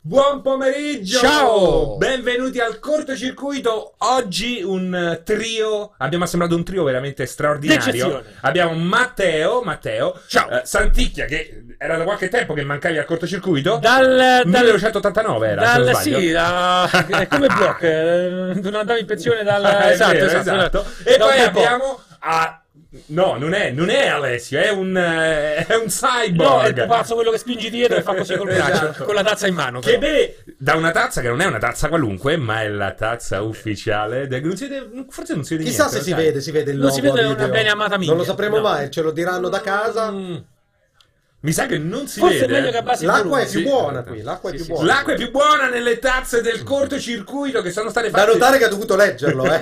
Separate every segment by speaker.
Speaker 1: Buon pomeriggio!
Speaker 2: Ciao!
Speaker 1: Benvenuti al cortocircuito. Oggi un eh, trio, abbiamo assemblato un trio veramente straordinario.
Speaker 2: D'eccezione.
Speaker 1: Abbiamo Matteo, Matteo,
Speaker 2: Ciao.
Speaker 1: eh, Santicchia che era da qualche tempo che mancavi al cortocircuito.
Speaker 2: Dal, dal
Speaker 1: 1989 era, se non
Speaker 2: dal-
Speaker 1: sbaglio.
Speaker 2: sì, da, è come Block, eh, non andavi in pensione dal
Speaker 1: Ah, è
Speaker 2: esatto,
Speaker 1: vero,
Speaker 2: esatto,
Speaker 1: esatto.
Speaker 2: esatto.
Speaker 1: E
Speaker 2: Da un
Speaker 1: poi
Speaker 2: bel po'.
Speaker 1: abbiamo a No, non è, non è Alessio, è un, eh, è un
Speaker 2: No, è
Speaker 1: cyborg.
Speaker 2: il pupazzo quello che spingi dietro e fa così col braccio,
Speaker 1: Esatto.
Speaker 2: con la tazza in mano.
Speaker 1: Che
Speaker 2: però.
Speaker 1: beve da una tazza che non è una tazza qualunque, ma è la tazza ufficiale. del- non si vede- forse non si vede
Speaker 3: Chissà
Speaker 1: niente,
Speaker 3: se
Speaker 1: lo
Speaker 3: si
Speaker 1: sai.
Speaker 3: vede, si vede il
Speaker 2: Non
Speaker 3: logo
Speaker 2: si
Speaker 3: a
Speaker 2: vede
Speaker 3: video.
Speaker 2: una bene amata mia.
Speaker 3: Non lo sapremo
Speaker 2: No.
Speaker 3: mai, ce lo diranno da casa.
Speaker 1: Mm. Mi sa che non si
Speaker 2: Forse è
Speaker 1: vede. eh.
Speaker 2: meglio che abbassi il
Speaker 3: L'acqua
Speaker 2: volume.
Speaker 3: è più
Speaker 1: Sì,
Speaker 3: buona
Speaker 1: guarda.
Speaker 3: qui, l'acqua è
Speaker 2: Sì,
Speaker 3: più
Speaker 2: sì.
Speaker 3: buona.
Speaker 1: L'acqua è più buona nelle tazze del cortocircuito che sono state
Speaker 3: Da
Speaker 1: fatte.
Speaker 3: notare che ha dovuto leggerlo, eh.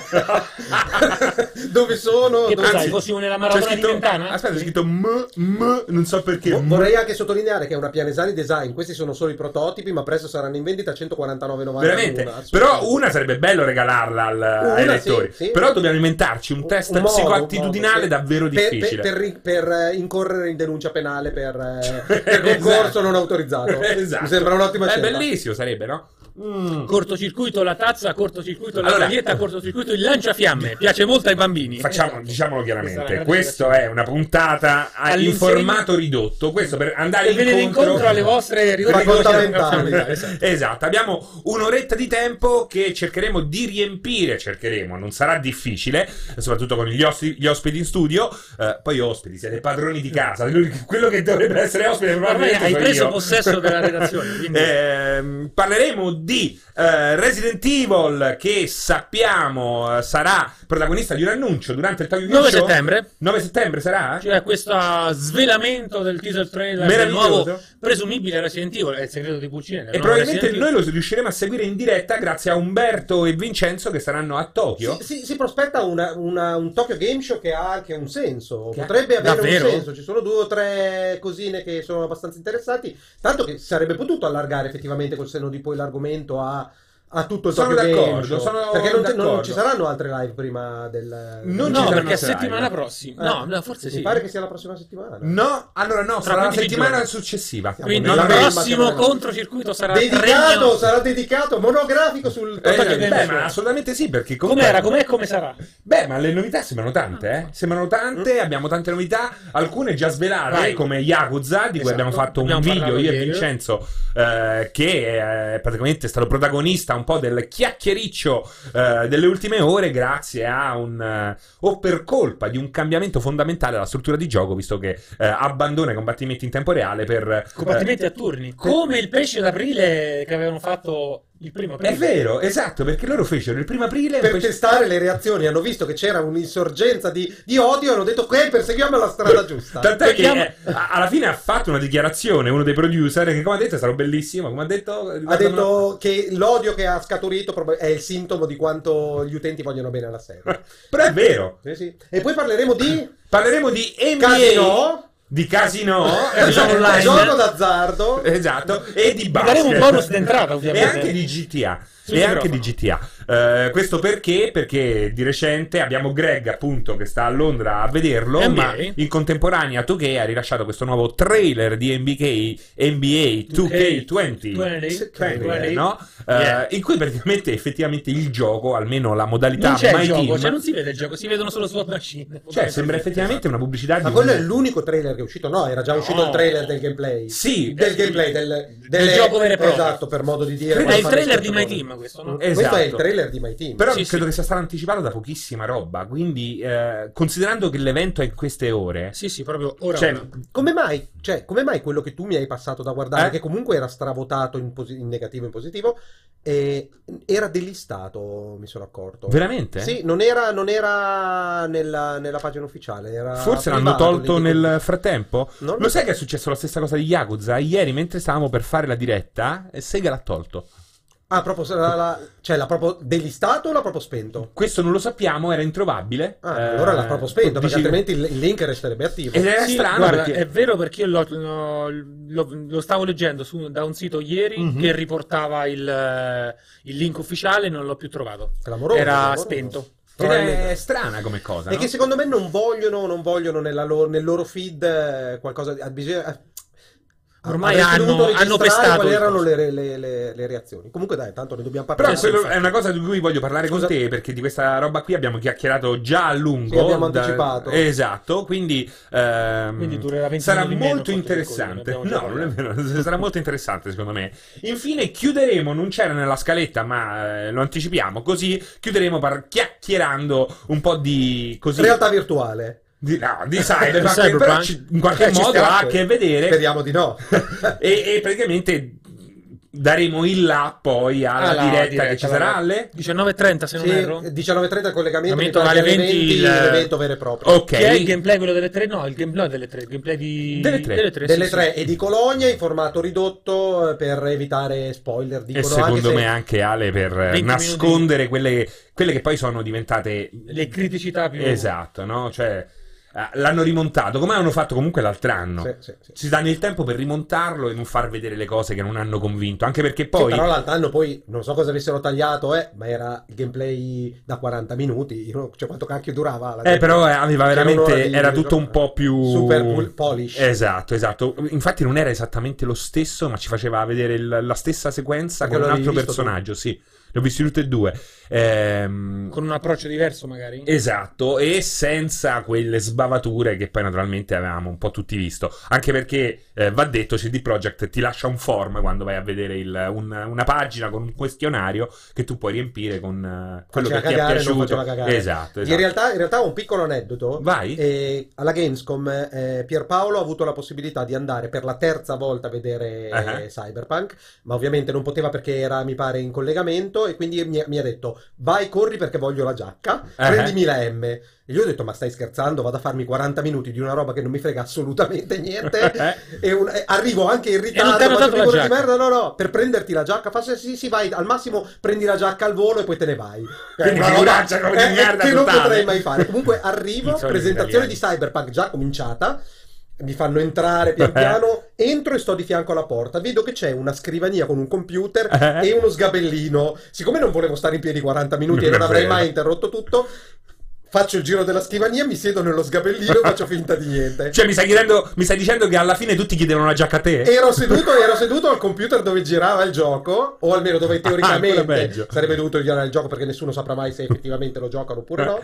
Speaker 3: Dove sono?
Speaker 2: Che
Speaker 3: dove-
Speaker 2: pensai,
Speaker 1: Anzi,
Speaker 2: fossi nella
Speaker 1: C'è
Speaker 2: maratona di
Speaker 1: scritto-
Speaker 2: Ventana?
Speaker 1: Aspetta, c'è scritto M, M, non so perché.
Speaker 3: Vo-
Speaker 1: M.
Speaker 3: Vorrei anche sottolineare che è una Pianesani Design, questi sono solo i prototipi, ma presto saranno in vendita a 149,90.
Speaker 1: Veramente,
Speaker 3: l'una,
Speaker 1: però
Speaker 3: assolutamente.
Speaker 1: una sarebbe bello regalarla al- ai
Speaker 3: Una,
Speaker 1: lettori.
Speaker 3: sì, sì.
Speaker 1: Però dobbiamo inventarci un test
Speaker 3: modo, un
Speaker 1: psicoattitudinale
Speaker 3: modo, sì.
Speaker 1: davvero
Speaker 3: Per- per-
Speaker 1: difficile.
Speaker 3: Per, ri- per, eh, incorrere in denuncia penale per, eh, per concorso
Speaker 1: Esatto.
Speaker 3: non autorizzato.
Speaker 1: Esatto.
Speaker 3: Mi sembra un'ottima
Speaker 1: È
Speaker 3: scelta.
Speaker 1: bellissimo, sarebbe, no?
Speaker 2: Mm. Cortocircuito la tazza, cortocircuito la
Speaker 1: Allora- eh,
Speaker 2: maglietta, cortocircuito il lanciafiamme. Piace molto ai bambini. Eh,
Speaker 1: Facciamo, diciamo, diciamolo
Speaker 2: Questa è
Speaker 1: chiaramente,
Speaker 2: una
Speaker 1: questo è una puntata a- in
Speaker 2: All'insegna-
Speaker 1: formato ridotto, questo per andare
Speaker 2: E venire incontro alle vostre
Speaker 3: Facoltà
Speaker 2: ricordi-
Speaker 3: mentali.
Speaker 2: Esatto.
Speaker 1: Esatto, abbiamo un'oretta di tempo che cercheremo di riempire, cercheremo, non sarà difficile, soprattutto con gli, osti- gli ospiti in studio, Eh, poi ospiti, siete padroni di casa, l'unico- quello che dovrebbe essere ospite probabilmente
Speaker 2: hai
Speaker 1: sono
Speaker 2: preso
Speaker 1: io.
Speaker 2: possesso della redazione, quindi-
Speaker 1: Ehm, parleremo di eh, Resident Evil che sappiamo eh, sarà protagonista di un annuncio durante il Tokyo Game
Speaker 2: 9
Speaker 1: Show.
Speaker 2: settembre
Speaker 1: 9 settembre sarà?
Speaker 2: c'è questo svelamento del teaser trailer del
Speaker 1: Meraviglioso.
Speaker 2: nuovo Eh, presumibile Resident Evil, è il segreto di Pulcinella.
Speaker 1: E probabilmente noi lo riusciremo a seguire in diretta grazie a Umberto e Vincenzo che saranno a Tokyo.
Speaker 3: Si, si- si prospetta una- una- un Tokyo Game Show che ha anche un senso.
Speaker 1: Che-
Speaker 3: Potrebbe avere
Speaker 2: davvero?
Speaker 3: un senso. Ci sono due o tre cosine che sono abbastanza interessanti. Tanto che sarebbe potuto allargare effettivamente col senno di poi l'argomento a, a tutto il
Speaker 1: Sono
Speaker 3: Tokyo Game
Speaker 1: d'accordo,
Speaker 3: Show.
Speaker 1: sono
Speaker 3: perché non,
Speaker 1: d'accordo.
Speaker 3: non ci saranno altre live prima del.
Speaker 1: Non ci
Speaker 2: no,
Speaker 1: saranno
Speaker 2: perché è
Speaker 1: serali,
Speaker 2: settimana
Speaker 1: no?
Speaker 2: prossima.
Speaker 3: Eh,
Speaker 2: No, no, forse sì.
Speaker 3: Mi pare che sia la prossima settimana.
Speaker 1: No, allora no, sarà la
Speaker 2: 15
Speaker 1: settimana
Speaker 2: giorni.
Speaker 1: successiva.
Speaker 3: Siamo
Speaker 2: Quindi
Speaker 3: nella
Speaker 2: il
Speaker 3: merma,
Speaker 2: prossimo
Speaker 3: siamo nella-
Speaker 2: controcircuito sarà
Speaker 3: Dedicato,
Speaker 2: Regno-
Speaker 3: sarà dedicato monografico sul
Speaker 1: Eh,
Speaker 3: Tokyo
Speaker 1: beh,
Speaker 3: Game Show.
Speaker 1: ma assolutamente sì, perché comunque...
Speaker 2: Com'era, com'è e come sarà?
Speaker 1: Beh, ma le novità sembrano tante,
Speaker 2: Ah.
Speaker 1: eh? Sembrano tante, abbiamo tante novità, alcune già svelate,
Speaker 2: Mm. Vai.
Speaker 1: come Yakuza, di cui
Speaker 3: Esatto.
Speaker 1: abbiamo fatto un
Speaker 2: Abbiamo
Speaker 1: video
Speaker 2: parlato
Speaker 1: io e
Speaker 2: ieri.
Speaker 1: Vincenzo, eh, che è praticamente stato protagonista un po' del chiacchiericcio eh, delle ultime ore, grazie a un... eh, o per colpa di un cambiamento fondamentale alla struttura di gioco, visto che eh, abbandona i combattimenti in tempo reale per... eh,
Speaker 2: Combattimenti a turni. Come il pesce d'aprile che avevano fatto il primo aprile.
Speaker 1: È vero, esatto, perché loro fecero il primo aprile...
Speaker 3: per
Speaker 1: poi-
Speaker 3: testare le reazioni hanno visto che c'era un'insorgenza di, di odio e hanno detto ok perseguiamo la strada giusta
Speaker 1: Tant'è che
Speaker 2: Togliamo-
Speaker 1: eh, a- alla fine ha fatto una dichiarazione uno dei producer che come ha detto è stato bellissimo, come ha detto
Speaker 3: ha
Speaker 1: riguardo-
Speaker 3: detto che l'odio che ha scaturito proba- è il sintomo di quanto gli utenti vogliono bene alla serie
Speaker 1: Però è vero.
Speaker 3: Sì, sì. e poi parleremo di
Speaker 1: Parleremo di NBA
Speaker 3: casino cioè,
Speaker 1: di casino, eh, diciamo,
Speaker 2: Casino Eh, diciamo online. Eh,
Speaker 3: gioco d'azzardo
Speaker 1: Esatto, e di basket.
Speaker 2: daremo un bonus d'entrata,
Speaker 1: E
Speaker 2: ovviamente.
Speaker 1: anche di GTA.
Speaker 2: Sul
Speaker 1: e anche di
Speaker 2: microfono.
Speaker 1: GTA. Eh, questo perché? Perché di recente abbiamo Greg, appunto, che sta a Londra a vederlo,
Speaker 2: NBA.
Speaker 1: ma in contemporanea 2K ha rilasciato questo nuovo trailer di NBK, NBA 2K20.
Speaker 2: 20.
Speaker 1: 20,
Speaker 2: 20.
Speaker 1: no?
Speaker 2: Yeah.
Speaker 1: Eh, in cui praticamente effettivamente il gioco, almeno la modalità
Speaker 2: Non c'è il
Speaker 1: My
Speaker 2: gioco,
Speaker 1: Team,
Speaker 2: cioè non si vede il gioco, si vedono solo slot machine.
Speaker 1: cioè, sembra effettivamente una pubblicità
Speaker 3: esatto. ma
Speaker 1: di
Speaker 3: quello
Speaker 1: un-
Speaker 3: è l'unico trailer che è uscito no era già uscito
Speaker 2: No. eh,
Speaker 3: il trailer del gameplay
Speaker 1: Sì, eh,
Speaker 3: del gameplay del, delle-
Speaker 2: gioco vero e proprio.
Speaker 3: esatto per modo di dire
Speaker 2: È il
Speaker 3: Quando fanno
Speaker 2: trailer di
Speaker 3: queste
Speaker 2: My
Speaker 3: cose.
Speaker 2: Team, questo, no? Eh,
Speaker 3: questo è il
Speaker 1: Esatto.
Speaker 3: trailer di My Team
Speaker 1: Però
Speaker 2: Sì,
Speaker 1: credo
Speaker 2: sì.
Speaker 1: che sia stato anticipato da pochissima roba, quindi eh, considerando che l'evento è in queste ore,
Speaker 2: Sì, sì, proprio ora.
Speaker 1: cioè,
Speaker 2: ora.
Speaker 3: Come mai, cioè, come mai quello che tu mi hai passato da guardare,
Speaker 1: Eh?
Speaker 3: che comunque era stravotato in, posi- in negativo e in positivo, eh, era delistato, mi sono accorto.
Speaker 1: veramente?
Speaker 3: Sì, non era, non era nella, nella pagina ufficiale. Era
Speaker 1: Eh, Forse l'hanno
Speaker 3: privato,
Speaker 1: tolto
Speaker 3: lì di-
Speaker 1: nel frattempo?
Speaker 3: Non
Speaker 1: Lo sai che è successo la stessa cosa di Yakuza? Ieri, mentre stavamo per fare la diretta, eh, Sega l'ha tolto.
Speaker 3: Ah, proprio, se la- la- cioè, l'ha proprio delistato o l'ha proprio spento?
Speaker 1: Questo non lo sappiamo, era introvabile.
Speaker 3: Ah,
Speaker 1: Eh,
Speaker 3: allora l'ha proprio spento, perché
Speaker 1: dici-
Speaker 3: altrimenti eh, il, il link resterebbe attivo.
Speaker 1: Ed era
Speaker 2: Sì,
Speaker 1: strano
Speaker 2: guarda,
Speaker 1: perché...
Speaker 2: è vero perché io l'ho- l'ho- lo, lo stavo leggendo su- da un sito ieri
Speaker 1: Mhm.
Speaker 2: che riportava il, eh, il link ufficiale e non l'ho più trovato.
Speaker 3: Clamoroso,
Speaker 2: Era
Speaker 3: clamoroso.
Speaker 2: spento.
Speaker 1: Ed
Speaker 3: Probabilmente.
Speaker 1: è strana come cosa.
Speaker 3: E
Speaker 1: no?
Speaker 3: che secondo me non vogliono, non vogliono nella loro- nel loro feed eh, qualcosa di... ah, bisogna- ah,
Speaker 2: Ormai
Speaker 3: avresti
Speaker 2: hanno-
Speaker 3: dovuto registrare
Speaker 2: hanno pestato
Speaker 3: quali
Speaker 2: il
Speaker 3: erano
Speaker 2: coso.
Speaker 3: le, le- le- le reazioni. Comunque dai, tanto ne dobbiamo
Speaker 1: Però
Speaker 3: parlare.
Speaker 2: Sì,
Speaker 1: quello
Speaker 2: infatti.
Speaker 1: è una cosa di cui voglio parlare
Speaker 3: Scusa.
Speaker 1: con te perché di questa roba qui abbiamo chiacchierato già a lungo.
Speaker 3: Sì, abbiamo anticipato.
Speaker 1: Esatto, quindi, ehm,
Speaker 2: Quindi durerà 20
Speaker 1: sarà
Speaker 2: minuti di meno,
Speaker 1: molto
Speaker 2: fatti dei
Speaker 1: interessante.
Speaker 2: coglioni,
Speaker 1: No,
Speaker 2: abbiamo già
Speaker 1: non è vero, sarà molto interessante secondo me. Infine chiuderemo, non c'era nella scaletta ma eh, lo anticipiamo, così chiuderemo par- chiacchierando un po' di... Così,
Speaker 3: Realtà virtuale.
Speaker 1: di, no, di cyberpunk,
Speaker 2: Di cyberpunk.
Speaker 1: però ci- in qualche
Speaker 3: Eh, ci
Speaker 1: modo
Speaker 3: stiamo-
Speaker 1: ha a che vedere
Speaker 3: Speriamo di no.
Speaker 1: e, e praticamente daremo il là poi alla
Speaker 2: Alla
Speaker 1: diretta,
Speaker 2: diretta,
Speaker 1: che ci sarà
Speaker 2: alla-
Speaker 1: alle
Speaker 2: 19.30 se non
Speaker 3: Sì,
Speaker 2: erro.
Speaker 3: 19.30 il collegamento,
Speaker 2: Momento
Speaker 3: mi pare
Speaker 2: alle
Speaker 3: che alle
Speaker 2: 20 il-
Speaker 3: l'evento vero e proprio.
Speaker 1: Ok,
Speaker 2: Che è il gameplay quello delle tre? No, il gameplay delle tre. Il gameplay di...
Speaker 1: Delle tre.
Speaker 2: tre,
Speaker 3: delle
Speaker 2: sì,
Speaker 3: tre
Speaker 2: sì.
Speaker 3: e di Colonia in formato ridotto eh, per evitare spoiler
Speaker 1: e
Speaker 3: dicono
Speaker 1: secondo
Speaker 3: anche
Speaker 1: me anche Ale per eh,
Speaker 2: 20
Speaker 1: nascondere quelle, quelle che poi sono diventate
Speaker 2: Le criticità più...
Speaker 1: esatto, no? Cioè eh, l'hanno rimontato come hanno fatto comunque l'altro anno.
Speaker 3: se... sì, sì, sì.
Speaker 1: Si danno il tempo per rimontarlo e non far vedere le cose che non hanno convinto, anche perché
Speaker 3: Sì,
Speaker 1: poi
Speaker 3: però l'altro anno poi non so cosa avessero tagliato eh, ma era il gameplay da 40 minuti io non- cioè quanto cacchio durava la-
Speaker 1: Eh, però eh, aveva
Speaker 3: C'era un'ora
Speaker 1: veramente.
Speaker 3: di-
Speaker 1: Era tutto un po' più.
Speaker 3: Super pul- polish.
Speaker 1: Esatto, esatto. Infatti, non era esattamente lo stesso, ma ci faceva vedere il- la stessa sequenza
Speaker 3: Perché
Speaker 1: con un
Speaker 3: l'avevi
Speaker 1: altro
Speaker 3: visto tu?
Speaker 1: personaggio. Sì, li ho visti tutti e due. Ehm,
Speaker 2: Con un approccio diverso magari.
Speaker 1: Esatto, e senza quelle sbavature che poi naturalmente avevamo un po' tutti visto. Anche perché eh, va detto, CD Projekt ti lascia un form quando vai a vedere il- un- una pagina con un questionario che tu puoi riempire con eh, quello
Speaker 3: Faceva
Speaker 1: che ti
Speaker 3: cagare,
Speaker 1: è
Speaker 3: non
Speaker 1: piaciuto.
Speaker 3: faceva cagare.
Speaker 1: Esatto,
Speaker 3: In,
Speaker 1: esatto.
Speaker 3: realtà, in realtà ho un piccolo aneddoto
Speaker 1: Vai.
Speaker 3: Eh, alla Gamescom eh, Pierpaolo ha avuto la possibilità di andare per la terza volta a vedere eh,
Speaker 1: Ah.
Speaker 3: Cyberpunk, ma ovviamente non poteva perché era, mi pare, in collegamento e quindi mi, mi ha detto vai, corri perché voglio la giacca,
Speaker 1: Ah.
Speaker 3: prendimi la M. E io ho detto ma stai scherzando, vado a farmi 40 minuti di una roba che non mi frega assolutamente niente
Speaker 1: esatto.
Speaker 3: e, un- e arrivo anche in
Speaker 2: E non ti
Speaker 3: ritardo,
Speaker 2: hanno
Speaker 3: faccio
Speaker 2: dato la
Speaker 3: figure di
Speaker 2: giacca.
Speaker 3: merda, no no, per prenderti la giacca, fa sì sì, sì, vai, al massimo prendi la giacca al volo e poi te ne vai.
Speaker 1: Quindi
Speaker 3: una roba-
Speaker 1: figuraccia come di
Speaker 3: eh,
Speaker 1: merda
Speaker 3: che non
Speaker 1: totale.
Speaker 3: potrei mai fare. Comunque
Speaker 1: I
Speaker 3: arrivo,
Speaker 1: soliti italiani.
Speaker 3: presentazione
Speaker 1: Eh.
Speaker 3: di Cyberpunk già cominciata, mi fanno entrare pian piano, entro e sto di fianco alla porta, vedo che c'è una scrivania con un computer
Speaker 1: Eh.
Speaker 3: e uno sgabellino. Siccome non volevo stare in piedi 40 minuti e
Speaker 1: Non è
Speaker 3: non avrei
Speaker 1: vero.
Speaker 3: mai interrotto tutto, faccio il giro della scrivania, mi siedo nello sgabellino e faccio finta di niente.
Speaker 1: Cioè, mi stai, chiedendo- mi stai dicendo che alla fine tutti chiedevano la giacca a te?
Speaker 3: Ero seduto, ero seduto al computer dove girava il gioco, o almeno dove
Speaker 1: Ah,
Speaker 3: teoricamente
Speaker 1: ancora peggio.
Speaker 3: sarebbe dovuto girare il gioco perché nessuno saprà mai se effettivamente lo giocano
Speaker 1: Eh.
Speaker 3: oppure no.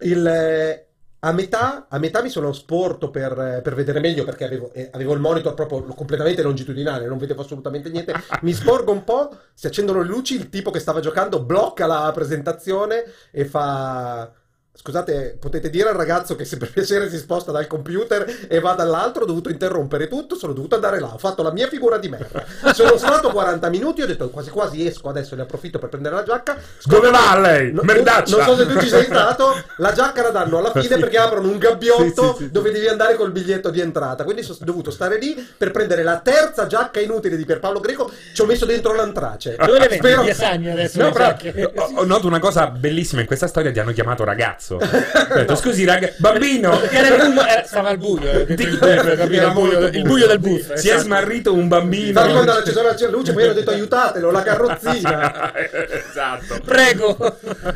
Speaker 3: Il, eh, a, metà, a metà mi sono sporto per, eh, per vedere meglio perché avevo, eh, avevo il monitor proprio completamente longitudinale, non vedevo assolutamente niente. Mi sporgo un po', si accendono le luci, il tipo che stava giocando blocca la presentazione e fa... Scusate, potete dire al ragazzo che se per piacere si sposta dal computer e va dall'altro, ho dovuto interrompere tutto, sono dovuto andare là, ho fatto la mia figura di merda. Sono stato 40 minuti, ho detto quasi quasi esco adesso, ne approfitto per prendere la giacca.
Speaker 1: Dove va lei?
Speaker 3: No,
Speaker 1: Merdaccia!
Speaker 3: Non so se tu ci sei stato, la giacca la danno alla fine perché aprono un
Speaker 1: Sì,
Speaker 3: gabbiotto
Speaker 1: sì, sì, sì.
Speaker 3: dove devi andare col biglietto di entrata. Quindi sono dovuto stare lì per prendere la terza giacca inutile di Pierpaolo Greco, ci ho messo dentro l'antrace.
Speaker 2: Dove le vendi?
Speaker 3: Spero-
Speaker 2: Via Sagna adesso.
Speaker 1: No,
Speaker 2: le
Speaker 1: però
Speaker 2: giacche.
Speaker 1: ho, ho notato una cosa bellissima in questa storia, ti hanno chiamato ragazzo. Ho detto, Scusi, raga- bambino,
Speaker 2: Perché era il buio, era- stava al buio, eh, dentro il tempo, capito?
Speaker 3: Era
Speaker 2: il, buio
Speaker 3: molto
Speaker 2: il
Speaker 3: buio.
Speaker 2: buio del buff.
Speaker 1: si è
Speaker 2: esatto.
Speaker 1: smarrito un bambino.
Speaker 3: Infatti quando ci sono la luce, poi hanno detto aiutatelo, la carrozzina.
Speaker 1: esatto.
Speaker 2: Prego.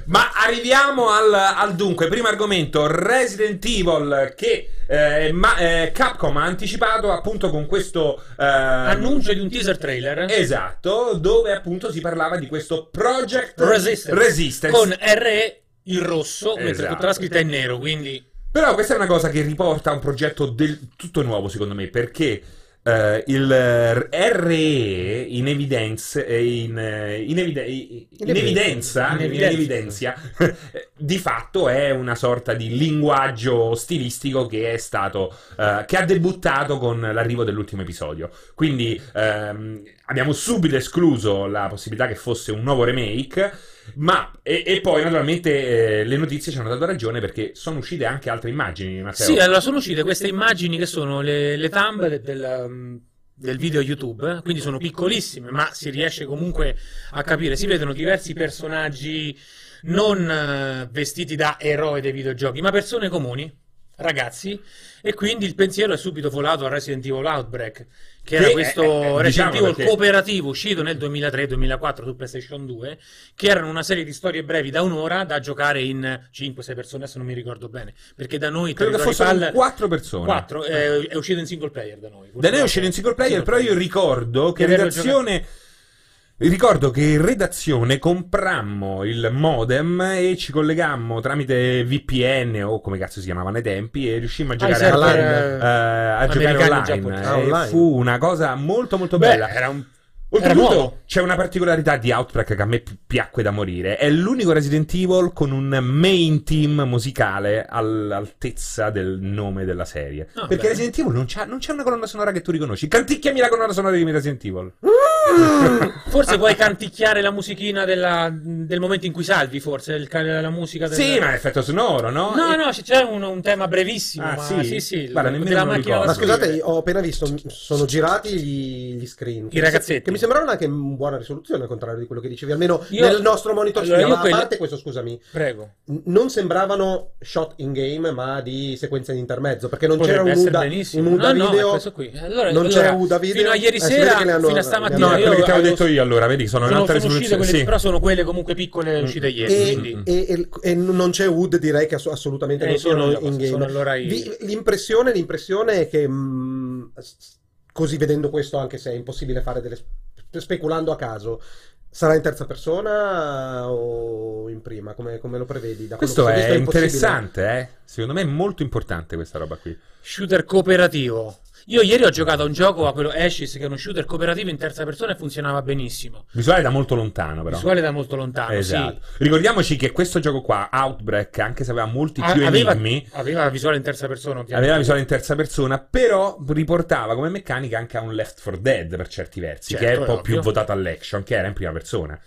Speaker 1: Ma arriviamo al, al dunque, primo argomento, Resident Evil che eh, ma- eh, Capcom ha anticipato appunto con questo eh,
Speaker 2: Annuncio di un teaser trailer.
Speaker 1: Esatto, dove appunto si parlava di questo Project
Speaker 2: Resistance.
Speaker 1: Resistance.
Speaker 2: Con RE in rosso, mentre
Speaker 1: Esatto.
Speaker 2: tutta la scritta è in nero, quindi...
Speaker 1: Però questa è una cosa che riporta a un progetto del tutto nuovo, secondo me, perché eh, il eh, RE in evidenza, in, eh, in evide- in evidenza,
Speaker 3: evidenza.
Speaker 2: In
Speaker 1: in evidenzia, di fatto è una sorta di linguaggio stilistico che è stato, eh, che ha debuttato con l'arrivo dell'ultimo episodio. Quindi ehm, abbiamo subito escluso la possibilità che fosse un nuovo remake, ma e, e poi naturalmente eh, le notizie ci hanno dato ragione perché sono uscite anche altre immagini, Matteo.
Speaker 2: Sì, eh, allora sono uscite queste immagini che sono le, le thumb de- del, um, del video YouTube, eh, quindi sono piccolissime, ma si riesce comunque a capire. Si vedono diversi personaggi non eh, vestiti da eroi dei videogiochi, ma persone comuni. ragazzi e quindi il pensiero è subito volato a Resident Evil Outbreak che
Speaker 1: Che
Speaker 2: era
Speaker 1: è-
Speaker 2: questo
Speaker 1: è- è-
Speaker 2: Resident
Speaker 1: diciamo
Speaker 2: Evil
Speaker 1: perché-
Speaker 2: cooperativo uscito nel 2003-2004 su PlayStation 2 che erano una serie di storie brevi da un'ora da giocare in 5-6 persone adesso non mi ricordo bene perché da noi
Speaker 1: Credo che
Speaker 2: Territory
Speaker 1: fossero
Speaker 2: Pal-
Speaker 1: quattro persone.
Speaker 2: quattro, eh, è, è uscito in single player da noi
Speaker 1: Da noi uscire in single player, però io ricordo che
Speaker 2: Di averlo
Speaker 1: redazione. Ricordo che in redazione comprammo il modem e ci collegammo tramite VPN o come cazzo si chiamavano ai tempi e riuscimmo a
Speaker 2: Ah,
Speaker 1: giocare
Speaker 2: certo,
Speaker 3: server,
Speaker 1: online.
Speaker 3: online,
Speaker 1: eh, a giocare
Speaker 2: americani,
Speaker 1: online,
Speaker 2: giapponesi.
Speaker 1: eh,
Speaker 3: Ah, online.
Speaker 1: fu una cosa molto molto
Speaker 2: Beh,
Speaker 1: bella
Speaker 2: era un Era nuovo.
Speaker 1: Oltretutto c'è una particolarità di Outbreak che a me pi- piacque da morire. È l'unico Resident Evil con un main team musicale all'altezza del nome della serie.
Speaker 2: Ah,
Speaker 1: Perché
Speaker 2: beh.
Speaker 1: Resident Evil non c'ha- non c'è una colonna sonora che tu riconosci. Canticchiami la colonna sonora di Resident Evil.
Speaker 2: Forse puoi canticchiare la musichina della- del momento in cui salvi, forse il, ca- la musica del...
Speaker 1: Sì, ma è effetto sonoro, no? Eh,
Speaker 2: No,
Speaker 1: E-
Speaker 2: no, c- c'è un, un tema brevissimo.
Speaker 1: Ah,
Speaker 2: ma
Speaker 1: sì?
Speaker 2: sì, sì,
Speaker 1: Guarda,
Speaker 2: la-
Speaker 1: nemmeno
Speaker 2: della
Speaker 1: me lo
Speaker 2: macchina
Speaker 1: ricordo.
Speaker 2: da
Speaker 3: Ma
Speaker 1: Assolutamente.
Speaker 2: scrivere.
Speaker 3: scusate, ho appena visto, m- sono girati gli, gli screen.
Speaker 2: I ragazzetti.
Speaker 3: Che mi sembravano anche in buona risoluzione, al contrario di quello che dicevi. Almeno
Speaker 2: Io-
Speaker 3: nel nostro monitor
Speaker 2: Allora,
Speaker 3: cinema.
Speaker 2: io
Speaker 3: Ma
Speaker 2: quelle-
Speaker 3: A parte questo, scusami,
Speaker 2: Prego.
Speaker 3: n- non sembravano shot in game, ma di sequenza di intermezzo. Perché non
Speaker 2: Potrebbe
Speaker 3: c'era un
Speaker 2: essere
Speaker 3: UDA,
Speaker 2: benissimo. Ah,
Speaker 3: un UDA
Speaker 2: no, no,
Speaker 3: video.
Speaker 2: è questo qui. Allora,
Speaker 3: non
Speaker 2: allora,
Speaker 3: c'è UDA video.
Speaker 2: Fino a ieri
Speaker 3: Eh, si vede
Speaker 2: sera,
Speaker 3: che ne hanno-
Speaker 2: fino a
Speaker 3: ne
Speaker 2: stamattina.
Speaker 1: No,
Speaker 3: hanno-
Speaker 1: è eh, quello che
Speaker 2: io
Speaker 1: ti avevo
Speaker 2: avevo-
Speaker 1: detto io allora, vedi, sono,
Speaker 2: sono,
Speaker 1: un'altra
Speaker 2: sono uscite
Speaker 1: risoluzione.
Speaker 2: quelle,
Speaker 1: Sì.
Speaker 2: però sono quelle comunque piccole
Speaker 1: Mm.
Speaker 2: uscite ieri. quindi-
Speaker 3: E, e- e- e non c'è UD, direi che ass- assolutamente
Speaker 2: Eh,
Speaker 3: non sono
Speaker 2: sono-
Speaker 3: in game.
Speaker 2: sono allora i-
Speaker 3: Vi- l'impressione, l'impressione è che mh, s- s- così vedendo questo, anche se è impossibile fare delle spe- speculando a caso, sarà in terza persona o in prima? Come, come lo prevedi? Da quello
Speaker 1: Questo
Speaker 3: che si
Speaker 1: è,
Speaker 3: visto impossibile.
Speaker 1: interessante, eh. Secondo me è molto importante questa roba qui.
Speaker 2: Shooter cooperativo. Io ieri ho giocato a un gioco, a quello Ashes, che è uno shooter cooperativo in terza persona e funzionava benissimo.
Speaker 1: Visuale da molto lontano, però.
Speaker 2: Visuale da molto lontano, sì.
Speaker 1: Esatto. Ricordiamoci che questo gioco qua, Outbreak, anche se aveva molti
Speaker 2: A-
Speaker 1: più
Speaker 2: aveva,
Speaker 1: enigmi,
Speaker 2: aveva la visuale in terza persona, ovviamente.
Speaker 1: aveva la visuale in terza persona, però riportava come meccanica anche a un Left 4 Dead per certi versi,
Speaker 2: Certo,
Speaker 1: che è un
Speaker 2: è
Speaker 1: po'
Speaker 2: ovvio.
Speaker 1: più votato all'action, che era in prima persona.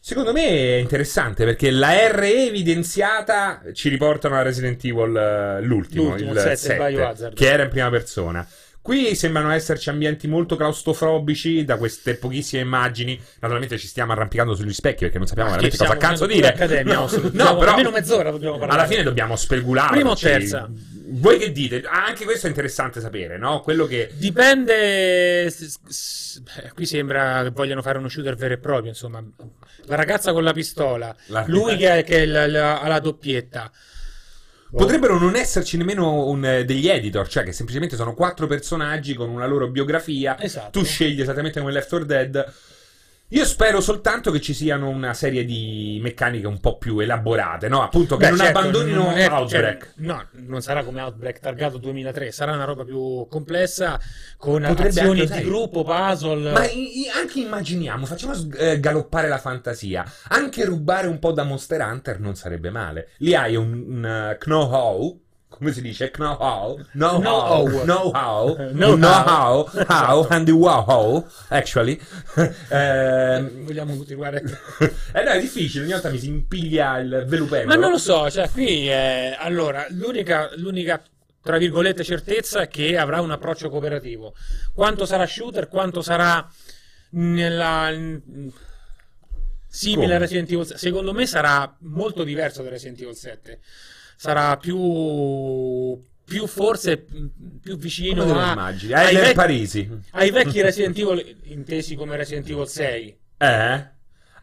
Speaker 1: Secondo me è interessante perché la R evidenziata ci riportano a Resident Evil eh, l'ultimo,
Speaker 2: L'ultimo,
Speaker 1: il
Speaker 2: sette,
Speaker 1: 7,
Speaker 2: Biohazard.
Speaker 1: che era in prima persona. Qui sembrano esserci ambienti molto claustrofobici da queste pochissime immagini. Naturalmente ci stiamo arrampicando sugli specchi perché non sappiamo
Speaker 2: Ah,
Speaker 1: veramente
Speaker 2: sì,
Speaker 1: cosa
Speaker 2: stiamo
Speaker 1: cazzo
Speaker 2: facendo
Speaker 1: dire.
Speaker 2: pure accademia,
Speaker 1: no,
Speaker 2: no,
Speaker 1: no,
Speaker 2: dobbiamo-
Speaker 1: però
Speaker 2: almeno mezz'ora dobbiamo parlare.
Speaker 1: Alla fine dobbiamo cioè, spelgularci.
Speaker 2: Prima o terza?
Speaker 1: Voi che dite? Ah, anche questo è interessante sapere, no? Quello che
Speaker 2: Dipende. s- s- beh, Qui sembra che vogliano fare uno shooter vero e proprio. Insomma, la ragazza con la pistola,
Speaker 1: La-
Speaker 2: lui che, è- che è la- la- ha la doppietta.
Speaker 1: Potrebbero non esserci nemmeno un, eh, degli editor, cioè che semplicemente sono quattro personaggi con una loro biografia.
Speaker 2: Esatto.
Speaker 1: Tu scegli esattamente come Left 4 Dead. Io spero soltanto che ci siano una serie di meccaniche un po' più elaborate, no? Appunto, che
Speaker 2: Beh,
Speaker 1: non
Speaker 2: certo,
Speaker 1: abbandonino
Speaker 2: non è- cioè,
Speaker 1: Outbreak.
Speaker 2: no, non sarà come Outbreak targato 2003, sarà una roba più complessa con
Speaker 1: Potrebbe
Speaker 2: azioni
Speaker 1: anche,
Speaker 2: di
Speaker 1: sai.
Speaker 2: gruppo, puzzle.
Speaker 1: Ma i- i- anche immaginiamo, facciamo s- eh, galoppare la fantasia. Anche rubare un po' da Monster Hunter non sarebbe male. Lì hai un, un eh, know-how. Come si dice? Know-how. Know-how.
Speaker 2: Know-how.
Speaker 1: Know-how.
Speaker 2: Eh,
Speaker 1: Know-how.
Speaker 2: know-how.
Speaker 1: Know-how. How and the wow-how, actually. Ehm,
Speaker 2: Vogliamo continuare.
Speaker 1: eh no, è difficile. Ogni volta mi si impiglia il velupello.
Speaker 2: Ma non lo so, cioè qui è... allora l'unica, l'unica tra virgolette certezza è che avrà un approccio cooperativo. Quanto sarà shooter, quanto sarà nella mm, simile
Speaker 1: Come?
Speaker 2: a Resident Evil 7. Secondo me sarà molto diverso da Resident Evil 7. Sarà più più forse mh, più vicino
Speaker 1: Come te lo
Speaker 2: a-
Speaker 1: immagini?
Speaker 2: ai,
Speaker 1: Eder
Speaker 2: vec-
Speaker 1: Parisi.
Speaker 2: ai vecchi Resident Evil intesi come Resident Evil 6
Speaker 1: Eh?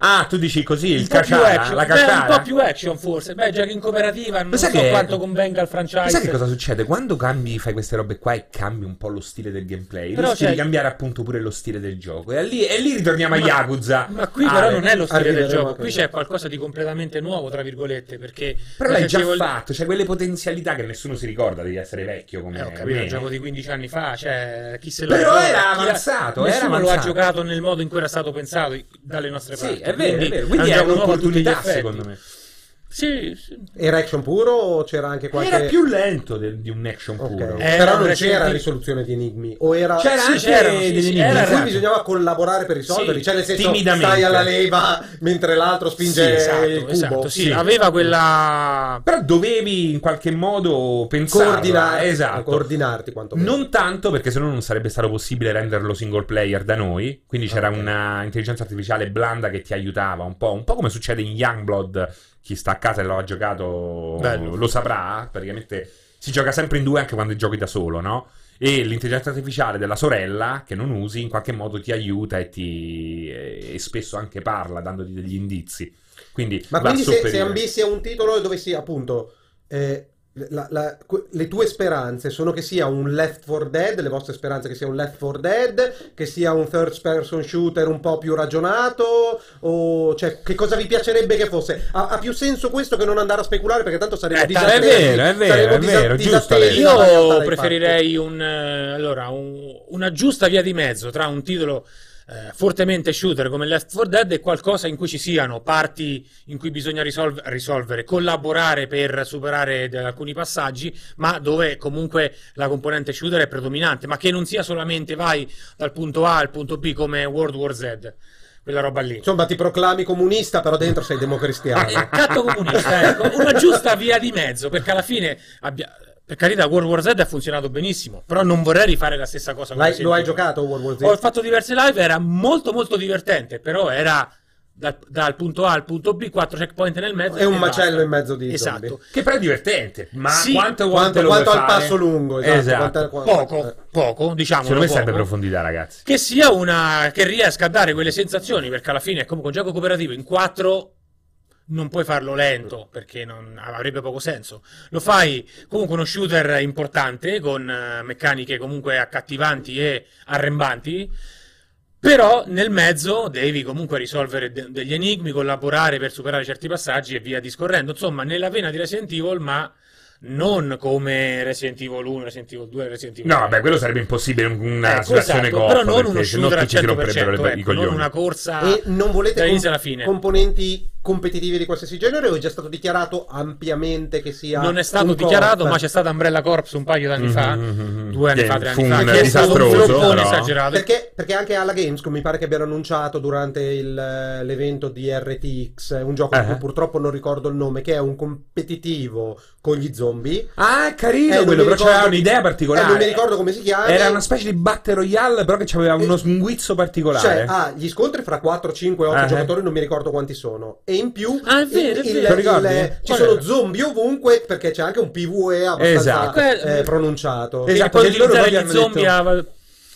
Speaker 1: Ah, tu dici così, il
Speaker 2: un po' più
Speaker 1: cacciara,
Speaker 2: action.
Speaker 1: la
Speaker 2: Beh,
Speaker 1: cacciara.
Speaker 2: un po' più action forse. Beh, già che in cooperativa non
Speaker 1: Ma sai
Speaker 2: so
Speaker 1: che-
Speaker 2: quanto convenga al franchise.
Speaker 1: Sai che cosa succede? Quando cambi, fai queste robe qua e cambi un po' lo stile del gameplay,
Speaker 2: Però,
Speaker 1: rischi
Speaker 2: cioè-
Speaker 1: di cambiare appunto pure lo stile del gioco. E lì, e lì ritorniamo a
Speaker 2: Ma-
Speaker 1: Yakuza.
Speaker 2: Ma qui
Speaker 1: Ah,
Speaker 2: però non è lo stile del
Speaker 3: arriveremo a
Speaker 2: gioco, qui
Speaker 3: quello.
Speaker 2: c'è qualcosa di completamente nuovo, tra virgolette, perché...
Speaker 1: Però l'hai già
Speaker 2: Resident Evil-
Speaker 1: fatto, cioè quelle potenzialità che nessuno si ricorda, devi essere vecchio come
Speaker 2: Eh, ho capito, è
Speaker 1: me.
Speaker 2: un gioco di 15 anni fa, cioè chi se lo
Speaker 1: Però
Speaker 2: ricorda,
Speaker 1: era
Speaker 2: chi la-
Speaker 1: avanzato, era
Speaker 2: nessuno lo ha
Speaker 1: avanzato.
Speaker 2: giocato nel modo in cui era stato pensato i- dalle nostre
Speaker 1: Sì,
Speaker 2: parti.
Speaker 1: è vero, è vero. Quindi
Speaker 2: un
Speaker 1: è
Speaker 2: gioco nuovo a tutti gli
Speaker 1: un'opportunità,
Speaker 2: effetti.
Speaker 1: secondo me.
Speaker 2: Sì, sì.
Speaker 3: Era action puro o c'era anche qualche...
Speaker 1: Era più lento del- di un action
Speaker 3: Ok.
Speaker 1: puro.
Speaker 2: Eh,
Speaker 3: Però
Speaker 2: un
Speaker 3: non
Speaker 2: Resident
Speaker 3: c'era
Speaker 2: Evil.
Speaker 3: risoluzione di enigmi. O era...
Speaker 1: C'era
Speaker 2: sì,
Speaker 1: anche
Speaker 2: c'erano, sì,
Speaker 1: degli
Speaker 2: sì,
Speaker 1: enigmi.
Speaker 2: era
Speaker 3: In cui
Speaker 2: esatto.
Speaker 3: bisognava collaborare per risolverli,
Speaker 2: Sì,
Speaker 3: cioè nel senso
Speaker 1: timidamente.
Speaker 3: stai alla leva mentre l'altro spinge
Speaker 2: Sì, esatto,
Speaker 3: il cubo.
Speaker 2: esatto, sì,
Speaker 1: Sì.
Speaker 2: aveva quella...
Speaker 1: Però dovevi in qualche modo pensare.
Speaker 3: Coordinare,
Speaker 1: esatto.
Speaker 3: coordinarti quantomeno.
Speaker 1: Non tanto perché sennò non sarebbe stato possibile renderlo single player da noi, quindi c'era
Speaker 3: Ah, Ok.
Speaker 1: una intelligenza artificiale blanda che ti aiutava un po', un po' come succede in Youngblood, chi sta a casa e lo ha giocato
Speaker 2: Bello.
Speaker 1: lo saprà, praticamente si gioca sempre in due anche quando giochi da solo, no? E l'intelligenza artificiale della sorella, che non usi, in qualche modo ti aiuta e, ti, e spesso anche parla dandoti degli indizi. Quindi
Speaker 3: Ma
Speaker 1: va a
Speaker 3: quindi se, se
Speaker 1: sopperire.
Speaker 3: ambissi a un titolo dove sia appunto eh, la- la- que- le tue speranze sono che sia un Left 4 Dead, le vostre speranze che sia un Left 4 Dead, che sia un third person shooter un po' più ragionato o cioè che cosa vi piacerebbe che fosse? Ha, ha più senso questo che non andare a speculare perché tanto saremo
Speaker 1: Eh,
Speaker 3: disattesi.
Speaker 1: è vero, è vero,
Speaker 3: saremo
Speaker 1: è vero,
Speaker 3: disa-
Speaker 1: giusto,
Speaker 3: disattesi
Speaker 1: Alessio.
Speaker 3: dalla realtà
Speaker 2: Io
Speaker 3: dei fatti.
Speaker 2: preferirei un, eh, allora, un- una giusta via di mezzo tra un titolo eh, fortemente shooter come Left 4 Dead e qualcosa in cui ci siano parti in cui bisogna risolv- risolvere, collaborare per superare de- alcuni passaggi, ma dove comunque la componente shooter è predominante, ma che non sia solamente vai dal punto A al punto B come World War Z, quella roba lì.
Speaker 3: Insomma, ti proclami comunista, però dentro sei democristiano.
Speaker 2: Eh, Catto comunista, ecco, una giusta via di mezzo, perché alla fine abbia- per carità World War Z ha funzionato benissimo, però non vorrei rifare la stessa cosa. con
Speaker 3: L'hai-
Speaker 2: esempio.
Speaker 3: lo hai giocato World War Z?
Speaker 2: Ho fatto diverse live, era molto molto divertente, però era dal, dal punto A al punto B, quattro checkpoint nel mezzo.
Speaker 3: È un
Speaker 2: e basta.
Speaker 3: macello in mezzo di
Speaker 2: Esatto.
Speaker 3: zombie.
Speaker 1: Che però è divertente, ma
Speaker 2: Sì,
Speaker 1: quante volte
Speaker 3: Quanto,
Speaker 1: lo
Speaker 3: quanto
Speaker 1: vuoi
Speaker 3: al
Speaker 1: fare?
Speaker 3: passo lungo, esatto. quanto- quanto- eh.
Speaker 2: Poco, poco, diciamo.
Speaker 1: Secondo me serve
Speaker 2: poco.
Speaker 1: profondità, ragazzi.
Speaker 2: Che sia una che riesca a dare quelle sensazioni, perché alla fine è comunque un gioco cooperativo in quattro. Non puoi farlo lento perché non avrebbe poco senso. Lo fai comunque uno shooter importante con eh, meccaniche comunque accattivanti e arrembanti. Però nel mezzo devi comunque risolvere de- degli enigmi, collaborare per superare certi passaggi e via discorrendo. Insomma, nella vena di Resident Evil, ma non come Resident Evil 1, Resident Evil 2, Resident Evil
Speaker 1: No,
Speaker 2: 3.
Speaker 1: vabbè, quello sarebbe impossibile una
Speaker 3: Eh,
Speaker 2: Ecco,
Speaker 1: situazione
Speaker 2: esatto,
Speaker 1: coop,
Speaker 2: però non uno
Speaker 1: perché sennò
Speaker 2: shooter al
Speaker 1: tutti si
Speaker 2: 100%,
Speaker 1: romperebbero le- i
Speaker 2: ecco, non
Speaker 1: coglioni.
Speaker 2: una corsa
Speaker 3: E non volete
Speaker 2: dall'inizio
Speaker 3: com-
Speaker 2: alla fine.
Speaker 3: componenti competitive di qualsiasi genere o è già stato dichiarato ampiamente che sia
Speaker 2: non è stato
Speaker 3: un
Speaker 2: dichiarato,
Speaker 3: co-op?
Speaker 2: ma c'è stata Umbrella Corps un paio d'anni fa,
Speaker 1: Mhm, mhm,
Speaker 2: due anni
Speaker 1: che
Speaker 2: fa, tre
Speaker 1: fu
Speaker 2: anni fa,
Speaker 1: un
Speaker 2: che è stato un
Speaker 1: disastroso,
Speaker 2: floppone
Speaker 1: però.
Speaker 2: esagerato.
Speaker 3: Perché, perché anche alla Gamescom mi pare che abbiano annunciato durante il, eh, l'evento di RTX eh, un gioco di
Speaker 2: Ah.
Speaker 1: Eh.
Speaker 3: cui purtroppo non ricordo il nome, che è un competitivo con gli zombie.
Speaker 1: Ah, è carino
Speaker 3: Eh, non
Speaker 1: quello,
Speaker 3: mi
Speaker 1: però
Speaker 3: ricordo-
Speaker 1: c'era un'idea particolare.
Speaker 3: Eh, non mi ricordo come si chiama.
Speaker 1: Era una specie di battle royale, però che aveva uno
Speaker 3: Eh,
Speaker 1: sguizzo particolare.
Speaker 3: Cioè, ha gli scontri fra 4, 5, 8
Speaker 1: Ah, eh.
Speaker 3: giocatori, non mi ricordo quanti sono. E in più
Speaker 2: Ah, è vero, è
Speaker 3: il-
Speaker 2: vero.
Speaker 3: il-
Speaker 1: Te lo ricordi?
Speaker 3: il- ci
Speaker 2: Qual
Speaker 3: sono
Speaker 2: era?
Speaker 3: zombie ovunque perché c'è anche un PVE abbastanza
Speaker 1: Esatto.
Speaker 3: eh, pronunciato.
Speaker 1: Eh,
Speaker 2: E
Speaker 1: Esatto,
Speaker 2: poi
Speaker 1: perché loro
Speaker 2: utilizzare
Speaker 1: proprio
Speaker 2: gli
Speaker 1: hanno
Speaker 2: zombie a-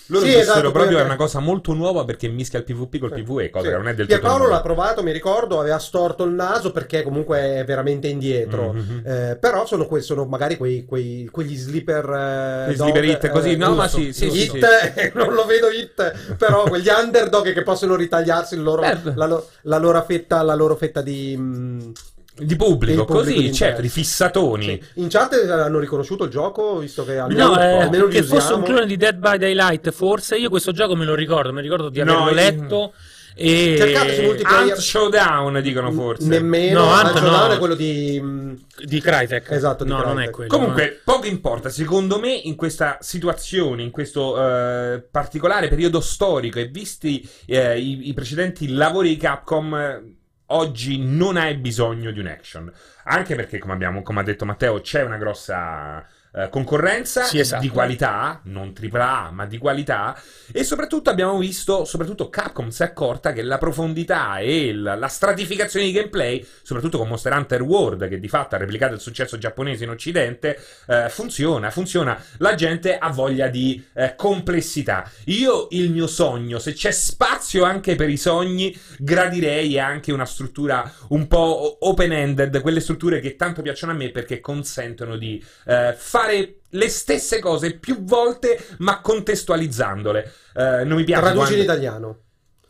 Speaker 1: Loro
Speaker 3: Sì,
Speaker 1: dissero
Speaker 3: esatto,
Speaker 1: proprio
Speaker 3: poi-
Speaker 1: è una cosa molto nuova perché mischia il PvP col PvE, cosa
Speaker 3: Sì.
Speaker 1: che non è del tutto
Speaker 3: Pierpaolo
Speaker 1: nuova.
Speaker 3: l'ha provato, mi ricordo, aveva storto il naso perché comunque è veramente indietro.
Speaker 1: Mhm.
Speaker 3: Eh, però sono, que- sono magari quei, quei- quegli slipper eh,
Speaker 1: Quegli sleeper hit così, no,
Speaker 3: giusto,
Speaker 1: ma sì, sì,
Speaker 3: giusto.
Speaker 1: sì, sì.
Speaker 3: Hit, non lo vedo hit però quegli underdog che possono ritagliarsi il loro-
Speaker 1: Beh.
Speaker 3: la, lo- la loro fetta la loro fetta di mh,
Speaker 1: Eh, Di pubblico,
Speaker 3: Del pubblico
Speaker 1: così,
Speaker 3: di
Speaker 1: certo,
Speaker 3: interesse.
Speaker 1: di fissatoni.
Speaker 3: sì. in chat hanno riconosciuto il gioco visto che almeno,
Speaker 2: No, eh,
Speaker 3: almeno li
Speaker 2: che fosse
Speaker 3: usiamo.
Speaker 2: un clone di Dead by Daylight, forse. Io questo gioco me lo ricordo, mi ricordo di
Speaker 1: No,
Speaker 2: averlo
Speaker 1: io-
Speaker 2: letto. E... Ah,
Speaker 3: Cercate su multi-
Speaker 1: Ant Showdown, dicono forse.
Speaker 3: nemmeno
Speaker 2: No,
Speaker 3: Ancho
Speaker 2: Ancho no.
Speaker 3: Down è quello di mm, mh,
Speaker 2: di Crytek.
Speaker 3: Esatto, di
Speaker 2: no, non è
Speaker 3: Crytek.
Speaker 2: quello.
Speaker 1: Comunque, poco importa, secondo me, in questa situazione, in questo eh, particolare periodo storico e visti eh, i, i precedenti lavori di Capcom, eh, oggi non hai bisogno di un action. Anche perché, come, abbiamo, come ha detto Matteo, c'è una grossa eh, concorrenza
Speaker 2: Sì, esatto.
Speaker 1: di qualità, non AAA, ma di qualità. E soprattutto abbiamo visto, soprattutto Capcom si è accorta che la profondità e il- la stratificazione di gameplay, soprattutto con Monster Hunter World, che di fatto ha replicato il successo giapponese in Occidente, eh, funziona, funziona. La gente ha voglia di eh, complessità. Io il mio sogno, se c'è spazio anche per i sogni, gradirei anche una struttura un po' open-ended, quelle strutture che tanto piacciono a me perché consentono di eh, fare le stesse cose più volte ma contestualizzandole. Eh, non mi piace.
Speaker 3: traduci
Speaker 1: quando-
Speaker 3: in italiano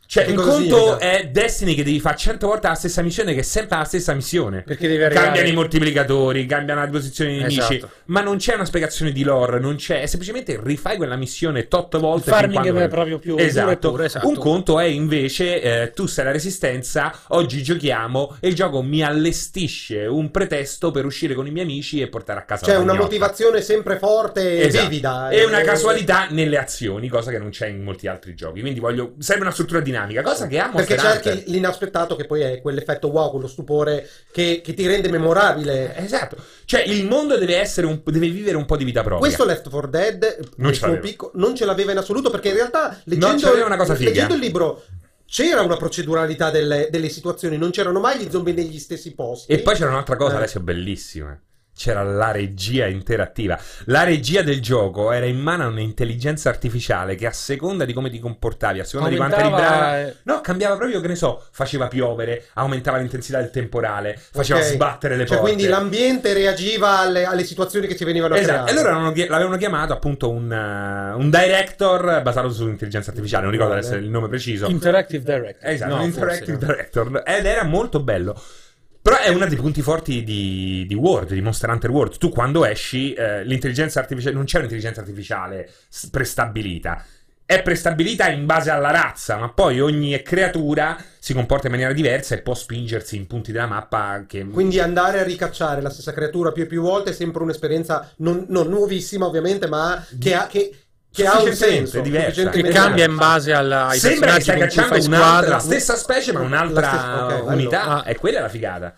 Speaker 1: Cioè,
Speaker 3: che
Speaker 1: un
Speaker 3: cosa
Speaker 1: conto
Speaker 3: significa?
Speaker 1: è Destiny che devi fare 100 volte la stessa missione, che è sempre la stessa missione.
Speaker 2: Perché deve arrivare.
Speaker 1: Cambiano i moltiplicatori, cambiano la posizione dei nemici,
Speaker 2: Esatto.
Speaker 1: ma non c'è una spiegazione di lore, non c'è, è semplicemente rifai quella missione tot
Speaker 2: Il
Speaker 1: volte. fin
Speaker 2: farming
Speaker 1: quando-
Speaker 2: è proprio più duro e
Speaker 1: Esatto.
Speaker 2: puro, esatto.
Speaker 1: un conto è invece eh, tu sei la resistenza, oggi giochiamo e il gioco mi allestisce un pretesto per uscire con i miei amici e portare a casa
Speaker 3: C'è
Speaker 1: la
Speaker 3: Cioè, una
Speaker 1: gnocca.
Speaker 3: motivazione sempre forte e
Speaker 1: Esatto.
Speaker 3: vivida.
Speaker 1: E una
Speaker 3: Eh,
Speaker 1: casualità nelle azioni, cosa che non c'è in molti altri giochi. Quindi voglio. Serve una struttura dinamica, cosa che amo
Speaker 3: Perché cerchi l'inaspettato che poi è quell'effetto wow, quello stupore che, che ti rende memorabile.
Speaker 1: Esatto. Cioè, il mondo deve essere un- deve vivere un po' di vita propria.
Speaker 3: Questo Left 4 Dead
Speaker 1: Non
Speaker 3: nel
Speaker 1: ce
Speaker 3: suo
Speaker 1: l'aveva.
Speaker 3: picco, non ce l'aveva in assoluto perché in realtà
Speaker 1: Non ce
Speaker 3: leggendo,
Speaker 1: l'aveva una cosa figa.
Speaker 3: leggendo il libro c'era una proceduralità delle, delle situazioni, non c'erano mai gli zombie negli stessi posti.
Speaker 1: E poi c'era un'altra cosa,
Speaker 3: Eh.
Speaker 1: Alessio, bellissima. c'era la regia interattiva. La regia del gioco era in mano a un'intelligenza artificiale che a seconda di come ti comportavi, a seconda di quanto eri brava,
Speaker 2: Aumentava, eh,
Speaker 1: No, cambiava proprio, che ne so, faceva piovere, aumentava l'intensità del temporale, faceva
Speaker 3: Ok.
Speaker 1: sbattere le
Speaker 3: Cioè,
Speaker 1: porte.
Speaker 3: quindi l'ambiente reagiva alle, alle situazioni che ci venivano
Speaker 1: Esatto,
Speaker 3: create.
Speaker 1: e loro erano chi- l'avevano chiamato appunto un, eh, un director basato sull'intelligenza artificiale, non ricordo adesso il nome preciso.
Speaker 2: Interactive Director.
Speaker 1: Esatto,
Speaker 2: No,
Speaker 1: un
Speaker 2: forse
Speaker 1: interactive
Speaker 2: no.
Speaker 1: director. Ed era molto bello. Però è uno dei punti forti di, di World, di Monster Hunter World. Tu quando esci, eh, l'intelligenza artificiale. Non c'è un'intelligenza artificiale s- prestabilita. È prestabilita in base alla razza, ma poi ogni creatura si comporta in maniera diversa e può spingersi in punti della mappa che.
Speaker 3: Quindi andare a ricacciare la stessa creatura più e più volte è sempre un'esperienza non, non nuovissima, ovviamente, ma che ha, che, che ha un
Speaker 1: Sufficientemente
Speaker 3: senso.
Speaker 1: diversa.
Speaker 3: sufficientemente
Speaker 2: Che
Speaker 1: Esatto.
Speaker 2: cambia in base alla, ai
Speaker 1: Sembra che
Speaker 2: personaggi
Speaker 1: stai
Speaker 2: con cui
Speaker 1: cacciando
Speaker 2: fai
Speaker 1: un'altra,
Speaker 2: squadra.
Speaker 1: la stessa specie, ma
Speaker 3: La
Speaker 1: un'altra
Speaker 3: stessa- ok, bello.
Speaker 1: unità.
Speaker 2: Ah.
Speaker 1: E quella è la figata.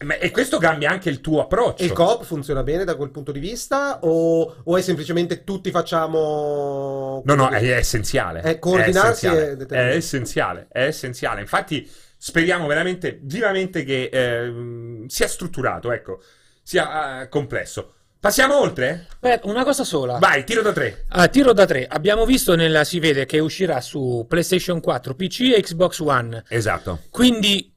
Speaker 1: Ma- E questo cambia anche il tuo approccio.
Speaker 3: E il co-op funziona bene da quel punto di vista? O, o è semplicemente tutti facciamo.
Speaker 1: No, no, è, è essenziale.
Speaker 3: Eh, coordinarsi
Speaker 1: è
Speaker 3: è
Speaker 1: essenziale.
Speaker 3: determinante.
Speaker 1: È essenziale, è essenziale. Infatti, speriamo veramente, vivamente che ehm, sia strutturato, ecco, sia eh, complesso. Passiamo oltre?
Speaker 2: Beh, una cosa sola.
Speaker 1: Vai, tiro da tre.
Speaker 2: Ah, tiro da tre. Abbiamo visto nella si vede che uscirà su PlayStation 4, PC e Xbox One.
Speaker 1: Esatto.
Speaker 2: Quindi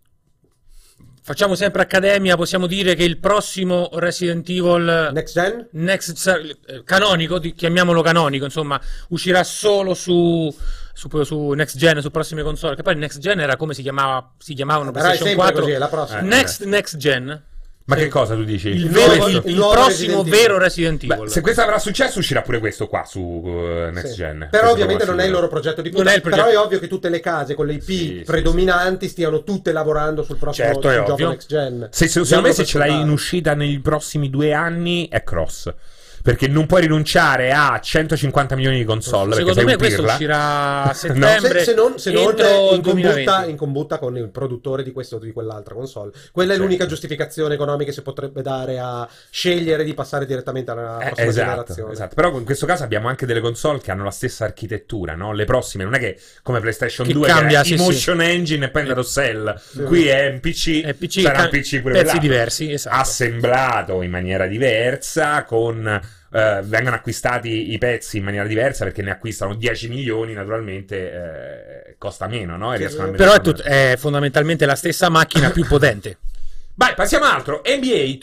Speaker 2: facciamo sempre accademia, possiamo dire che il prossimo Resident Evil
Speaker 3: Next gen?
Speaker 2: next, eh, canonico, di- chiamiamolo canonico, insomma, uscirà solo su, su, su next gen, su prossime console, che poi next gen era come si chiamava, si chiamavano
Speaker 3: Dai, sempre
Speaker 2: PlayStation 4
Speaker 3: così, è la prossima.
Speaker 1: Eh.
Speaker 2: next next gen.
Speaker 1: Ma
Speaker 2: Sì.
Speaker 1: che cosa tu dici?
Speaker 2: Il,
Speaker 3: Il
Speaker 2: vero-
Speaker 3: nuovo-
Speaker 2: il-
Speaker 3: il
Speaker 2: il
Speaker 3: nuovo
Speaker 2: prossimo
Speaker 3: Resident Evil.
Speaker 2: vero Resident
Speaker 1: Beh,
Speaker 2: Evil.
Speaker 1: se questo avrà successo, uscirà pure questo qua su eh, Next
Speaker 3: Sì.
Speaker 1: Gen. Questo
Speaker 3: Però ovviamente
Speaker 1: qua
Speaker 3: non è il
Speaker 1: sicuro.
Speaker 3: loro progetto di
Speaker 2: Non
Speaker 3: punta,
Speaker 2: è il progetto.
Speaker 3: Però è ovvio che tutte le case con le IP
Speaker 1: Sì, sì,
Speaker 3: predominanti stiano tutte lavorando sul prossimo
Speaker 1: Certo, è
Speaker 3: sul gioco
Speaker 1: ovvio.
Speaker 3: next gen.
Speaker 1: Se, se- secondo me se
Speaker 3: Diamolo
Speaker 1: ce
Speaker 3: per
Speaker 1: l'hai in
Speaker 3: scontato.
Speaker 1: uscita nei prossimi due anni è cross. Perché non puoi rinunciare a 150 milioni di console. perché
Speaker 2: Secondo
Speaker 1: sai
Speaker 2: me questo
Speaker 1: upirla.
Speaker 2: uscirà a
Speaker 1: No.
Speaker 3: Se-
Speaker 2: settembre.
Speaker 3: se, non, se non
Speaker 2: entro
Speaker 3: è in,
Speaker 2: 2020.
Speaker 3: combutta, in combutta con il produttore di questo o di quell'altra console. Quella è
Speaker 1: Certo.
Speaker 3: l'unica giustificazione economica che si potrebbe dare a scegliere di passare direttamente alla
Speaker 1: Eh,
Speaker 3: prossima
Speaker 1: esatto,
Speaker 3: generazione.
Speaker 1: esatto. però in questo caso abbiamo anche delle console che hanno la stessa architettura, no? le prossime non è che come PlayStation
Speaker 2: Che
Speaker 1: 2
Speaker 2: cambia,
Speaker 1: che
Speaker 2: sì,
Speaker 1: era
Speaker 2: sì.
Speaker 1: Emotion Engine e poi andato Cell,
Speaker 3: Sì.
Speaker 1: qui è un PC,
Speaker 2: È PC,
Speaker 1: sarà
Speaker 2: ca-
Speaker 1: un PC pure
Speaker 2: pezzi
Speaker 1: quell'altro.
Speaker 2: diversi, esatto.
Speaker 1: Ah, assemblato in maniera diversa, con, eh, vengono acquistati i pezzi in maniera diversa perché ne acquistano 10 milioni, naturalmente eh, costa meno, no? E
Speaker 3: Sì,
Speaker 1: riescono a
Speaker 2: Però è,
Speaker 1: metterlo
Speaker 2: tut- è fondamentalmente la stessa macchina più potente.
Speaker 1: Vai, passiamo ad altro. NBA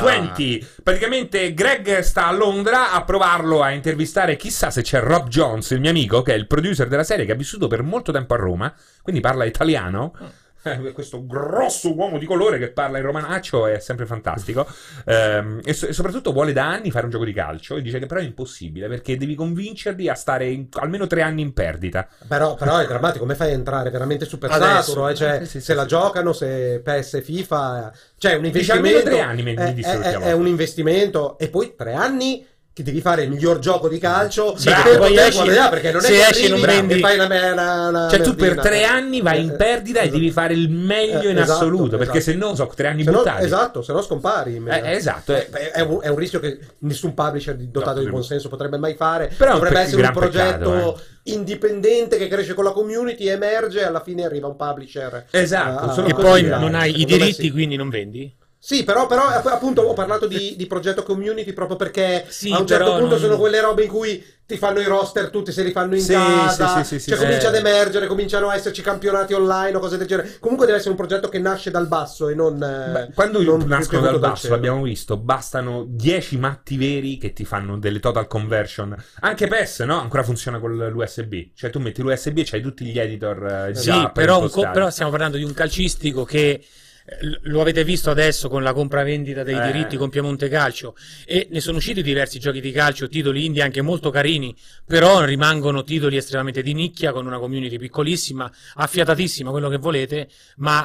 Speaker 1: 2K20.
Speaker 2: Ah.
Speaker 1: Praticamente Greg sta a Londra a provarlo a intervistare. Chissà se c'è Rob Jones, il mio amico, che è il producer della serie, che ha vissuto per molto tempo a Roma, quindi parla italiano.
Speaker 3: Ah.
Speaker 1: Eh, Questo grosso uomo di colore che parla in romanaccio è sempre fantastico. Ehm, e, so- e soprattutto vuole da anni fare un gioco di calcio. E dice che però è impossibile perché devi convincerli a stare in- almeno tre anni in perdita.
Speaker 3: Però, però è drammatico, come fai a entrare veramente super
Speaker 2: Adesso.
Speaker 3: saturo? eh? Cioè,
Speaker 1: Sì, sì, sì,
Speaker 3: se la
Speaker 1: sì.
Speaker 3: giocano, se PES e FIFA, cioè un
Speaker 1: Dice, almeno
Speaker 3: investimento.
Speaker 1: tre anni mi- mi
Speaker 3: è,
Speaker 1: dissero
Speaker 3: è-
Speaker 1: chiamare.
Speaker 3: è un investimento, e poi tre anni che devi fare il miglior gioco di calcio
Speaker 2: Sì,
Speaker 3: per
Speaker 2: perché poi
Speaker 3: poter
Speaker 2: esci-
Speaker 3: guadagnare, perché non è
Speaker 2: se
Speaker 3: che
Speaker 2: esci non
Speaker 3: arrivi
Speaker 2: prendi-
Speaker 3: e fai una, una, una
Speaker 1: Cioè, tu per
Speaker 3: merdina.
Speaker 1: tre anni vai
Speaker 3: Eh,
Speaker 1: in perdita e
Speaker 3: esatto.
Speaker 1: devi fare il meglio
Speaker 3: Eh,
Speaker 1: in
Speaker 3: esatto,
Speaker 1: assoluto, perché
Speaker 3: esatto.
Speaker 1: se no sono tre anni
Speaker 3: Se no-
Speaker 1: buttati.
Speaker 3: esatto, se no scompari. in
Speaker 1: Eh,
Speaker 3: media.
Speaker 1: esatto, eh.
Speaker 3: È, è un, è un rischio che nessun publisher di- dotato di
Speaker 1: potrebbe-
Speaker 3: buon senso potrebbe mai fare.
Speaker 1: Però è un
Speaker 3: Dovrebbe
Speaker 1: pe-
Speaker 3: essere un
Speaker 1: gran peccato, eh.
Speaker 3: progetto indipendente che cresce con la community, emerge e alla fine arriva un publisher.
Speaker 1: Esatto,
Speaker 3: Ah,
Speaker 1: solo
Speaker 2: e
Speaker 3: ah,
Speaker 1: per
Speaker 2: poi
Speaker 1: dire,
Speaker 2: non hai i
Speaker 3: secondo me
Speaker 2: diritti,
Speaker 3: sì.
Speaker 2: quindi non vendi.
Speaker 3: Sì, però, però, app- appunto ho parlato di, di progetto community proprio perché
Speaker 2: Sì,
Speaker 3: a un certo
Speaker 2: però
Speaker 3: punto
Speaker 2: non-
Speaker 3: sono quelle robe in cui ti fanno i roster tutti se li fanno in
Speaker 1: Sì,
Speaker 3: casa,
Speaker 1: sì, sì, sì,
Speaker 3: cioè
Speaker 1: sì,
Speaker 3: comincia
Speaker 1: eh.
Speaker 3: ad emergere, cominciano a esserci campionati online o cose del genere. Comunque deve essere un progetto che nasce dal basso e non... eh,
Speaker 1: Beh, quando
Speaker 3: non certo.
Speaker 1: nascono
Speaker 3: più
Speaker 1: dal
Speaker 3: tenuto
Speaker 1: basso,
Speaker 3: cielo.
Speaker 1: l'abbiamo visto, bastano 10 matti veri che ti fanno delle total conversion. Anche PES, no? Ancora funziona con l'USB. Cioè, tu metti l'USB e c'hai tutti gli editor eh,
Speaker 2: Sì,
Speaker 1: già
Speaker 2: però, un co-
Speaker 1: preimpostati.
Speaker 2: però stiamo parlando di un calcistico che eh, l- lo avete visto adesso con la compravendita dei
Speaker 1: Eh.
Speaker 2: diritti con Piemonte Calcio e ne sono usciti diversi giochi di calcio, titoli indie anche molto carini, però rimangono titoli estremamente di nicchia con una community piccolissima, affiatatissima, quello che volete, ma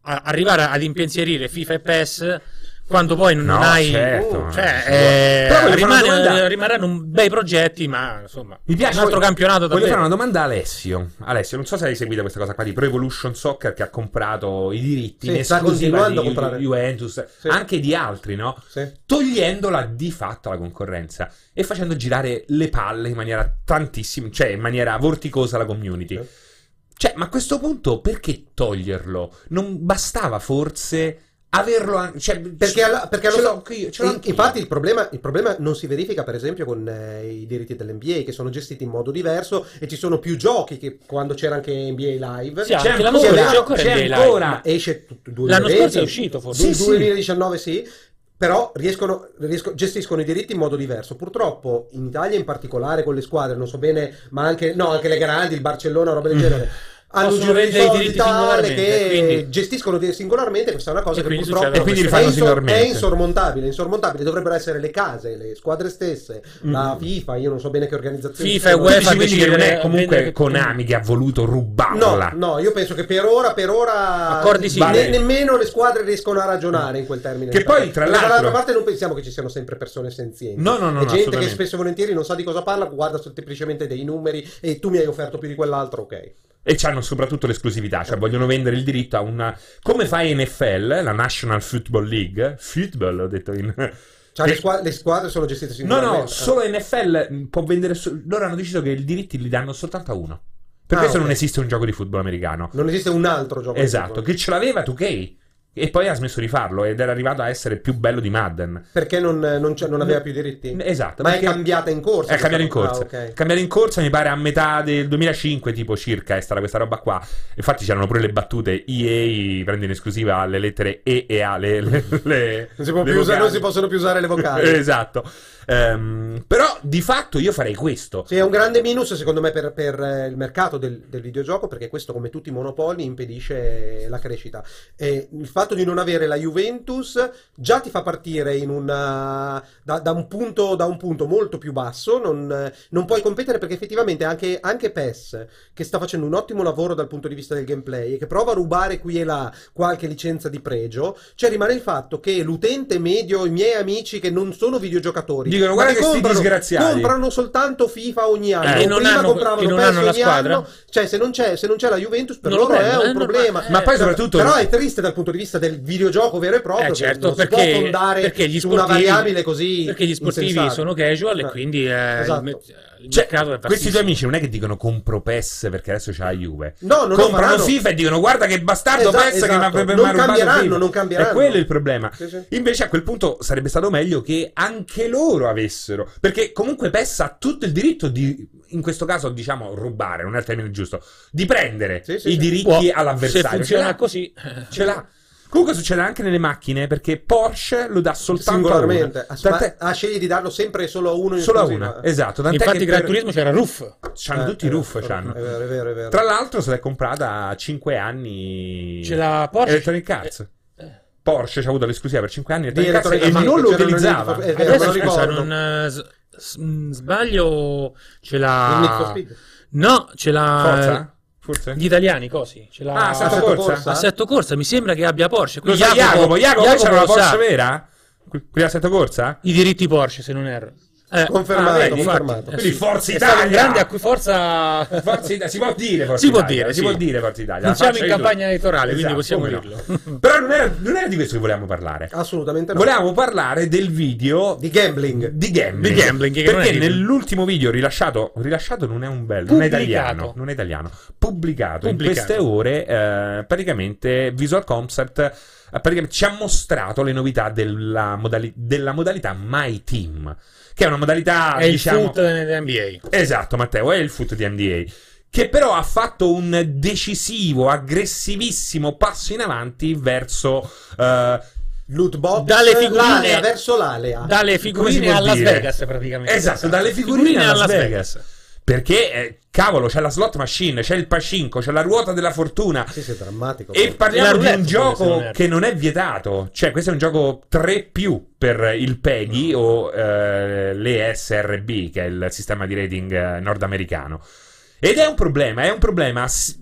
Speaker 2: a- arrivare ad impensierire FIFA e PES quando poi non
Speaker 1: No,
Speaker 2: hai
Speaker 1: certo,
Speaker 2: Oh,
Speaker 1: non
Speaker 2: cioè,
Speaker 1: si può.
Speaker 2: eh,
Speaker 1: Però voglio fare una
Speaker 2: rimane-
Speaker 1: domanda.
Speaker 2: rimarranno un- bei progetti, ma insomma,
Speaker 1: Mi piace.
Speaker 2: un altro
Speaker 1: voglio-
Speaker 2: campionato
Speaker 1: Voglio
Speaker 2: davvero.
Speaker 1: fare una domanda a Alessio. Alessio, non so se hai seguito questa cosa qua di Pro Evolution Soccer che ha comprato i diritti
Speaker 3: Sì,
Speaker 1: in
Speaker 3: sta
Speaker 1: esclusiva
Speaker 3: continuando
Speaker 1: di
Speaker 3: a comprare.
Speaker 1: Juventus,
Speaker 3: Sì.
Speaker 1: anche di altri, no?
Speaker 3: Sì.
Speaker 1: togliendola di fatto alla concorrenza e facendo girare le palle in maniera tantissima, cioè in maniera vorticosa alla community.
Speaker 3: Sì.
Speaker 1: Cioè, ma a questo punto perché toglierlo? Non bastava forse averlo an- cioè,
Speaker 3: Perché,
Speaker 1: ce-
Speaker 3: alla- perché
Speaker 1: ce
Speaker 3: lo so-
Speaker 1: l'ho anch'io, ce l'ho
Speaker 3: in-
Speaker 1: anch'io.
Speaker 3: infatti il problema, il problema non si verifica per esempio con eh, i diritti dell'NBA che sono gestiti in modo diverso e ci sono più giochi che quando c'era anche NBA Live
Speaker 2: Sì,
Speaker 1: c'è
Speaker 2: anche la
Speaker 1: ancora,
Speaker 2: musica, c'è
Speaker 1: c'è
Speaker 2: ancora NBA Live.
Speaker 1: ancora.
Speaker 3: Ma esce tutto
Speaker 2: L'anno
Speaker 3: 2020,
Speaker 2: scorso è uscito forse.
Speaker 1: Sì, sì.
Speaker 3: 2019 sì, però riescono, riesco- gestiscono i diritti in modo diverso. Purtroppo in Italia in particolare con le squadre, non so bene, ma anche, no, anche le grandi, il Barcellona, roba del genere, hanno un
Speaker 2: Mm. Possono
Speaker 3: giro di
Speaker 2: vendere i
Speaker 3: soldi
Speaker 2: diritti
Speaker 3: tale che
Speaker 2: singolarmente, quindi-
Speaker 3: gestiscono di- singolarmente, questa è una cosa
Speaker 2: E
Speaker 3: che
Speaker 2: quindi
Speaker 3: purtroppo
Speaker 2: succedono
Speaker 1: E quindi
Speaker 3: è,
Speaker 1: queste li fanno
Speaker 3: insor-
Speaker 1: singolarmente.
Speaker 3: è insormontabile, è insormontabile, dovrebbero essere le case, le squadre stesse, la
Speaker 1: Mm.
Speaker 3: FIFA, io non so bene che organizzazione.
Speaker 2: FIFA e
Speaker 1: Tu
Speaker 2: Cioè, UEFA
Speaker 1: dici quindi che non è
Speaker 2: decidere-
Speaker 1: comunque
Speaker 2: vendere-
Speaker 1: Konami che ha voluto rubarla
Speaker 3: No, no, io penso che per ora, per ora
Speaker 2: Accordi singoli.
Speaker 3: ne- nemmeno le squadre riescono a ragionare in quel termine.
Speaker 1: Che
Speaker 3: lì,
Speaker 1: poi,
Speaker 3: perché-
Speaker 1: tra
Speaker 3: perché
Speaker 1: l'altro-
Speaker 3: dall'altra parte non pensiamo che ci siano sempre persone senzienti.
Speaker 1: No, no, no,
Speaker 3: E
Speaker 1: no,
Speaker 3: gente che
Speaker 1: assolutamente.
Speaker 3: spesso e volentieri non sa di cosa parla, guarda semplicemente dei numeri e tu mi hai offerto più di quell'altro, ok.
Speaker 1: e hanno soprattutto l'esclusività, cioè vogliono vendere il diritto a una... come fa NFL, la National Football League, football ho detto in...
Speaker 3: Cioè,
Speaker 1: Che-
Speaker 3: le, squa- le squadre sono gestite
Speaker 1: No,
Speaker 3: singolarmente. Ah,
Speaker 1: no, solo NFL mm, può vendere. so- Loro hanno deciso che i diritti li danno soltanto a uno. Per
Speaker 3: Ah,
Speaker 1: questo
Speaker 3: ok.
Speaker 1: non esiste un gioco di football americano.
Speaker 3: Non esiste un altro gioco.
Speaker 1: Esatto, che ce l'aveva 2K. E poi ha smesso di farlo ed era arrivato a essere più bello di Madden.
Speaker 3: Perché non, non c'è- non aveva più diritti?
Speaker 1: Esatto.
Speaker 3: Ma è
Speaker 1: perché-
Speaker 3: cambiata Eh, in corsa.
Speaker 1: È cambiata in
Speaker 3: questa-
Speaker 1: corsa.
Speaker 3: ah, ok.
Speaker 1: Cambiata in corsa mi pare a metà del 2005, tipo circa, è stata questa roba qua. Infatti c'erano pure le battute EA, prende in esclusiva le lettere E e A, le- le- le-
Speaker 3: Non si, può
Speaker 1: le
Speaker 3: più usare- non
Speaker 1: vocali.
Speaker 3: si possono più usare le vocali.
Speaker 1: esatto. Ehm, però di fatto io farei questo.
Speaker 3: Sì, è un grande minus secondo me per, per, eh, il mercato del, del videogioco perché questo, come tutti i monopoli, impedisce la crescita. E il fatto di non avere la Juventus già ti fa partire in una- da, da un, punto, da un punto molto più basso, non, eh, non puoi competere perché effettivamente anche, anche PES, che sta facendo un ottimo lavoro dal punto di vista del gameplay e che prova a rubare qui e là qualche licenza di pregio, cioè rimane il fatto che l'utente medio, i miei amici che non sono videogiocatori,
Speaker 1: Dicono,
Speaker 3: ma
Speaker 1: "Guarda
Speaker 3: che
Speaker 1: che sti
Speaker 3: comprano-
Speaker 1: disgraziati."
Speaker 3: comprano soltanto FIFA ogni anno.
Speaker 1: Eh,
Speaker 3: o
Speaker 1: e
Speaker 2: non
Speaker 3: prima
Speaker 2: hanno-
Speaker 3: compravano
Speaker 2: e non
Speaker 3: PES
Speaker 2: hanno la
Speaker 3: ogni
Speaker 2: squadra?
Speaker 3: anno. Cioè, se non c'è, se non c'è la Juventus, per
Speaker 2: Non lo
Speaker 3: loro è
Speaker 2: prendono,
Speaker 3: un
Speaker 2: eh, non-
Speaker 3: problema.
Speaker 2: Ma
Speaker 1: poi
Speaker 3: Però-
Speaker 1: soprattutto-
Speaker 3: Però è triste dal punto di vista del videogioco vero e proprio.
Speaker 2: Eh, certo,
Speaker 3: che non si
Speaker 2: perché-
Speaker 3: può fondare
Speaker 2: perché gli
Speaker 3: su una
Speaker 2: sportivi-
Speaker 3: variabile così.
Speaker 2: Perché gli sportivi
Speaker 3: insensata.
Speaker 2: sono casual e
Speaker 3: Eh,
Speaker 2: quindi eh,
Speaker 3: esatto.
Speaker 2: il, me- il
Speaker 1: Cioè,
Speaker 2: mercato è
Speaker 1: questi
Speaker 2: vastissimo.
Speaker 1: due amici non è che dicono compro PES perché adesso c'è la Juve.
Speaker 3: No, non lo
Speaker 1: Comprano
Speaker 3: faranno.
Speaker 1: FIFA e dicono guarda che bastardo
Speaker 3: Esa-
Speaker 1: PES che mi
Speaker 3: esatto.
Speaker 1: avrebbe
Speaker 3: Non
Speaker 1: mai rubato
Speaker 3: cambieranno,
Speaker 1: FIFA.
Speaker 3: non cambieranno.
Speaker 1: È quello il problema.
Speaker 3: Sì, sì.
Speaker 1: Invece a quel punto sarebbe stato meglio che anche loro avessero, perché comunque PES ha tutto il diritto di, in questo caso diciamo rubare, non è il termine giusto, di prendere
Speaker 3: Sì, sì,
Speaker 1: i
Speaker 3: sì.
Speaker 1: diritti
Speaker 2: Può-
Speaker 1: all'avversario.
Speaker 2: Se funziona
Speaker 1: Ce
Speaker 3: Cioè,
Speaker 1: l'ha.
Speaker 2: così,
Speaker 1: Ce l'ha. Comunque succede anche nelle macchine perché Porsche lo dà soltanto a una.
Speaker 3: Singolarmente, a,
Speaker 1: Tant'è-
Speaker 3: a ah, scegli di darlo sempre e solo a uno in
Speaker 1: solo a
Speaker 3: esclusiva.
Speaker 1: una, esatto. Tant'è
Speaker 2: infatti
Speaker 1: che
Speaker 2: Gran
Speaker 1: per-
Speaker 2: Turismo c'era Ruff.
Speaker 1: C'hanno
Speaker 3: Eh,
Speaker 1: tutti
Speaker 3: è
Speaker 1: i
Speaker 3: vero,
Speaker 1: ruff,
Speaker 3: è
Speaker 1: c'hanno.
Speaker 3: vero, è vero, è vero.
Speaker 1: Tra l'altro se l'è comprata a 5 anni
Speaker 2: Ce l'ha Porsche.
Speaker 1: Electronic Arts. Porsche ci ha avuto l'esclusiva per 5 anni Electronic Arts
Speaker 3: Electronic
Speaker 1: e
Speaker 3: Arts,
Speaker 1: non
Speaker 3: sì,
Speaker 1: lo
Speaker 3: c'erano le-
Speaker 1: utilizzava.
Speaker 3: eh, vero, me
Speaker 2: Adesso
Speaker 3: lo
Speaker 2: scusa,
Speaker 3: ricordo.
Speaker 2: non eh, s- s- mh, sbaglio, ce
Speaker 3: Il Need for
Speaker 2: l'ha
Speaker 3: Speed.
Speaker 2: No, ce l'ha
Speaker 1: Forza? eh, Forse?
Speaker 2: Gli italiani cosi, ce l'ha
Speaker 1: Ah, Assetto
Speaker 3: Assetto
Speaker 1: Corsa.
Speaker 3: Corsa?
Speaker 2: Assetto Corsa, mi sembra che abbia Porsche,
Speaker 1: Lo
Speaker 2: quindi
Speaker 1: sa Jacopo, Jacopo, poi c'era
Speaker 2: lo
Speaker 1: la Porsche
Speaker 2: sa.
Speaker 1: vera? Que- Quella a sette corsa?
Speaker 2: i diritti Porsche, se non erro. Eh,
Speaker 3: Confermato,
Speaker 2: vedi,
Speaker 3: confermato.
Speaker 2: infatti, eh,
Speaker 1: Quindi
Speaker 2: sì.
Speaker 1: Forza
Speaker 2: È stato un
Speaker 1: Italia!
Speaker 2: grande a cui forza
Speaker 1: Forza Italia, si può dire Forza
Speaker 2: Si può
Speaker 1: Italia,
Speaker 2: dire,
Speaker 1: si
Speaker 2: sì.
Speaker 1: può dire Forza Italia.
Speaker 2: Non
Speaker 1: la faccia
Speaker 2: siamo in
Speaker 1: di tutti.
Speaker 2: campagna elettorale, quindi
Speaker 1: Esatto,
Speaker 2: possiamo
Speaker 1: come
Speaker 2: dirlo.
Speaker 1: no. Però non era, non era di questo che volevamo parlare.
Speaker 3: Ah, Assolutamente no.
Speaker 1: Volevamo parlare del video
Speaker 3: Di gambling.
Speaker 1: di gambling,
Speaker 2: Di gambling, che non
Speaker 1: perché
Speaker 2: è di-
Speaker 1: nell'ultimo video rilasciato rilasciato non è un bel non è
Speaker 2: Pubblicato.
Speaker 1: italiano non è italiano pubblicato, in
Speaker 2: Pubblicato.
Speaker 1: queste ore eh, praticamente Visual Concept eh, praticamente ci ha mostrato le novità della, modali- della modalità My Team che è una modalità
Speaker 2: è il
Speaker 1: diciamo
Speaker 2: foot dell'NBA.
Speaker 1: Esatto, Matteo, è il foot di NBA. Che però ha fatto un decisivo, aggressivissimo passo in avanti verso. eh,
Speaker 3: Loot box.
Speaker 2: Dalle figurine-
Speaker 3: l'alea, verso l'alea.
Speaker 1: come
Speaker 2: Dalle
Speaker 1: si
Speaker 2: figurine
Speaker 1: può
Speaker 2: a Las
Speaker 1: dire?
Speaker 2: Vegas praticamente.
Speaker 1: Esatto, dalle figurine, a Las Vegas. Perché, eh, cavolo, c'è la slot machine, c'è il pacinco, c'è la ruota della fortuna.
Speaker 3: Sì, sì, è drammatico.
Speaker 1: E parliamo di
Speaker 2: roulette,
Speaker 1: un
Speaker 2: se non
Speaker 1: gioco
Speaker 2: erro.
Speaker 1: che non è vietato. Cioè, questo è un gioco 3 più per il PEGI o eh, l'ESRB, che è il sistema di rating eh, nordamericano. Ed è un problema, è un problema. s-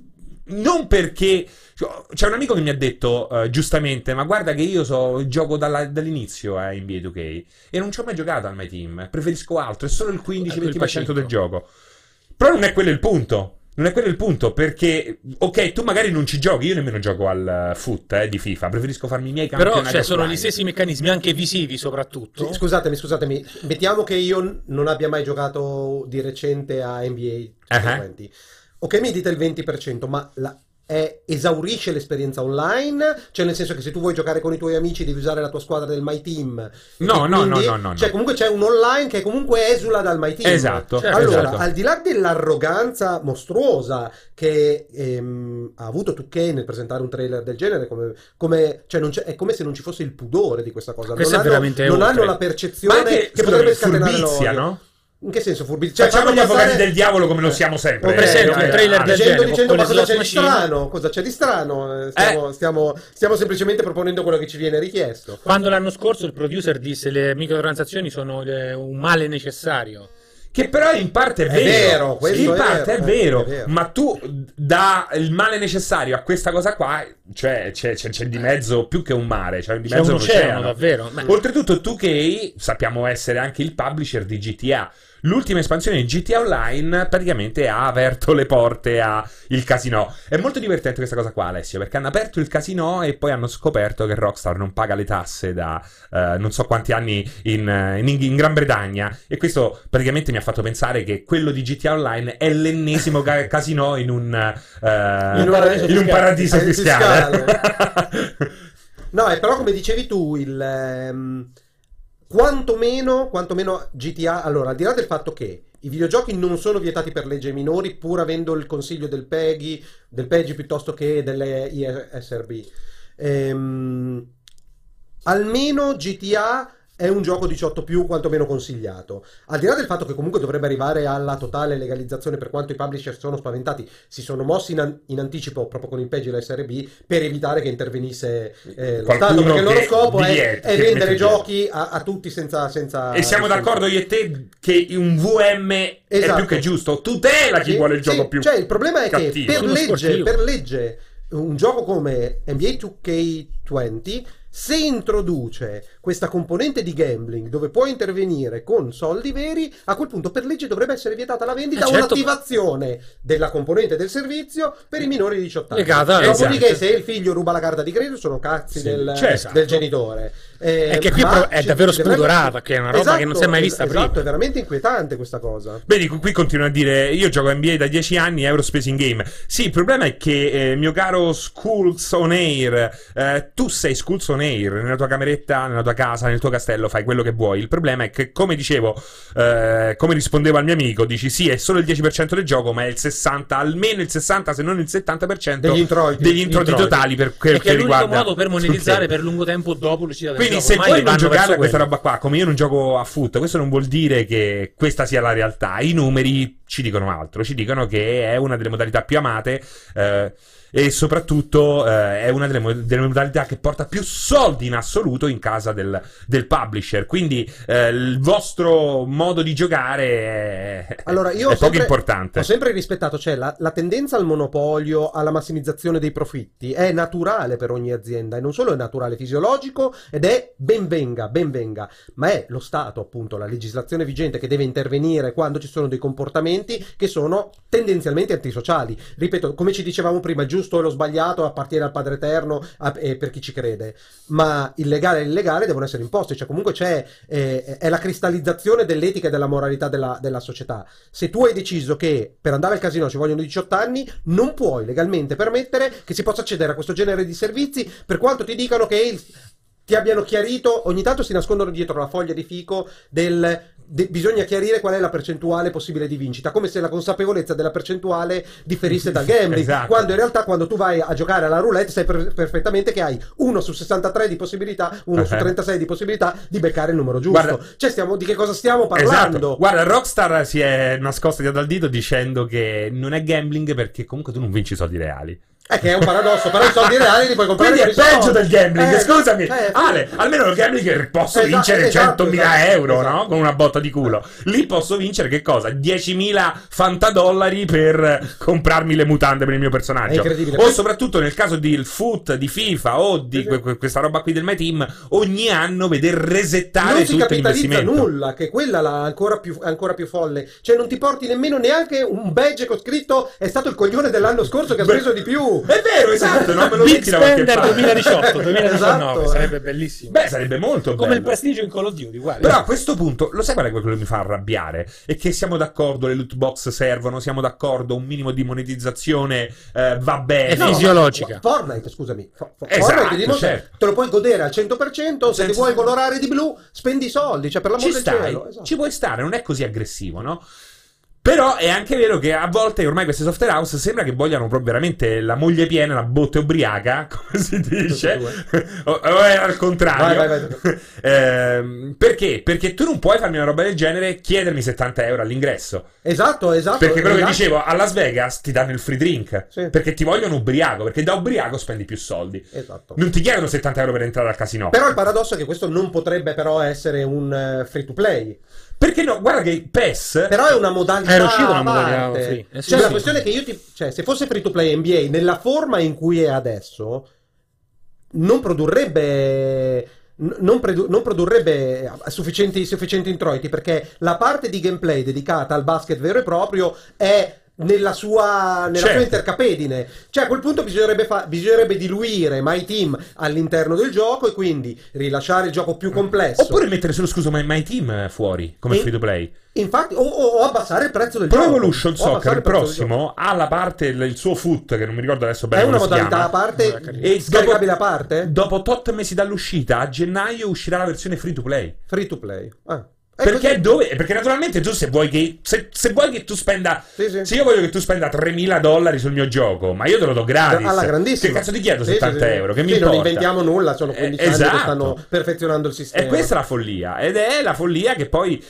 Speaker 1: Non perché. cioè, C'è un amico che mi ha detto eh, giustamente: Ma guarda, che io so, gioco dalla- dall'inizio eh, a NBA 2K e non ci ho mai giocato al My Team. Preferisco altro, è solo il
Speaker 2: Ecco il
Speaker 1: 15-20% del
Speaker 2: pacinco.
Speaker 1: gioco. Però non è quello il punto. Non è quello il punto, perché, ok, tu magari non ci giochi, io nemmeno gioco al eh, foot eh, di FIFA, preferisco farmi i miei campionati
Speaker 2: Però cioè, sono
Speaker 1: offline.
Speaker 2: gli stessi meccanismi, anche visivi soprattutto.
Speaker 3: Sì, Scusatemi, scusatemi, mettiamo che io n- non abbia mai giocato di recente a NBA
Speaker 1: Ah.
Speaker 3: 20. Ok, mi dite il 20%, ma la- eh, esaurisce l'esperienza online, cioè nel senso che se tu vuoi giocare con i tuoi amici devi usare la tua squadra del My Team.
Speaker 1: No,
Speaker 3: E
Speaker 1: no,
Speaker 3: quindi-
Speaker 1: no, no, no, no.
Speaker 3: Cioè comunque c'è un online che comunque esula dal My Team.
Speaker 1: Esatto,
Speaker 2: Certo.
Speaker 3: allora,
Speaker 1: esatto.
Speaker 3: al di là dell'arroganza mostruosa che ehm, ha avuto 2K nel presentare un trailer del genere, come, come- cioè non c'è- è come se non ci fosse il pudore di questa cosa.
Speaker 2: Questo
Speaker 3: non
Speaker 2: è
Speaker 3: hanno,
Speaker 2: veramente
Speaker 3: non
Speaker 2: oltre.
Speaker 3: hanno la
Speaker 1: Cioè, oh, Ma
Speaker 3: percezione
Speaker 1: anche
Speaker 3: che potrebbe
Speaker 1: scusami,
Speaker 3: scatenare
Speaker 1: furbizia,
Speaker 3: l'odio.
Speaker 1: no?
Speaker 3: In che senso furbizia?
Speaker 1: Cioè,
Speaker 3: Cioè,
Speaker 1: Facciamo gli
Speaker 3: fanno
Speaker 1: avvocati
Speaker 3: passare- Oh,
Speaker 1: del diavolo come lo siamo sempre. Eh,
Speaker 3: Ok,
Speaker 2: Per esempio,
Speaker 1: dai,
Speaker 2: il trailer
Speaker 1: dai.
Speaker 2: del
Speaker 3: dicendo,
Speaker 2: genere,
Speaker 3: dicendo
Speaker 2: con
Speaker 3: ma
Speaker 2: le
Speaker 3: cosa
Speaker 2: slot
Speaker 3: c'è di
Speaker 2: machine.
Speaker 3: strano? Cosa c'è di strano? Eh, Stiamo, stiamo- stiamo semplicemente proponendo quello che ci viene richiesto.
Speaker 2: Quando l'anno scorso il producer disse le microtransazioni sono eh, un male necessario.
Speaker 1: Che però in parte è vero.
Speaker 3: È vero, questo
Speaker 1: in
Speaker 3: è
Speaker 1: parte
Speaker 3: vero,
Speaker 1: è, vero,
Speaker 3: è vero.
Speaker 1: Ma tu dà il male necessario a questa cosa qua, cioè c'è, c'è- c'è di mezzo più che un mare, cioè di
Speaker 2: C'è
Speaker 1: mezzo
Speaker 2: un
Speaker 1: un
Speaker 2: oceano,
Speaker 1: oceano.
Speaker 2: davvero. Ma-
Speaker 1: Oltretutto 2K sappiamo essere anche il publisher di GTA. L'ultima espansione di GTA Online praticamente ha aperto le porte al casino. È molto divertente questa cosa qua, Alessio, perché hanno aperto il casino e poi hanno scoperto che Rockstar non paga le tasse da eh, non so quanti anni in, eh, in Ing- in Gran Bretagna. E questo praticamente mi ha fatto pensare che quello di GTA Online è l'ennesimo ca- casino in un, eh,
Speaker 3: In un paradiso
Speaker 1: in un
Speaker 3: fiscale. Eh,
Speaker 1: paradiso fiscale.
Speaker 3: No, e però come dicevi tu, il... ehm, quantomeno, quantomeno GTA... Allora, al di là del fatto che i videogiochi non sono vietati per legge ai minori, pur avendo il consiglio del PEGI, del PEGI piuttosto che delle ISRB. Ehm, almeno GTA è un gioco 18 più quantomeno consigliato. Al di là del fatto che comunque dovrebbe arrivare alla totale legalizzazione per quanto i publisher sono spaventati, si sono mossi in, an- in anticipo proprio con il peggio della SRB per evitare che intervenisse eh, lo
Speaker 1: Qualcuno
Speaker 3: Stato, perché il loro
Speaker 1: che
Speaker 3: scopo è-
Speaker 1: vieta,
Speaker 3: è,
Speaker 1: che
Speaker 3: vendere
Speaker 1: mette
Speaker 3: giochi a, a tutti senza... senza
Speaker 1: E siamo d'accordo io e te che un VM è più
Speaker 3: Esatto.
Speaker 1: che giusto. Tutela chi
Speaker 3: Sì,
Speaker 1: vuole il
Speaker 3: sì,
Speaker 1: gioco più
Speaker 3: Cioè, il problema è che
Speaker 1: cattivo.
Speaker 3: per
Speaker 2: Uno
Speaker 3: legge,
Speaker 2: sportivo.
Speaker 3: per legge un gioco come NBA 2K20 se introduce questa componente di gambling dove puoi intervenire con soldi veri, a quel punto per legge dovrebbe essere vietata la vendita
Speaker 2: Eh, certo.
Speaker 3: o l'attivazione della componente del servizio per i minori di 18 anni.
Speaker 2: Legata alla-
Speaker 3: Dopodiché,
Speaker 2: esatto.
Speaker 3: se il figlio ruba la carta di credito, sono cazzi
Speaker 1: Sì,
Speaker 3: del,
Speaker 1: cioè, esatto.
Speaker 3: del genitore. Eh,
Speaker 2: È che qui
Speaker 3: ma
Speaker 2: pro- è
Speaker 3: ci-
Speaker 2: davvero
Speaker 3: ci dovrebbe-
Speaker 2: spudorata, che è una roba che non si è mai vista
Speaker 3: esatto,
Speaker 2: prima.
Speaker 3: è veramente inquietante questa cosa.
Speaker 1: Vedi, qui continua a dire: Io gioco NBA da 10 anni, Euro Space in Game. Sì, il problema è che, eh, mio caro Skulls on Air, eh, tu sei Skulls on Air nella tua cameretta, nella tua casa, nel tuo castello, fai quello che vuoi. Il problema è che, come dicevo, eh, come rispondevo al mio amico, dici: Sì, è solo il 10% del gioco, ma è il 60%, almeno il 60%, se non il 70%
Speaker 3: Degli introiti.
Speaker 1: degli introiti
Speaker 3: Introiti.
Speaker 1: totali per
Speaker 2: è
Speaker 1: quel
Speaker 2: che è
Speaker 1: che
Speaker 2: l'unico
Speaker 1: riguarda.
Speaker 2: modo per
Speaker 1: sul
Speaker 2: monetizzare
Speaker 1: tempo.
Speaker 2: per lungo tempo dopo l'uscita del
Speaker 1: Quindi
Speaker 2: gioco.
Speaker 1: se
Speaker 2: Ormai
Speaker 1: voi non
Speaker 2: vanno
Speaker 1: giocate
Speaker 2: verso
Speaker 1: a questa
Speaker 2: quello.
Speaker 1: roba qua, come io non gioco a foot, questo non vuol dire che questa sia la realtà. I numeri ci dicono altro, ci dicono che è una delle modalità più amate eh, e soprattutto eh, è una delle, mo- delle modalità che porta più soldi in assoluto in casa del, del publisher. Quindi eh, il vostro modo di giocare è,
Speaker 3: Allora, io
Speaker 1: è
Speaker 3: ho
Speaker 1: poco
Speaker 3: sempre-
Speaker 1: importante.
Speaker 3: Ho sempre rispettato, cioè la, la tendenza al monopolio, alla massimizzazione dei profitti è naturale per ogni azienda e non solo è naturale, è fisiologico ed è benvenga, benvenga, ma è lo Stato appunto, la legislazione vigente che deve intervenire quando ci sono dei comportamenti che sono tendenzialmente antisociali. Ripeto, come ci dicevamo prima, il giusto e lo sbagliato appartiene al Padre Eterno a- e per chi ci crede, ma il legale e l'illegale devono essere imposti, cioè comunque c'è, eh, è la cristallizzazione dell'etica e della moralità della- della società se tu hai deciso che per andare al casino ci vogliono 18 anni, non puoi legalmente permettere che si possa accedere a questo genere di servizi per quanto ti dicano che il- ti abbiano chiarito, ogni tanto si nascondono dietro la foglia di fico del de- bisogna chiarire qual è la percentuale possibile di vincita, come se la consapevolezza della percentuale differisse dal gambling,
Speaker 1: Esatto.
Speaker 3: quando in realtà quando tu vai a giocare alla roulette sai per- perfettamente che hai 1 su 63 di possibilità, 1 su
Speaker 1: Eh.
Speaker 3: 36 di possibilità di beccare il numero giusto.
Speaker 1: Guarda-
Speaker 3: cioè stiamo, di che cosa stiamo parlando?
Speaker 1: Esatto. Guarda, Rockstar si è nascosta dietro al dito dicendo che non è gambling perché comunque tu non vinci soldi reali.
Speaker 3: Eh, che è un paradosso, però i soldi reali li puoi comprare.
Speaker 1: Quindi è
Speaker 3: con i
Speaker 1: peggio
Speaker 3: soldi.
Speaker 1: del gambling,
Speaker 3: Eh,
Speaker 1: scusami.
Speaker 3: eh,
Speaker 1: Ale, almeno il gambling posso
Speaker 3: Esatto,
Speaker 1: vincere
Speaker 3: esatto,
Speaker 1: 100.000
Speaker 3: esatto,
Speaker 1: euro,
Speaker 3: esatto.
Speaker 1: no? Con una botta di culo. Lì posso vincere che cosa? 10.000 fantadollari per eh, comprarmi le mutande per il mio
Speaker 3: È
Speaker 1: personaggio.
Speaker 3: incredibile.
Speaker 1: O soprattutto nel caso del foot, di FIFA o di que- que- questa roba qui del My Team, ogni anno veder resettare
Speaker 3: non si
Speaker 1: tutto
Speaker 3: capitalizza
Speaker 1: l'investimento.
Speaker 3: nulla, che quella la ancora più, ancora più folle. Cioè, non ti porti nemmeno neanche un badge con scritto è stato il coglione dell'anno scorso che ha
Speaker 1: Beh,
Speaker 3: speso di più. TV.
Speaker 1: È vero, esatto, non me lo
Speaker 2: Big
Speaker 1: metti da qualche
Speaker 2: Spender
Speaker 1: parte.
Speaker 2: 2018, 2019,
Speaker 3: Esatto.
Speaker 2: sarebbe bellissimo.
Speaker 1: Beh, sarebbe molto
Speaker 2: Come il
Speaker 1: bello.
Speaker 2: prestigio in Call of Duty, guarda.
Speaker 1: Però a questo punto, lo sai qual è quello che mi fa arrabbiare? È che siamo d'accordo, le loot box servono, siamo d'accordo, un minimo di monetizzazione eh, va bene.
Speaker 2: È fisiologica.
Speaker 3: Fortnite, scusami. For- for-
Speaker 1: Esatto,
Speaker 3: Fortnite ti dimostra-
Speaker 1: certo.
Speaker 3: te lo puoi godere al 100%, se ti
Speaker 1: Senza-
Speaker 3: vuoi colorare di blu, spendi i soldi, cioè per l'amor
Speaker 1: ci
Speaker 3: del
Speaker 1: stai,
Speaker 3: cielo. esatto.
Speaker 1: ci puoi stare, non è così aggressivo, no? Però è anche vero che a volte ormai queste software house sembra che vogliano proprio veramente la moglie piena, la botte ubriaca, come si dice, o, o è al
Speaker 3: Vai,
Speaker 1: contrario.
Speaker 3: vai, vai.
Speaker 1: Ehm, perché? Perché tu non puoi farmi una roba del genere e chiedermi 70 euro all'ingresso.
Speaker 3: Esatto, esatto.
Speaker 1: Perché quello che
Speaker 3: esatto.
Speaker 1: dicevo, a Las Vegas ti danno il free drink.
Speaker 3: Sì.
Speaker 1: Perché ti vogliono ubriaco, perché da ubriaco spendi più soldi.
Speaker 3: Esatto.
Speaker 1: Non ti chiedono 70 euro per entrare al casino.
Speaker 3: Però il paradosso è che questo non potrebbe però essere un eh, free to play.
Speaker 1: Perché no? Guarda che PES...
Speaker 3: Però è una modalità
Speaker 2: Era uscita una
Speaker 3: a
Speaker 2: modalità
Speaker 3: parte.
Speaker 2: free. Eh sì,
Speaker 3: cioè,
Speaker 2: sì.
Speaker 3: la questione è che io ti... Cioè, se fosse free to play NBA nella forma in cui è adesso, non produrrebbe... n- Non, produ- non produrrebbe sufficienti, sufficienti introiti perché la parte di gameplay dedicata al basket vero e proprio è nella sua, nella
Speaker 1: Certo.
Speaker 3: sua intercapedine. Cioè, a quel punto bisognerebbe, fa- bisognerebbe diluire My Team all'interno del gioco e quindi rilasciare il gioco più complesso.
Speaker 1: Oppure mettere solo, scusa, My, My Team eh, fuori come
Speaker 3: E-
Speaker 1: free to play.
Speaker 3: Infatti, o, o- o abbassare il prezzo del
Speaker 1: Pro
Speaker 3: gioco.
Speaker 1: Evolution
Speaker 3: O
Speaker 1: Soccer,
Speaker 3: abbassare
Speaker 1: il
Speaker 3: prezzo del gioco.
Speaker 1: prossimo, ha la parte, il il suo foot, che non mi ricordo adesso bene
Speaker 3: È una
Speaker 1: come si
Speaker 3: modalità a
Speaker 1: chiama.
Speaker 2: Non è
Speaker 3: parte,
Speaker 2: carino.
Speaker 1: E
Speaker 3: scaricabile a
Speaker 1: dopo-
Speaker 3: parte,
Speaker 1: Dopo 8 mesi dall'uscita, a gennaio uscirà la versione free to play.
Speaker 3: free to play. Ah. È
Speaker 1: Perché, dove, perché naturalmente tu se vuoi che, se, se vuoi che tu spenda...
Speaker 3: così. Sì, sì.
Speaker 1: Se io voglio che tu spenda 3.000 dollari sul mio gioco, ma io te lo do gratis.
Speaker 3: Alla grandissima.
Speaker 1: Che cazzo ti chiedo
Speaker 3: Sì,
Speaker 1: 70
Speaker 3: sì, sì.
Speaker 1: euro? Che mi
Speaker 3: Sì, non
Speaker 1: importa?
Speaker 3: inventiamo nulla, sono
Speaker 1: Eh,
Speaker 3: 15 anni
Speaker 1: esatto.
Speaker 3: che stanno perfezionando il sistema.
Speaker 1: E questa è la follia. Ed è la follia che poi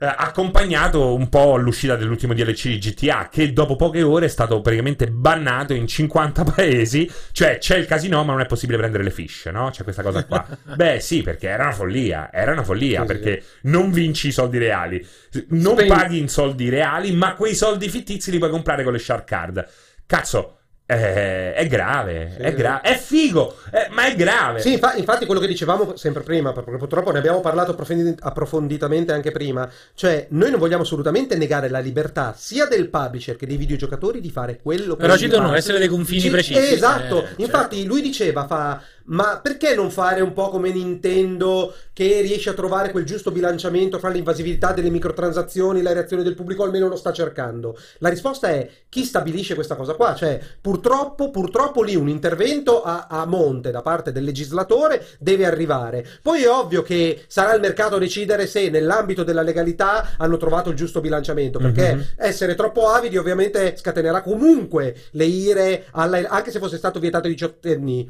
Speaker 1: eh, ha accompagnato un po' l'uscita dell'ultimo DLC di GTA, che dopo poche ore è stato praticamente bannato in 50 paesi. Cioè, c'è il casino, ma non è possibile prendere le fiche, no? C'è questa cosa qua. Beh, sì, perché era una follia. Era una follia,
Speaker 3: Sì, sì,
Speaker 1: perché non vinci i soldi reali. Non
Speaker 2: Spendi-
Speaker 1: paghi in soldi reali, ma quei soldi fittizi li puoi comprare con le shark card. Cazzo. eh, è grave,
Speaker 3: Sì,
Speaker 1: è
Speaker 3: sì.
Speaker 1: grave, è figo, eh, ma è grave.
Speaker 3: Sì, infa- infatti quello che dicevamo sempre prima, perché purtroppo ne abbiamo parlato approfondi- approfonditamente anche prima, cioè noi non vogliamo assolutamente negare la libertà sia del publisher che dei videogiocatori di fare quello che
Speaker 2: Però
Speaker 3: gli
Speaker 2: ci devono
Speaker 3: pare.
Speaker 2: essere dei confini
Speaker 3: Ci-
Speaker 2: precisi.
Speaker 3: eh, esatto,
Speaker 2: Eh, certo.
Speaker 3: infatti lui diceva, fa, ma perché non fare un po' come Nintendo che riesce a trovare quel giusto bilanciamento fra l'invasività delle microtransazioni e la reazione del pubblico, almeno lo sta cercando? La risposta è chi stabilisce questa cosa qua? Cioè, purtroppo, purtroppo lì un intervento a, a monte da parte del legislatore deve arrivare. Poi è ovvio che sarà il mercato a decidere se nell'ambito della legalità hanno trovato il giusto bilanciamento, perché
Speaker 1: Mhm.
Speaker 3: essere troppo avidi ovviamente scatenerà comunque le ire, alla- anche se fosse stato vietato ai diciottenni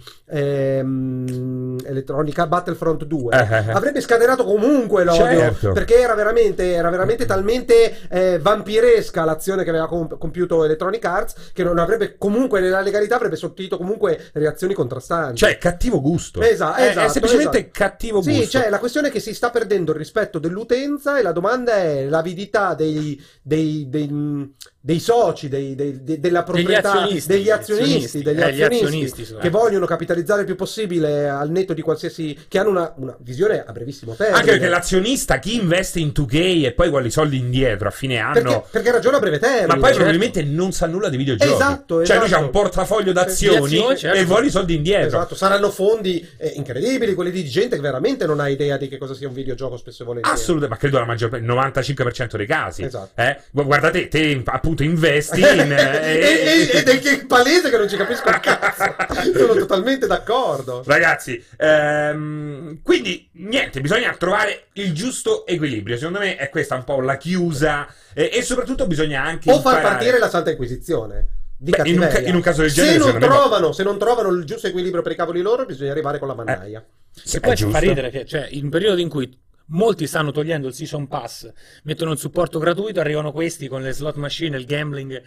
Speaker 3: ehm, elettronica Battlefront 2.
Speaker 1: Eh, eh, eh.
Speaker 3: Avrebbe scatenato comunque l'odio
Speaker 1: Certo.
Speaker 3: perché era veramente, era veramente talmente eh, vampiresca l'azione che aveva comp- compiuto Electronic Arts che non avrebbe comunque nella legalità avrebbe sortito comunque reazioni contrastanti.
Speaker 1: Cioè, cattivo gusto.
Speaker 3: Esa-
Speaker 1: Eh, È-
Speaker 3: esatto,
Speaker 1: è semplicemente
Speaker 3: esatto.
Speaker 1: cattivo gusto.
Speaker 3: Sì, cioè la questione è che si sta perdendo il rispetto dell'utenza e la domanda è l'avidità dei, dei- dei- dei soci, dei- dei- de- della proprietà,
Speaker 2: azionisti,
Speaker 3: degli azionisti,
Speaker 2: azionisti.
Speaker 3: degli
Speaker 2: Eh, gli
Speaker 3: azionisti
Speaker 2: azionisti sono-
Speaker 1: Ecco.
Speaker 3: che vogliono capitalizzare il più possibile al netto di qualsiasi... che hanno una, una visione a brevissimo termine.
Speaker 1: Anche perché l'azionista, chi investe in 2K e poi quali soldi indietro a fine anno.
Speaker 3: Perché, perché ragiona a breve termine.
Speaker 1: Ma poi
Speaker 3: Certo.
Speaker 1: probabilmente non sa nulla di videogiochi.
Speaker 3: Esatto,
Speaker 1: Cioè, lui
Speaker 3: esatto.
Speaker 1: c'ha un portafoglio d'azioni
Speaker 2: Di azioni, certo.
Speaker 1: e vuole i soldi indietro.
Speaker 3: Esatto, saranno fondi eh, incredibili, quelli di gente che veramente non ha idea di che cosa sia un videogioco spesso e volentieri.
Speaker 1: Assolutamente, ma credo la maggior parte, il 95% dei casi.
Speaker 3: Esatto.
Speaker 1: Eh? Gu- Guardate, te appunto investi in... eh,
Speaker 3: e, e- ed è che è palese che non ci capisco un cazzo. Sono totalmente d'accordo.
Speaker 1: Ragazzi, ehm, quindi niente, bisogna trovare il giusto equilibrio. Secondo me è questa un po' la chiusa e, e soprattutto bisogna anche...
Speaker 3: O far
Speaker 1: imparare-
Speaker 3: partire la Santa Inquisizione. Di
Speaker 1: Beh, in un ca-
Speaker 3: cattiveria.
Speaker 1: in un caso del genere,
Speaker 3: se non,
Speaker 1: secondo me- Eh,
Speaker 3: trovano, se non trovano il giusto equilibrio per i cavoli loro, bisogna arrivare con la mannaia.
Speaker 1: Sì,
Speaker 2: E poi
Speaker 1: è
Speaker 2: ci
Speaker 1: giusto.
Speaker 2: fa ridere che, cioè, in un periodo in cui molti stanno togliendo il season pass, mettono il supporto gratuito, arrivano questi con le slot machine, il gambling.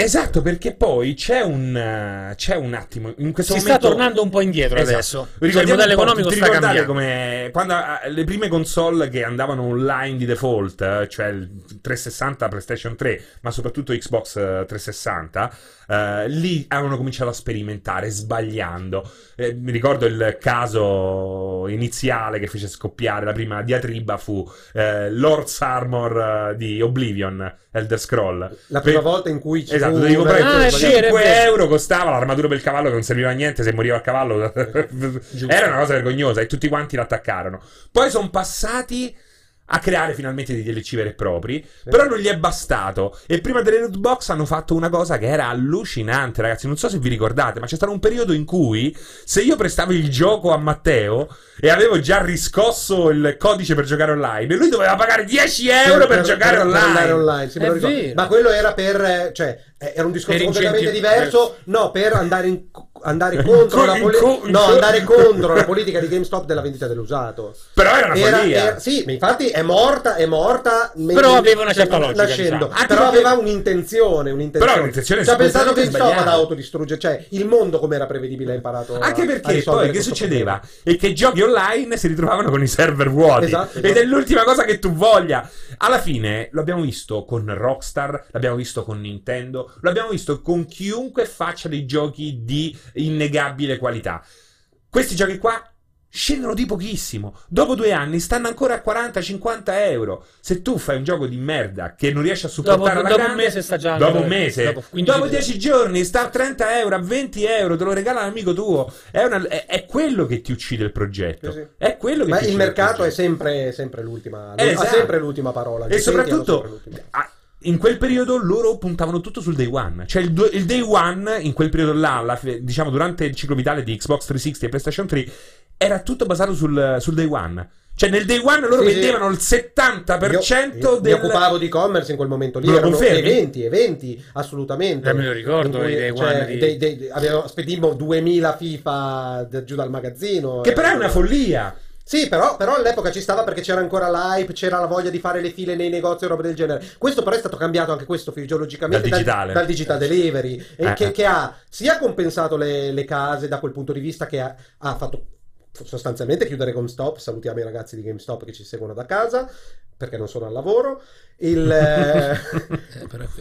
Speaker 1: Esatto, perché poi c'è un, eh, c'è un attimo. In questo
Speaker 2: Si sta
Speaker 1: momento...
Speaker 2: tornando un po' indietro
Speaker 1: Esatto.
Speaker 2: adesso.
Speaker 1: Vi
Speaker 2: Cioè, il
Speaker 1: ricordiamo
Speaker 2: modello
Speaker 1: un po',
Speaker 2: economico
Speaker 1: ti
Speaker 2: sta
Speaker 1: ricordate
Speaker 2: cambiando.
Speaker 1: come quando ah, le prime console che andavano online di default, eh, cioè il 360, PlayStation 3, ma soprattutto Xbox eh, 360, eh, lì avevano cominciato a sperimentare sbagliando. Eh, mi ricordo il caso iniziale che fece scoppiare la prima diatriba fu eh, Lord's Armor eh, di Oblivion, Elder Scroll.
Speaker 3: La prima
Speaker 1: Ve-
Speaker 3: volta in cui 15.
Speaker 1: Esatto,
Speaker 3: fu
Speaker 1: devi comprare
Speaker 3: una-
Speaker 2: Ah, è vero, è
Speaker 1: 5
Speaker 2: vero.
Speaker 1: euro costava l'armatura per il cavallo che non serviva a niente se moriva a cavallo. Era una cosa vergognosa e tutti quanti l'attaccarono. Poi sono passati a creare finalmente dei DLC veri e propri,
Speaker 3: Eh.
Speaker 1: però non gli è bastato. E prima delle loot box hanno fatto una cosa che era allucinante, ragazzi. Non so se vi ricordate, ma c'è stato un periodo in cui se io prestavo il gioco a Matteo e avevo già riscosso il codice per giocare online, lui doveva pagare 10 euro per, giocare online.
Speaker 3: andare online, sì, me
Speaker 2: È
Speaker 3: lo ricordo.
Speaker 2: vero.
Speaker 3: Ma quello era per, eh, cioè, eh, era un discorso
Speaker 2: Eh, Per
Speaker 3: completamente
Speaker 2: incentivi-
Speaker 3: diverso. No, per andare, in- andare contro
Speaker 1: In
Speaker 3: la
Speaker 1: co-
Speaker 3: poli-
Speaker 1: in co- in
Speaker 3: no,
Speaker 1: co-
Speaker 3: andare contro la politica di GameStop della vendita dell'usato.
Speaker 1: Però era una
Speaker 3: Era-
Speaker 1: follia.
Speaker 3: era- sì, ma infatti è morta, è morta. cioè,
Speaker 2: Però aveva una certa logica,
Speaker 3: Nascendo.
Speaker 2: diciamo.
Speaker 1: Anche
Speaker 3: Però
Speaker 1: perché-
Speaker 3: aveva un'intenzione, un'intenzione.
Speaker 1: Però un'intenzione
Speaker 3: Ci ha pensato che
Speaker 1: completamente
Speaker 3: stava ad
Speaker 1: sbagliata.
Speaker 3: autodistruggere, cioè il mondo come era prevedibile ha imparato. a-
Speaker 1: Anche
Speaker 3: a
Speaker 1: perché poi
Speaker 3: risolvere
Speaker 1: che
Speaker 3: questo
Speaker 1: succedeva?
Speaker 3: problema.
Speaker 1: È che giochi online si ritrovavano con i server vuoti.
Speaker 3: Esatto,
Speaker 1: Ed
Speaker 3: esatto.
Speaker 1: è l'ultima cosa che tu voglia. Alla fine lo abbiamo visto con Rockstar, l'abbiamo visto con Nintendo, l'abbiamo visto con chiunque faccia dei giochi di innegabile qualità. Questi giochi qua scendono di pochissimo. Dopo due anni stanno ancora a 40-50 euro. Se tu fai un gioco di merda che non riesci a
Speaker 2: Dopo,
Speaker 1: supportare alla
Speaker 2: dopo un
Speaker 1: grande,
Speaker 2: mese sta già.
Speaker 1: Dopo un mese, dopo,
Speaker 2: 15
Speaker 1: 10 giorni, sta a 30 euro, a 20 euro, te lo regala un amico tuo. È, una- è- è quello che ti uccide il progetto.
Speaker 3: Sì, sì.
Speaker 1: È quello che
Speaker 3: Ma
Speaker 1: ti
Speaker 3: il
Speaker 1: uccide
Speaker 3: mercato è
Speaker 1: progetto.
Speaker 3: sempre, sempre l'ultima,
Speaker 1: Eh, esatto.
Speaker 3: ha sempre l'ultima parola. gli
Speaker 1: E
Speaker 3: utenti hanno sempre
Speaker 1: soprattutto,
Speaker 3: l'ultima.
Speaker 1: a- Ah, in quel periodo loro puntavano tutto sul day one. Cioè, il, do- il day one, in quel periodo là, alla fi- diciamo durante il ciclo vitale di Xbox 360 e PlayStation 3, era tutto basato sul, sul day one. Cioè, nel day one loro
Speaker 3: Sì, sì.
Speaker 1: vendevano il 70%
Speaker 3: Io- io
Speaker 1: del.
Speaker 3: mi occupavo di e-commerce in quel momento lì
Speaker 1: Me lo
Speaker 3: erano
Speaker 1: confermi?
Speaker 3: eventi eventi assolutamente
Speaker 2: Eh, me lo ricordo,
Speaker 3: In cui,
Speaker 2: i day
Speaker 3: cioè,
Speaker 2: one di-
Speaker 3: dei- dei- abbiamo- spedimmo 2000 FIFA da- giù dal magazzino
Speaker 1: Che però è
Speaker 3: Eh,
Speaker 1: una follia.
Speaker 3: sì però, però all'epoca ci stava perché c'era ancora l'hype c'era la voglia di fare le file nei negozi e roba del genere questo però è stato cambiato anche questo fisiologicamente
Speaker 1: Dal digitale.
Speaker 3: dal digital delivery e
Speaker 1: Eh,
Speaker 3: che,
Speaker 1: eh.
Speaker 3: che ha sia compensato le, le case da quel punto di vista che ha, ha fatto sostanzialmente chiudere GameStop salutiamo i ragazzi di GameStop che ci seguono da casa perché non sono al lavoro il, eh,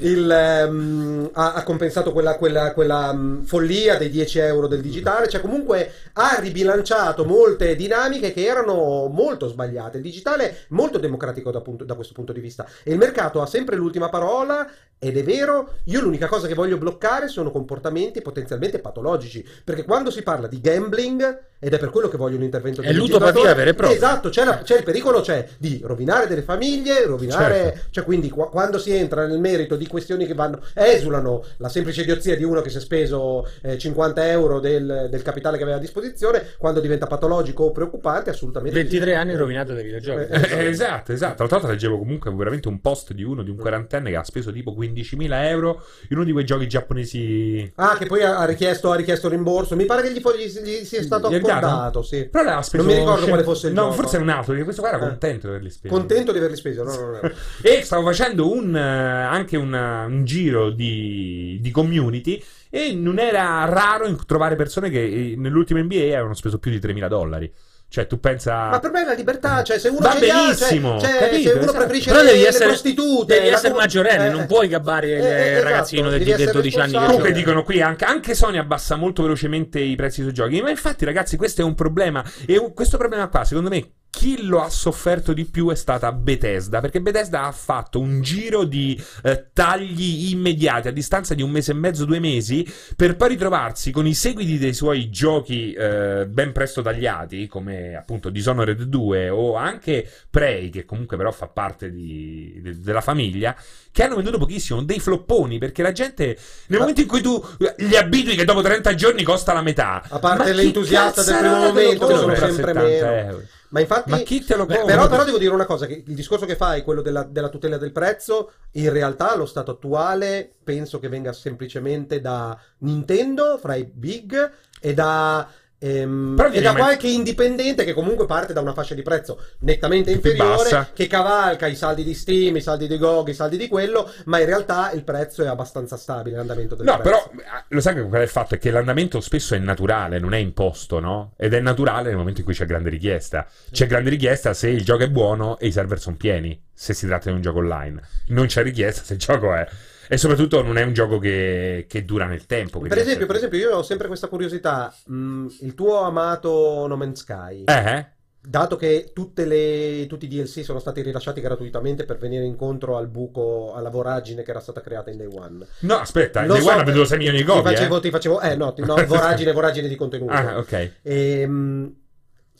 Speaker 3: il, ehm, ha, ha compensato quella, quella- quella, mm, follia dei 10 euro del digitale, cioè comunque ha ribilanciato molte dinamiche che erano molto sbagliate. Il digitale è molto democratico da, punto- da questo punto di vista e il mercato ha sempre l'ultima parola ed è vero, io l'unica cosa che voglio bloccare sono comportamenti potenzialmente patologici, perché quando si parla di gambling, ed è per quello che voglio un intervento
Speaker 2: È
Speaker 3: del
Speaker 2: ludopatia
Speaker 3: legislatore-
Speaker 2: vera e propria.
Speaker 3: Esatto, c'è, la- c'è il pericolo c'è di rovinare delle famiglie, rovinare
Speaker 1: Certo.
Speaker 3: cioè, quindi qua- quando si entra nel merito di questioni che vanno esulano la semplice idiozia di uno che si è speso eh, 50 euro del, del capitale che aveva a disposizione, quando diventa patologico o preoccupante, assolutamente.
Speaker 2: 23 anni rovinato dai videogiochi.
Speaker 3: Eh, Mm.
Speaker 1: Eh, esatto, esatto. L'altra volta leggevo comunque veramente un post di uno, di un quarantenne che ha speso tipo 15.000 euro in uno di quei giochi giapponesi.
Speaker 3: Ah, che poi ha ha richiesto, ha richiesto rimborso. Mi pare che gli, fo- gli si- gli sia stato
Speaker 1: Gli è dato?
Speaker 3: accordato. Sì.
Speaker 1: Però l'ha speso
Speaker 3: Non mi ricordo
Speaker 1: scel-
Speaker 3: quale fosse il
Speaker 1: No,
Speaker 3: gioco.
Speaker 1: forse è un altro, perché questo qua era
Speaker 3: Eh.
Speaker 1: contento di averli spesi.
Speaker 3: Contento di averli speso. No, no, no.
Speaker 1: E stavo facendo un, eh, anche una- un giro di, di community e non era raro in- trovare persone che eh, nell'ultimo NBA avevano speso più di 3.000 dollari. Cioè, tu pensa...
Speaker 3: Ma per me è la libertà, cioè se uno
Speaker 1: Va
Speaker 3: ce li ha,
Speaker 1: benissimo,
Speaker 3: cioè, cioè,
Speaker 1: capito,
Speaker 3: se uno
Speaker 1: esatto.
Speaker 3: preferisce
Speaker 2: Però
Speaker 3: le,
Speaker 2: devi
Speaker 3: le
Speaker 2: essere-
Speaker 3: prostitute,
Speaker 2: devi
Speaker 3: la Eh,
Speaker 2: essere
Speaker 3: cu-
Speaker 2: maggiorenne, non puoi gabbare il ragazzino del-
Speaker 3: devi
Speaker 2: del
Speaker 3: essere
Speaker 2: 12 anni che
Speaker 3: responsabile.
Speaker 1: Comunque dicono qui anche, anche Sony abbassa molto velocemente i prezzi sui giochi. Ma infatti, ragazzi, questo è un problema. E u- questo problema qua, secondo me, chi lo ha sofferto di più è stata Bethesda. Perché Bethesda ha fatto un giro di eh, tagli immediati a distanza di un mese e mezzo, due mesi, per poi ritrovarsi con i seguiti dei suoi giochi eh, ben presto tagliati, come appunto Dishonored 2 o anche Prey, che comunque però fa parte di- de- della famiglia, che hanno venduto pochissimo, dei flopponi, perché la gente nel momento in cui tu eh, gli abitui che dopo 30 giorni costa la metà.
Speaker 3: A parte
Speaker 1: ma chi
Speaker 3: l'entusiasta del primo
Speaker 1: cazzarola te lo
Speaker 3: momento, che sono
Speaker 1: compra a
Speaker 3: sempre
Speaker 1: 70
Speaker 3: meno.
Speaker 1: euro?
Speaker 3: Ma infatti,
Speaker 1: Ma chi te lo
Speaker 3: Beh,
Speaker 1: compra?
Speaker 3: però, però devo dire una cosa: che il discorso che fai, quello della, della tutela del prezzo, in realtà allo stato attuale penso che venga semplicemente da Nintendo, fra i big, e da. ehm,
Speaker 1: Però
Speaker 3: e
Speaker 1: viene
Speaker 3: da
Speaker 1: mai-
Speaker 3: qualche indipendente che comunque parte da una fascia di prezzo nettamente
Speaker 1: Più
Speaker 3: inferiore
Speaker 1: bassa.
Speaker 3: che cavalca i saldi di Steam, i saldi di GOG, i saldi di quello, ma in realtà il prezzo è abbastanza stabile, l'andamento del
Speaker 1: No,
Speaker 3: prezzo.
Speaker 1: però eh, lo sai che qual è il fatto? È che l'andamento spesso è naturale, non è imposto, no? Ed è naturale nel momento in cui c'è grande richiesta. C'è grande richiesta se il gioco è buono e i server sono pieni, se si tratta di un gioco online. Non c'è richiesta se il gioco è. E soprattutto non è un gioco che, che dura nel tempo. che
Speaker 3: Per
Speaker 1: riesce-
Speaker 3: esempio, per esempio, io ho sempre questa curiosità. mm, il tuo amato No Man's Sky
Speaker 1: Eh, eh?
Speaker 3: dato che tutte le- tutti i DLC sono stati rilasciati gratuitamente per venire incontro al buco, alla voragine che era stata creata in Day One.
Speaker 1: No, aspetta, il
Speaker 3: Lo
Speaker 1: Day
Speaker 3: so,
Speaker 1: One ha venduto 6 milioni di
Speaker 3: Ti
Speaker 1: copie.
Speaker 3: facevo, ti facevo, eh no, ti- no, voragine, voragine di
Speaker 1: eh.
Speaker 3: contenuto.
Speaker 1: Ah, ok.
Speaker 3: Ehm,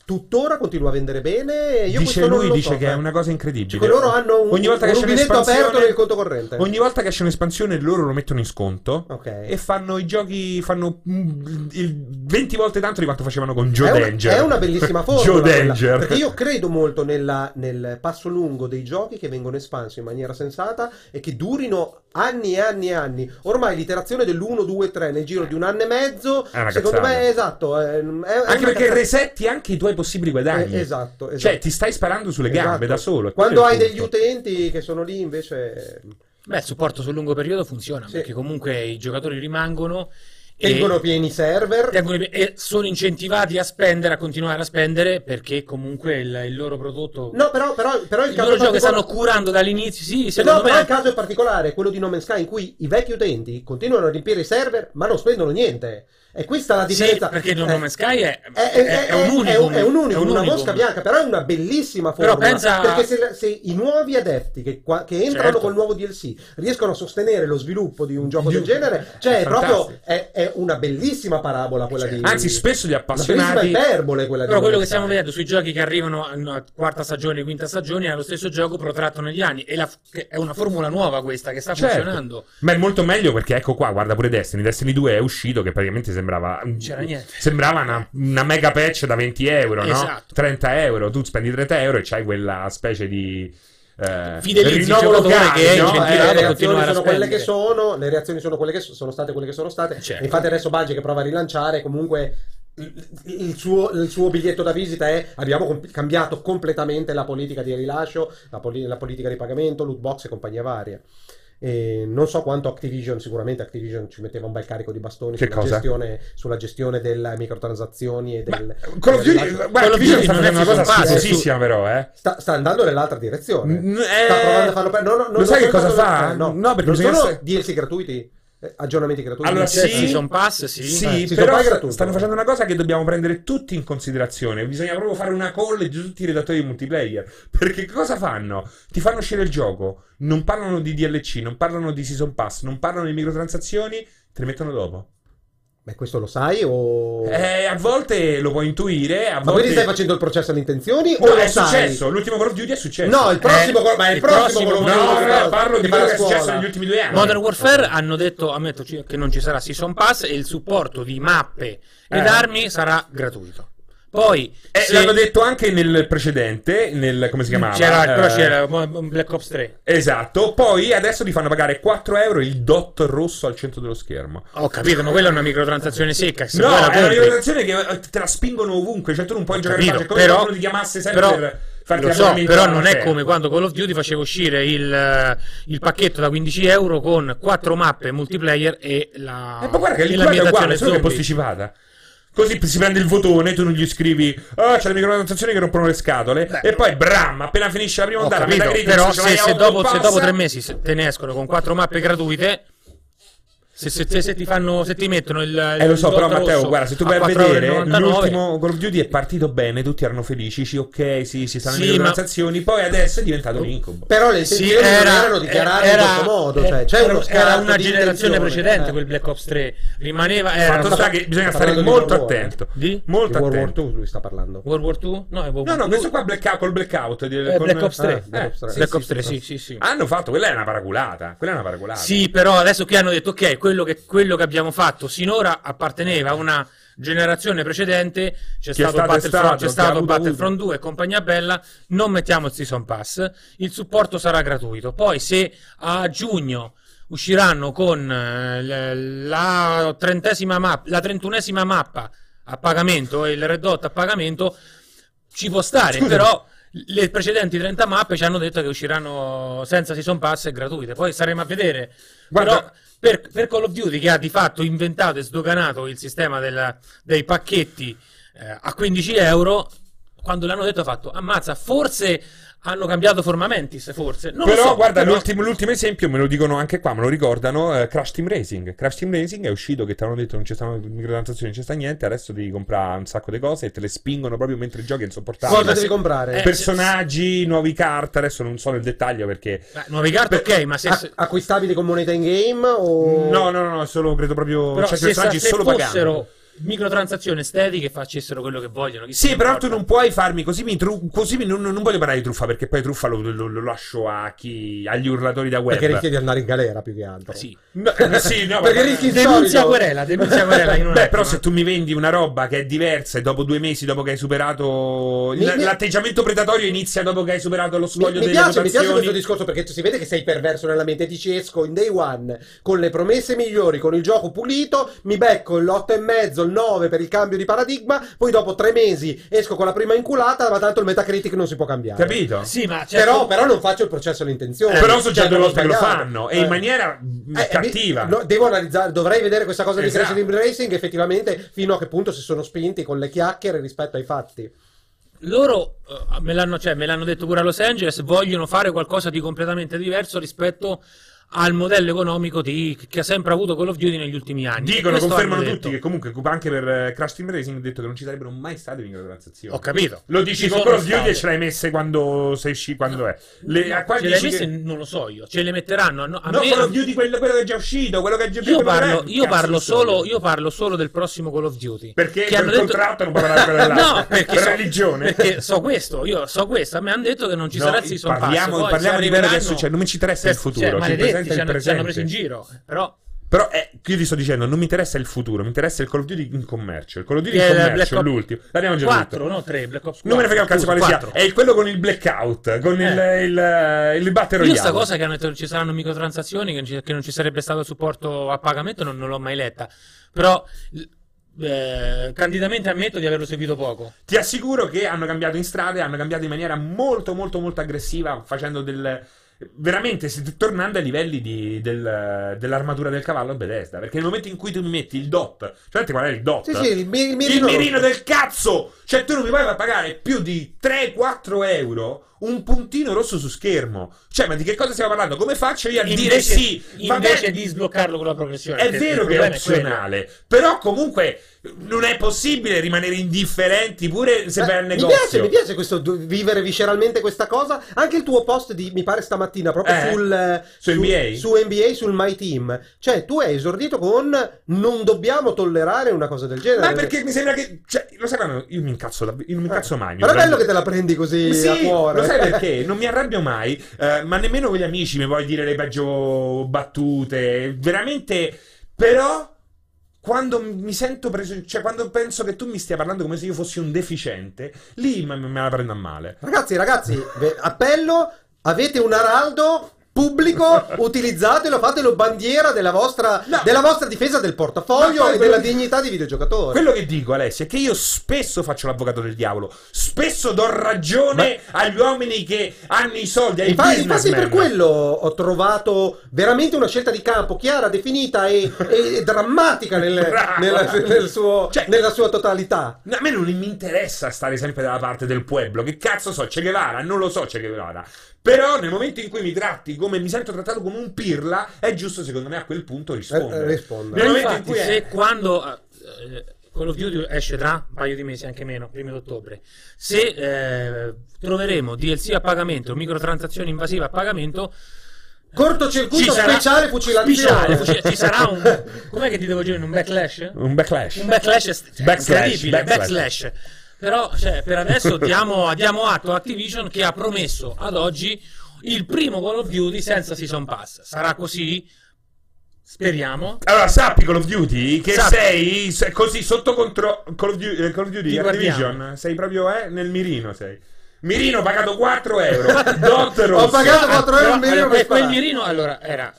Speaker 3: tuttora continua a vendere bene.
Speaker 1: dice
Speaker 3: Io questo non
Speaker 1: lui
Speaker 3: lo
Speaker 1: dice
Speaker 3: so,
Speaker 1: che è
Speaker 3: eh.
Speaker 1: una cosa incredibile.
Speaker 3: Cioè, loro hanno un,
Speaker 1: Ogni volta che
Speaker 3: un
Speaker 1: esce
Speaker 3: rubinetto
Speaker 1: un'espansione-
Speaker 3: aperto nel conto corrente.
Speaker 1: Ogni volta che esce un'espansione loro lo mettono in sconto
Speaker 3: Ok.
Speaker 1: e fanno i giochi, fanno mm, il 20 volte tanto di quanto facevano con Joe
Speaker 3: è, una,
Speaker 1: Danger.
Speaker 3: è una bellissima formula
Speaker 1: Joe
Speaker 3: quella,
Speaker 1: Danger.
Speaker 3: perché io credo molto nella- nel passo lungo dei giochi che vengono espansi in maniera sensata e che durino anni e anni e anni ormai l'iterazione dell'1, 2, 3 nel giro di un anno e mezzo
Speaker 1: È una
Speaker 3: secondo
Speaker 1: cazzata.
Speaker 3: me esatto è, è
Speaker 1: Anche
Speaker 3: una
Speaker 1: perché
Speaker 3: cazzata.
Speaker 1: resetti anche i tuoi possibili guadagni.
Speaker 3: Eh, esatto, esatto.
Speaker 1: Cioè, ti stai sparando sulle gambe
Speaker 3: Esatto.
Speaker 1: da solo.
Speaker 3: quando hai degli
Speaker 1: utenti
Speaker 3: utenti che sono lì invece
Speaker 2: Beh, il supporto sul lungo periodo funziona
Speaker 3: Sì.
Speaker 2: perché comunque i giocatori rimangono e-
Speaker 3: tengono pieni i server
Speaker 2: tengono- e, sono incentivati a spendere, a continuare a spendere perché comunque il, il loro prodotto,
Speaker 3: no però, però, però il
Speaker 2: il
Speaker 3: caso
Speaker 2: loro gioco che
Speaker 3: particolare-
Speaker 2: stanno curando dall'inizio. Sì,
Speaker 3: Eh No,
Speaker 2: secondo
Speaker 3: però
Speaker 2: me
Speaker 3: il caso è particolare, quello di No Man's Sky, in cui i vecchi utenti continuano a riempire i server ma non spendono niente. E questa è la
Speaker 2: Sì,
Speaker 3: differenza.
Speaker 2: perché No
Speaker 3: Eh,
Speaker 2: Man's Sky è,
Speaker 3: è, è-
Speaker 2: è- è
Speaker 3: è-
Speaker 2: un
Speaker 3: è
Speaker 2: unico,
Speaker 3: un- è un unicum, una mosca bianca, però è una bellissima
Speaker 2: Però
Speaker 3: formula.
Speaker 2: pensa-
Speaker 3: Perché se, se i nuovi adepti che, qua- che entrano
Speaker 2: Certo.
Speaker 3: col nuovo DLC riescono a sostenere lo sviluppo di un gioco
Speaker 1: Di
Speaker 3: del
Speaker 1: un-
Speaker 3: genere, cioè
Speaker 1: è
Speaker 3: è proprio
Speaker 1: fantastico.
Speaker 3: è, è una bellissima parabola quella
Speaker 2: Certo.
Speaker 3: di...
Speaker 1: Anzi, spesso gli
Speaker 3: una bellissima
Speaker 1: appassionati.
Speaker 3: iperbole quella di
Speaker 2: Però
Speaker 3: No
Speaker 2: quello che
Speaker 3: Man's
Speaker 2: stiamo
Speaker 3: Sky.
Speaker 2: vedendo sui giochi che arrivano a a quarta stagione, quinta stagione, è lo stesso gioco protratto negli anni. E la- che è una formula nuova questa che sta
Speaker 1: Certo.
Speaker 2: funzionando.
Speaker 1: Ma è molto meglio perché ecco qua, guarda pure Destiny. Destiny 2 è uscito che praticamente sembrava.
Speaker 2: C'era niente.
Speaker 1: Sembrava una, una mega patch da 20 euro, no?
Speaker 2: Esatto.
Speaker 1: 30 euro. Tu spendi 30 euro e c'hai quella specie di. Eh,
Speaker 2: Fidelizzi il
Speaker 1: rinnovo
Speaker 2: giocatore
Speaker 1: locale,
Speaker 2: che è
Speaker 1: no?
Speaker 2: incentivato
Speaker 1: Eh,
Speaker 2: a
Speaker 3: le
Speaker 1: esatto.
Speaker 2: continuare
Speaker 3: reazioni
Speaker 2: a
Speaker 3: sono quelle che
Speaker 2: spendere.
Speaker 3: sono, le reazioni sono quelle che so- sono state quelle che sono state.
Speaker 2: Certo.
Speaker 3: E Infatti adesso Bungie che prova a rilanciare comunque il- il suo, il suo biglietto da visita è abbiamo com- cambiato completamente la politica di rilascio, la, poli- la politica di pagamento, loot box e compagnia varia. E non so quanto Activision, sicuramente Activision ci metteva un bel carico di bastoni
Speaker 1: Che
Speaker 3: sulla
Speaker 1: cosa?
Speaker 3: gestione, sulla gestione delle microtransazioni e
Speaker 1: Ma
Speaker 3: del
Speaker 1: Call of
Speaker 3: del
Speaker 1: Duty,
Speaker 3: rilascio.
Speaker 1: guarda,
Speaker 2: Call of
Speaker 1: Activision
Speaker 2: Duty
Speaker 1: sta
Speaker 2: non è
Speaker 1: facendo una cosa
Speaker 2: sopravvalutato.
Speaker 1: schifosissima, però, eh.
Speaker 3: Sta, sta andando nell'altra direzione.
Speaker 1: Mm,
Speaker 3: Sta
Speaker 1: eh,
Speaker 3: provando a farlo per... no, no, no,
Speaker 1: lo sai
Speaker 3: non
Speaker 1: che
Speaker 3: sono
Speaker 1: cosa
Speaker 3: stato-
Speaker 1: fa?
Speaker 3: eh, No,
Speaker 1: No, perché
Speaker 3: non
Speaker 1: bisogna
Speaker 3: sono
Speaker 1: essere-
Speaker 3: DLC gratuiti, eh, aggiornamenti gratuiti.
Speaker 1: Allora,
Speaker 2: Certo,
Speaker 1: sì.
Speaker 2: Season Pass,
Speaker 1: Sì,
Speaker 2: sì.
Speaker 3: Eh, ci sono
Speaker 1: però
Speaker 3: poi
Speaker 1: sta-
Speaker 3: gratuito.
Speaker 1: stanno facendo una cosa che dobbiamo prendere tutti in considerazione. Bisogna proprio fare una call di tutti i redattori di multiplayer. Perché cosa fanno? Ti fanno uscire il gioco, non parlano di DLC, non parlano di season pass, non parlano di microtransazioni, te le mettono dopo.
Speaker 3: Beh, questo lo sai o...
Speaker 1: Eh, a volte lo puoi intuire, a
Speaker 3: Ma
Speaker 1: volte...
Speaker 3: quindi stai facendo il processo alle intenzioni
Speaker 1: No,
Speaker 3: o lo
Speaker 1: è
Speaker 3: sai?
Speaker 1: successo, l'ultimo Call of Duty è successo.
Speaker 3: No, il prossimo...
Speaker 2: Eh,
Speaker 3: ma è il
Speaker 2: il
Speaker 3: prossimo...
Speaker 2: prossimo-
Speaker 1: No,
Speaker 3: quello
Speaker 2: no,
Speaker 3: che-
Speaker 1: no, parlo di
Speaker 3: che fa
Speaker 1: quello
Speaker 3: la
Speaker 1: che è
Speaker 3: scuola.
Speaker 1: successo negli ultimi due anni.
Speaker 2: Modern Warfare hanno detto, ammetto ci- che non ci sarà Season Pass e il supporto di mappe ed
Speaker 1: Eh.
Speaker 2: armi sarà gratuito. Poi
Speaker 1: Eh,
Speaker 2: se-
Speaker 1: L'hanno detto anche nel precedente, nel... come si chiamava?
Speaker 2: c'era, però
Speaker 1: Eh,
Speaker 2: c'era um, Black Ops 3.
Speaker 1: Esatto, poi adesso ti fanno pagare 4 euro il dot rosso al centro dello schermo.
Speaker 2: Ho capito, ma quella è una microtransazione secca. se
Speaker 1: no,
Speaker 2: vuoi la
Speaker 1: è una
Speaker 2: compri.
Speaker 1: rivelazione che eh, te la spingono ovunque, cioè tu non puoi
Speaker 2: Ho
Speaker 1: giocare
Speaker 2: capito,
Speaker 1: pace, è come
Speaker 2: però-
Speaker 1: se uno ti chiamasse sempre
Speaker 2: però-
Speaker 1: per farti
Speaker 2: Lo so,
Speaker 1: l'abbonamento
Speaker 2: però
Speaker 1: alla
Speaker 2: non è
Speaker 1: fiera.
Speaker 2: come quando Call of Duty faceva uscire il, eh, il pacchetto da 15 euro con 4 mappe multiplayer e la.
Speaker 1: Eh, ma guarda che
Speaker 2: e
Speaker 1: l'idea è uguale,
Speaker 2: l'ambientazione
Speaker 1: solo che è
Speaker 2: zombie.
Speaker 1: posticipata. Così si prende il votone, tu non gli scrivi Ah, c'è le microtransazioni che rompono le scatole
Speaker 2: Beh.
Speaker 1: E poi, bram, appena finisce la prima
Speaker 2: Ho
Speaker 1: ondata
Speaker 2: capito,
Speaker 1: Metacritic,
Speaker 2: però
Speaker 1: ce
Speaker 2: se,
Speaker 1: l'hai
Speaker 2: se
Speaker 1: auto
Speaker 2: dopo, se
Speaker 1: passa-
Speaker 2: dopo tre mesi se te ne escono con 4 mappe gratuite. Se, se- se- se ti fanno, se ti mettono il.
Speaker 1: Eh lo so,
Speaker 2: il
Speaker 1: però
Speaker 2: dot
Speaker 1: Matteo,
Speaker 2: rosso
Speaker 1: guarda, se tu
Speaker 2: a
Speaker 1: vai a
Speaker 2: 4,99,
Speaker 1: vedere eh, l'ultimo Call of Duty è partito bene, tutti erano felici, dici, ok, sì, si stanno
Speaker 2: Sì,
Speaker 1: le
Speaker 2: ma-
Speaker 1: microtransazioni, poi adesso è diventato un incubo.
Speaker 3: Però le intenzioni
Speaker 2: Sì,
Speaker 3: non
Speaker 2: era,
Speaker 3: erano dichiarate in questo modo.
Speaker 2: era-
Speaker 3: Cioè, c'è uno
Speaker 2: era
Speaker 3: scarto
Speaker 2: una
Speaker 3: di
Speaker 2: generazione
Speaker 3: intenzione.
Speaker 2: precedente
Speaker 3: Eh.
Speaker 2: quel Black Ops 3. Rimaneva.
Speaker 1: Il
Speaker 2: Era
Speaker 1: Fatto sta che bisogna
Speaker 3: sta
Speaker 1: stare
Speaker 3: parlando di
Speaker 1: molto
Speaker 3: World War.
Speaker 1: attento.
Speaker 2: Di?
Speaker 1: Molto
Speaker 3: Di World War
Speaker 1: attento.
Speaker 3: 2 lui sta parlando.
Speaker 2: World War 2? No, è World
Speaker 1: No,
Speaker 2: War
Speaker 1: no,
Speaker 2: II.
Speaker 1: questo qua blackout, col blackout. di-
Speaker 2: Eh,
Speaker 1: con-
Speaker 2: Black Ops 3.
Speaker 1: Ah, eh.
Speaker 3: Black
Speaker 2: Black
Speaker 3: Ops
Speaker 2: Ops 3,
Speaker 3: 3,
Speaker 2: sì,
Speaker 3: sì,
Speaker 2: sì, sì.
Speaker 1: Hanno fatto, quella è una paraculata. Quella è una paraculata.
Speaker 2: Sì, però adesso qui hanno detto ok, quello che, quello che abbiamo fatto sinora apparteneva a una generazione precedente,
Speaker 1: Che
Speaker 2: c'è
Speaker 1: è
Speaker 2: stato
Speaker 1: stato
Speaker 2: Battlefront,
Speaker 1: stato,
Speaker 2: c'è
Speaker 1: che ha
Speaker 2: stato
Speaker 1: avuto,
Speaker 2: Battlefront 2 e compagnia bella, non mettiamo il Season Pass, il supporto sarà gratuito. Poi se a giugno usciranno con eh, l- la trentesima mappa, la trentunesima mappa a pagamento e il Red Dot a pagamento ci può stare,
Speaker 1: Scusa.
Speaker 2: però le precedenti 30 mappe ci hanno detto che usciranno senza season pass e gratuite. Poi saremo a vedere.
Speaker 1: Guarda-
Speaker 2: Però per, per Call of Duty che ha di fatto inventato e sdoganato il sistema della- dei pacchetti eh, a 15 euro, quando l'hanno detto ha fatto ammazza forse hanno cambiato formamentis forse non lo
Speaker 1: però
Speaker 2: so,
Speaker 1: guarda
Speaker 2: però-
Speaker 1: l'ultimo, l'ultimo esempio me lo dicono anche qua me lo ricordano eh, Crash Team Racing Crash Team Racing è uscito che ti hanno detto non ci stanno microtransazioni non c'è sta niente adesso devi comprare un sacco di cose e te le spingono proprio mentre giochi è insopportabile
Speaker 3: Cosa
Speaker 2: Guarda,
Speaker 3: devi
Speaker 2: se-
Speaker 3: comprare?
Speaker 2: eh,
Speaker 1: personaggi nuovi carte adesso non so nel dettaglio perché
Speaker 2: Beh, nuove carte ok ma se,
Speaker 3: A-
Speaker 2: se-
Speaker 3: acquistabili con moneta in game o
Speaker 1: no no no solo credo proprio
Speaker 2: Oh. però
Speaker 1: cioè,
Speaker 2: se,
Speaker 1: personaggi
Speaker 2: se
Speaker 1: solo
Speaker 2: fossero
Speaker 1: pagando
Speaker 2: microtransazioni estetiche facessero quello che vogliono chi se
Speaker 1: sì,
Speaker 2: ne
Speaker 1: però tu
Speaker 2: importa?
Speaker 1: non puoi farmi così. Mi tru- così mi- non, non voglio parlare di truffa perché poi truffa lo, lo- lo lascio a chi, agli urlatori da web.
Speaker 3: perché rischi di andare in galera più che altro.
Speaker 2: sì.
Speaker 1: No, eh, sì, no,
Speaker 3: Perché
Speaker 1: ma-
Speaker 3: rischi-
Speaker 2: denunzia
Speaker 3: Solito.
Speaker 2: querela denunzia querela in un
Speaker 1: Beh,
Speaker 2: attimo,
Speaker 1: però
Speaker 2: eh.
Speaker 1: se tu mi vendi una roba che è diversa e dopo due mesi, dopo che hai superato il-
Speaker 3: Mi- mi-
Speaker 1: l'atteggiamento predatorio inizia dopo che hai superato lo
Speaker 3: Mi,
Speaker 1: scoglio
Speaker 3: mi
Speaker 1: delle
Speaker 3: piace, mi piace
Speaker 1: votazioni.
Speaker 3: questo discorso perché si vede che sei perverso nella mente. Dici esco in day one con le promesse migliori, con il gioco pulito, mi becco l'8,5, il 9 per il cambio di paradigma, poi dopo tre mesi esco con la prima inculata, ma tanto il Metacritic non si può cambiare.
Speaker 1: Capito? Cioè, ecco.
Speaker 2: sì ma certo-
Speaker 3: Però, però non faccio il processo all'intenzione.
Speaker 1: Eh, però sono già
Speaker 3: Cioè,
Speaker 1: due
Speaker 3: non
Speaker 1: volte che lo
Speaker 3: sbagliare.
Speaker 1: fanno e in
Speaker 3: Eh.
Speaker 1: maniera mh,
Speaker 3: Eh,
Speaker 1: cattiva.
Speaker 3: mi- no, devo analizzare, dovrei vedere questa cosa
Speaker 1: Esatto.
Speaker 3: di Crash Team Racing effettivamente fino a che punto si sono spinti con le chiacchiere rispetto ai fatti.
Speaker 2: loro eh, me, l'hanno, cioè, me l'hanno detto pure a Los Angeles vogliono fare qualcosa di completamente diverso rispetto al modello economico di- che ha sempre avuto Call of Duty negli ultimi anni
Speaker 1: Dicono,
Speaker 2: Questo
Speaker 1: confermano
Speaker 2: hanno
Speaker 1: tutti che
Speaker 2: detto.
Speaker 1: comunque anche per eh, Crash Team Racing hanno detto che non ci sarebbero mai state microtransazioni.
Speaker 2: ho capito
Speaker 1: Lo dici
Speaker 2: Ci
Speaker 1: con
Speaker 2: sono
Speaker 1: Call of Duty
Speaker 2: state.
Speaker 1: e ce l'hai messe quando sei sci, quando è. Le,
Speaker 2: No,
Speaker 1: a qua
Speaker 2: ce le hai
Speaker 1: dici
Speaker 2: messe?
Speaker 1: che-
Speaker 2: non lo so io ce le metteranno a no- a
Speaker 1: No,
Speaker 2: me-
Speaker 1: Call of Duty quello, quello che è già uscito, quello che è già
Speaker 2: io
Speaker 1: quello che
Speaker 2: parlo,
Speaker 1: è-
Speaker 2: io
Speaker 1: cazzo
Speaker 2: parlo
Speaker 1: di storia.
Speaker 2: solo, io parlo solo del prossimo Call of Duty
Speaker 1: Perché
Speaker 2: Che
Speaker 1: per
Speaker 2: hanno detto-
Speaker 1: contratto non puoi parlare di quello dell'altro.
Speaker 2: no perché
Speaker 1: Per
Speaker 2: so,
Speaker 1: religione.
Speaker 2: perché so questo io so questo a me hanno detto che non ci
Speaker 1: No,
Speaker 2: sarà il season pass,
Speaker 1: parliamo-
Speaker 2: poi se
Speaker 1: parliamo di quello che
Speaker 2: arriveranno-
Speaker 1: succede, non mi ci interessa il
Speaker 2: Cioè,
Speaker 1: futuro, ci
Speaker 2: maledetti,
Speaker 1: interessa il
Speaker 2: ci hanno, ci hanno
Speaker 1: presente.
Speaker 2: preso in giro però
Speaker 1: Però eh, io ti sto dicendo, non mi interessa il futuro, mi interessa il Call of Duty in commercio. Il Call of Duty
Speaker 2: Che
Speaker 1: in
Speaker 2: è Eh, la
Speaker 1: commercio è
Speaker 2: Black Ops-
Speaker 1: l'ultimo. L'abbiamo già detto.
Speaker 2: 4 no 3 Black Ops 4
Speaker 1: Non me ne frega il cazzo quale
Speaker 2: scusa,
Speaker 1: sia.
Speaker 2: 4.
Speaker 1: È quello con il blackout, con
Speaker 2: Eh.
Speaker 1: il, il, il Battle
Speaker 2: Io
Speaker 1: Royale.
Speaker 2: sta cosa che hanno detto che ci saranno microtransazioni, che non ci, che non ci sarebbe stato supporto a pagamento, non, non l'ho mai letta. Però l- eh, candidamente ammetto di averlo seguito poco.
Speaker 1: Ti assicuro che hanno cambiato in strada, e hanno cambiato in maniera molto, molto, molto aggressiva, facendo del. Veramente, se- tornando ai livelli di- del- dell'armatura del cavallo a Bethesda. Perché nel momento in cui tu mi metti il DOT, cioè qual è il DOT?
Speaker 3: Sì, sì, il, mi- il
Speaker 1: Il
Speaker 3: mirino
Speaker 1: mirino
Speaker 3: rosso.
Speaker 1: del cazzo! Cioè, tu non mi puoi far pagare più di 3-4 euro un puntino rosso su schermo. Cioè, ma di che cosa stiamo parlando? Come faccio io a dire sì? Vabbè,
Speaker 2: invece di sbloccarlo con la progressione.
Speaker 1: è
Speaker 2: perché il
Speaker 1: vero che è
Speaker 2: problema quello.
Speaker 1: opzionale, però comunque non è possibile rimanere indifferenti pure se
Speaker 3: Beh,
Speaker 1: vai al
Speaker 3: Eh, mi
Speaker 1: negozio.
Speaker 3: piace, mi piace questo du- vivere visceralmente questa cosa. Anche il tuo post di mi pare stamattina proprio
Speaker 1: Eh,
Speaker 3: sul eh,
Speaker 1: su NBA?
Speaker 3: su NBA, sul My Team. Cioè, tu hai esordito con non dobbiamo tollerare una cosa del genere.
Speaker 1: Ma perché mi sembra che. Cioè, lo sai quando io mi incazzo, da- io mi incazzo mai. mi
Speaker 3: Eh, Però è bello
Speaker 1: arrabbio-
Speaker 3: che te la prendi così
Speaker 1: Sì,
Speaker 3: a cuore. eh.
Speaker 1: lo sai perché? Non mi arrabbio mai, eh, ma nemmeno con gli amici mi vuoi dire le peggio battute. Veramente, però. Quando mi sento preso, cioè quando penso che tu mi stia parlando come se io fossi un deficiente, lì me, me la prendo a male.
Speaker 3: Ragazzi, ragazzi, ve- appello, avete un araldo pubblico, utilizzatelo, fatelo bandiera della vostra,
Speaker 1: No.
Speaker 3: della vostra difesa del portafoglio
Speaker 1: Ma poi
Speaker 3: e
Speaker 1: quello
Speaker 3: della
Speaker 1: che-
Speaker 3: dignità di videogiocatore.
Speaker 1: Quello che dico, Alessia, è che io spesso faccio l'avvocato del diavolo, spesso do ragione agli uomini che hanno i soldi, ai
Speaker 3: Infatti, infatti
Speaker 1: businessmen.
Speaker 3: per quello ho trovato veramente una scelta di campo chiara, definita e, e- e drammatica nel-
Speaker 1: Bravo.
Speaker 3: nella, nel suo-
Speaker 1: Cioè-
Speaker 3: nella sua totalità.
Speaker 1: No, A me non mi interessa stare sempre dalla parte del pueblo. Che cazzo so, Che Guevara? Non lo so, Che Guevara. Però nel momento in cui mi tratti come mi sento trattato come un pirla, è giusto secondo me a quel punto rispondere.
Speaker 3: Eh, eh, rispondere.
Speaker 1: Nel
Speaker 2: Ma
Speaker 1: momento in
Speaker 2: infatti,
Speaker 1: cui
Speaker 2: se
Speaker 1: è...
Speaker 2: quando eh, Call of Duty esce tra un paio di mesi, anche meno, primo di ottobre, se eh, troveremo DLC a pagamento, microtransazioni invasive a pagamento,
Speaker 3: Cortocircuito speciale fucilazione.
Speaker 2: speciale, fuci- ci sarà un com'è che ti devo dire un backlash?
Speaker 1: un backlash.
Speaker 2: un backlash, est- cioè,
Speaker 1: Backslash,
Speaker 2: incredibile
Speaker 1: backslash.
Speaker 2: backslash, però cioè, per adesso diamo, diamo atto a Activision che ha promesso ad oggi il primo Call of Duty senza season pass sarà così speriamo
Speaker 1: Allora, sappi Call of Duty che
Speaker 2: Sappi.
Speaker 1: sei se- così sotto contro Call of Duty, eh, Call of Duty
Speaker 2: Ti
Speaker 1: Activision.
Speaker 2: guardiamo.
Speaker 1: Sei proprio eh, nel mirino, sei. Mirino ho pagato 4 euro. Dot rosso.
Speaker 3: Ho pagato 4
Speaker 2: Eh, Però,
Speaker 3: euro in meno
Speaker 2: allora,
Speaker 3: per
Speaker 2: que- quel
Speaker 3: sparare.
Speaker 2: mirino allora era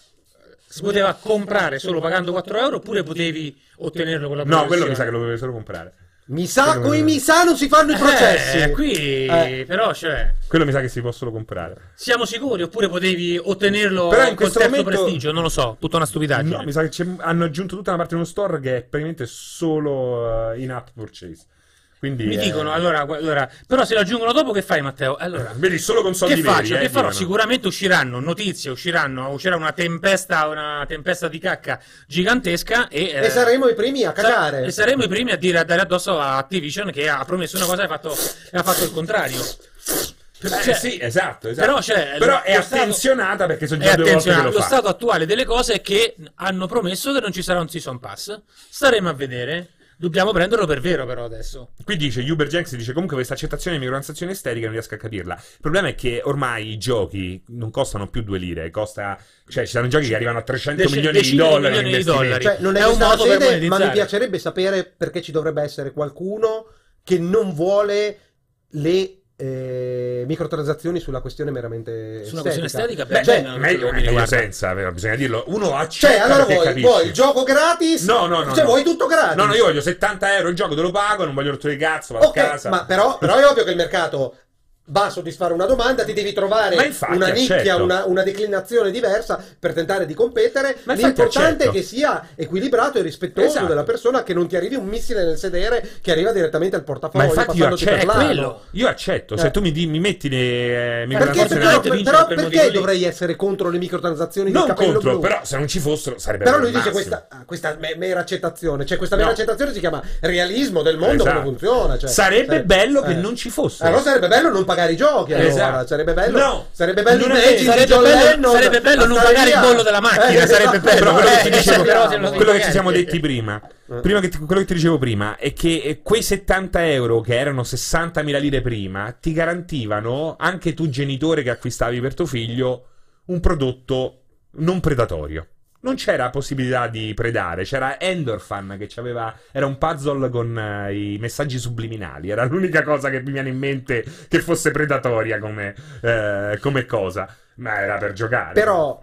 Speaker 2: si poteva comprare solo pagando 4 euro oppure potevi ottenerlo con la
Speaker 1: No, quello mi sa che
Speaker 2: progressione?
Speaker 1: lo dovevi solo comprare.
Speaker 3: Mi sa, coi mi sa non si fanno i processi.
Speaker 2: eh, qui
Speaker 3: Eh.
Speaker 2: però cioè
Speaker 1: Quello mi sa che si può solo comprare.
Speaker 2: Siamo sicuri? Oppure potevi ottenerlo
Speaker 1: Però in
Speaker 2: col
Speaker 1: questo
Speaker 2: terzo
Speaker 1: momento-
Speaker 2: prestigio? Non lo so, tutta una stupidaggine.
Speaker 1: No, mi sa che c'è- hanno aggiunto tutta una parte di uno store che è praticamente solo eh, in app purchase. Quindi,
Speaker 2: Mi
Speaker 1: eh,
Speaker 2: dicono, allora, gu- allora, però se lo aggiungono dopo che fai Matteo? Allora,
Speaker 1: Vedi, solo con soldi
Speaker 2: che
Speaker 1: veri,
Speaker 2: faccio?
Speaker 1: eh,
Speaker 2: che farò?
Speaker 1: dicono.
Speaker 2: Sicuramente usciranno notizie, usciranno, uscirà una tempesta, una tempesta di cacca gigantesca e, eh,
Speaker 3: E saremo i primi a
Speaker 2: sa-
Speaker 3: cagare.
Speaker 2: e saremo i primi a dire a dare addosso a Activision che ha promesso una cosa e ha fatto, e ha fatto il contrario.
Speaker 1: Eh,
Speaker 2: Cioè,
Speaker 1: sì, esatto, esatto.
Speaker 2: però, cioè,
Speaker 1: Però è
Speaker 2: lo stato-
Speaker 1: attenzionata perché sono
Speaker 2: è
Speaker 1: già due volte che
Speaker 2: attenzionato.
Speaker 1: lo
Speaker 2: lo
Speaker 1: fa.
Speaker 2: stato attuale delle cose è che hanno promesso che non ci sarà un season pass. Staremo a vedere. Dobbiamo prenderlo per vero, però, adesso.
Speaker 1: Qui dice Uber Jenks dice comunque questa accettazione di microtransazione isterica non riesco a capirla. Il problema è che ormai i giochi non costano più 2 lire, costa cioè ci sono giochi che arrivano a 300
Speaker 2: Dec-
Speaker 1: milioni di
Speaker 2: decine di
Speaker 1: dollari
Speaker 2: milioni di
Speaker 1: investimenti.
Speaker 2: dollari.
Speaker 3: Cioè, non è,
Speaker 2: È un
Speaker 3: questa la
Speaker 2: modo per
Speaker 3: sede, ma
Speaker 2: monetizzare.
Speaker 3: mi piacerebbe sapere perché ci dovrebbe essere qualcuno che non vuole le eh, microtransazioni sulla questione meramente
Speaker 2: Sulla questione estetica,
Speaker 1: Beh,
Speaker 2: beh,
Speaker 3: Cioè,
Speaker 2: non-
Speaker 1: meglio,
Speaker 2: non mi
Speaker 1: meglio
Speaker 2: riguarda.
Speaker 1: senza, però bisogna dirlo. Uno accetta
Speaker 3: Cioè, allora
Speaker 1: Certo, perché
Speaker 3: vuoi,
Speaker 1: capisce.
Speaker 3: vuoi il gioco gratis?
Speaker 1: No, no, no.
Speaker 3: Cioè,
Speaker 1: no.
Speaker 3: vuoi tutto gratis?
Speaker 1: No, no, io voglio 70 euro il gioco, te lo pago, non voglio il tuo cazzo, vado
Speaker 3: Ok,
Speaker 1: a casa.
Speaker 3: ma però, però è ovvio che il mercato va a soddisfare una domanda, ti devi trovare
Speaker 1: Ma infatti, certo.
Speaker 3: una nicchia,
Speaker 1: accetto.
Speaker 3: una, una declinazione diversa per tentare di competere.
Speaker 1: Ma infatti,
Speaker 3: L'importante
Speaker 1: accetto.
Speaker 3: è che sia equilibrato e rispettoso
Speaker 1: Esatto.
Speaker 3: della persona, che non ti arrivi un missile nel sedere che arriva direttamente al
Speaker 1: Ma
Speaker 3: portafoglio
Speaker 1: infatti io
Speaker 3: passandoti per
Speaker 1: accetto,
Speaker 2: è
Speaker 3: l'ano.
Speaker 2: quello.
Speaker 1: io accetto, se
Speaker 3: Eh.
Speaker 1: tu mi, di- mi metti le eh,
Speaker 3: Perché,
Speaker 1: microtransazioni
Speaker 2: Però
Speaker 3: però,
Speaker 2: vincere
Speaker 3: però
Speaker 2: per
Speaker 3: perché
Speaker 2: motivi lì.
Speaker 3: dovrei essere contro le microtransazioni di
Speaker 1: non
Speaker 3: capello
Speaker 1: contro,
Speaker 3: blu?
Speaker 1: però se non ci fossero sarebbe
Speaker 3: Però
Speaker 1: il
Speaker 3: lui dice
Speaker 1: massimo.
Speaker 3: questa, ah, questa me- mera accettazione, cioè questa
Speaker 1: No.
Speaker 3: mera accettazione si chiama realismo del mondo
Speaker 1: Esatto.
Speaker 3: come funziona. cioè,
Speaker 1: Sarebbe
Speaker 3: cioè,
Speaker 1: bello che
Speaker 3: eh.
Speaker 1: non ci fossero.
Speaker 3: Allora sarebbe bello non pagare i giochi, allora.
Speaker 1: Esatto.
Speaker 3: Sarebbe bello,
Speaker 1: No.
Speaker 3: sarebbe bello
Speaker 1: Non è
Speaker 3: Imagine di
Speaker 1: vero.
Speaker 2: Sarebbe
Speaker 3: John
Speaker 2: bello-
Speaker 3: Lennon
Speaker 2: sarebbe bello
Speaker 3: a
Speaker 2: non
Speaker 3: stare
Speaker 2: pagare
Speaker 3: via.
Speaker 2: il bollo della macchina, sarebbe
Speaker 3: esatto.
Speaker 2: bello.
Speaker 1: Però quello che ti
Speaker 2: Eh,
Speaker 1: dicevo-
Speaker 2: però se lo-
Speaker 1: quello che ci siamo
Speaker 2: niente.
Speaker 1: detti prima,
Speaker 3: Eh.
Speaker 1: prima che ti- quello che ti dicevo prima, è che eh, quei 70 euro che erano 60.000 lire prima ti garantivano, anche tu genitore che acquistavi per tuo figlio, un prodotto non predatorio. Non c'era possibilità di predare, c'era Endorphan che c'aveva, era un puzzle con eh, i messaggi subliminali, era l'unica cosa che mi viene in mente che fosse predatoria come, eh, come cosa, ma era per giocare.
Speaker 3: Però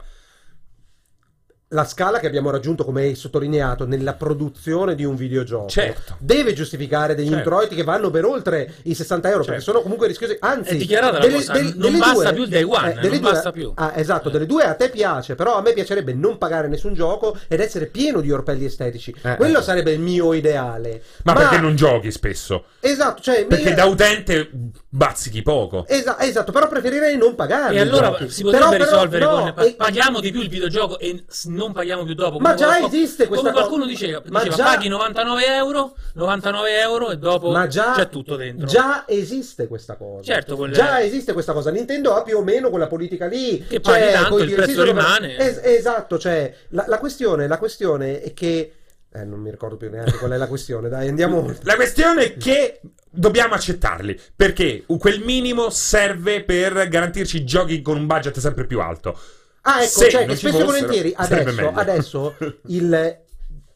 Speaker 3: la scala che abbiamo raggiunto, come hai sottolineato, nella produzione di un videogioco
Speaker 1: Certo.
Speaker 3: deve giustificare degli
Speaker 1: Certo.
Speaker 3: introiti che vanno per oltre i 60 euro, perché
Speaker 1: Certo.
Speaker 3: sono comunque rischiosi.
Speaker 2: È
Speaker 3: Anzi,
Speaker 2: dichiarata la cosa, non basta più il day one,
Speaker 3: eh, delle
Speaker 2: non
Speaker 3: due-
Speaker 2: basta più.
Speaker 3: Ah, esatto,
Speaker 2: Eh.
Speaker 3: delle due a te piace, però a me piacerebbe non pagare nessun gioco ed essere pieno di orpelli estetici.
Speaker 1: Eh,
Speaker 3: Quello
Speaker 1: eh.
Speaker 3: sarebbe il mio ideale.
Speaker 1: ma perché non giochi spesso?
Speaker 3: Esatto, cioè,
Speaker 1: Perché
Speaker 3: mi-
Speaker 1: da utente bazzichi poco.
Speaker 3: Esa- esatto, però preferirei non pagare.
Speaker 2: E allora si potrebbe risolvere con pa-
Speaker 3: e-
Speaker 2: paghiamo di più il videogioco e s- non paghiamo più dopo.
Speaker 3: Ma
Speaker 2: Come
Speaker 3: già
Speaker 2: qualcuno-
Speaker 3: esiste questa
Speaker 2: Come qualcuno
Speaker 3: cosa.
Speaker 2: diceva,
Speaker 3: Ma
Speaker 2: diceva,
Speaker 3: già-
Speaker 2: paghi 99 euro, 99 euro e dopo
Speaker 3: Ma già,
Speaker 2: c'è tutto dentro.
Speaker 3: Già esiste questa cosa.
Speaker 2: Certo, con le-
Speaker 3: Già esiste questa cosa. Nintendo ha più o meno quella politica lì. Cioè,
Speaker 2: Che paghi tanto,
Speaker 3: coi
Speaker 2: il prezzo
Speaker 3: diritti sono-
Speaker 2: rimane.
Speaker 3: Es- esatto, cioè, la, la questione, la questione è che. Eh, non mi ricordo più neanche qual è la questione. Dai, andiamo oltre.
Speaker 1: La questione è che dobbiamo accettarli. Perché quel minimo serve per garantirci giochi con un budget sempre più alto.
Speaker 3: Ah, ecco,
Speaker 1: Se
Speaker 3: cioè,
Speaker 1: non
Speaker 3: e
Speaker 1: ci
Speaker 3: spesso e
Speaker 1: fossero,
Speaker 3: volentieri
Speaker 1: sarebbe
Speaker 3: adesso,
Speaker 1: meglio.
Speaker 3: adesso il,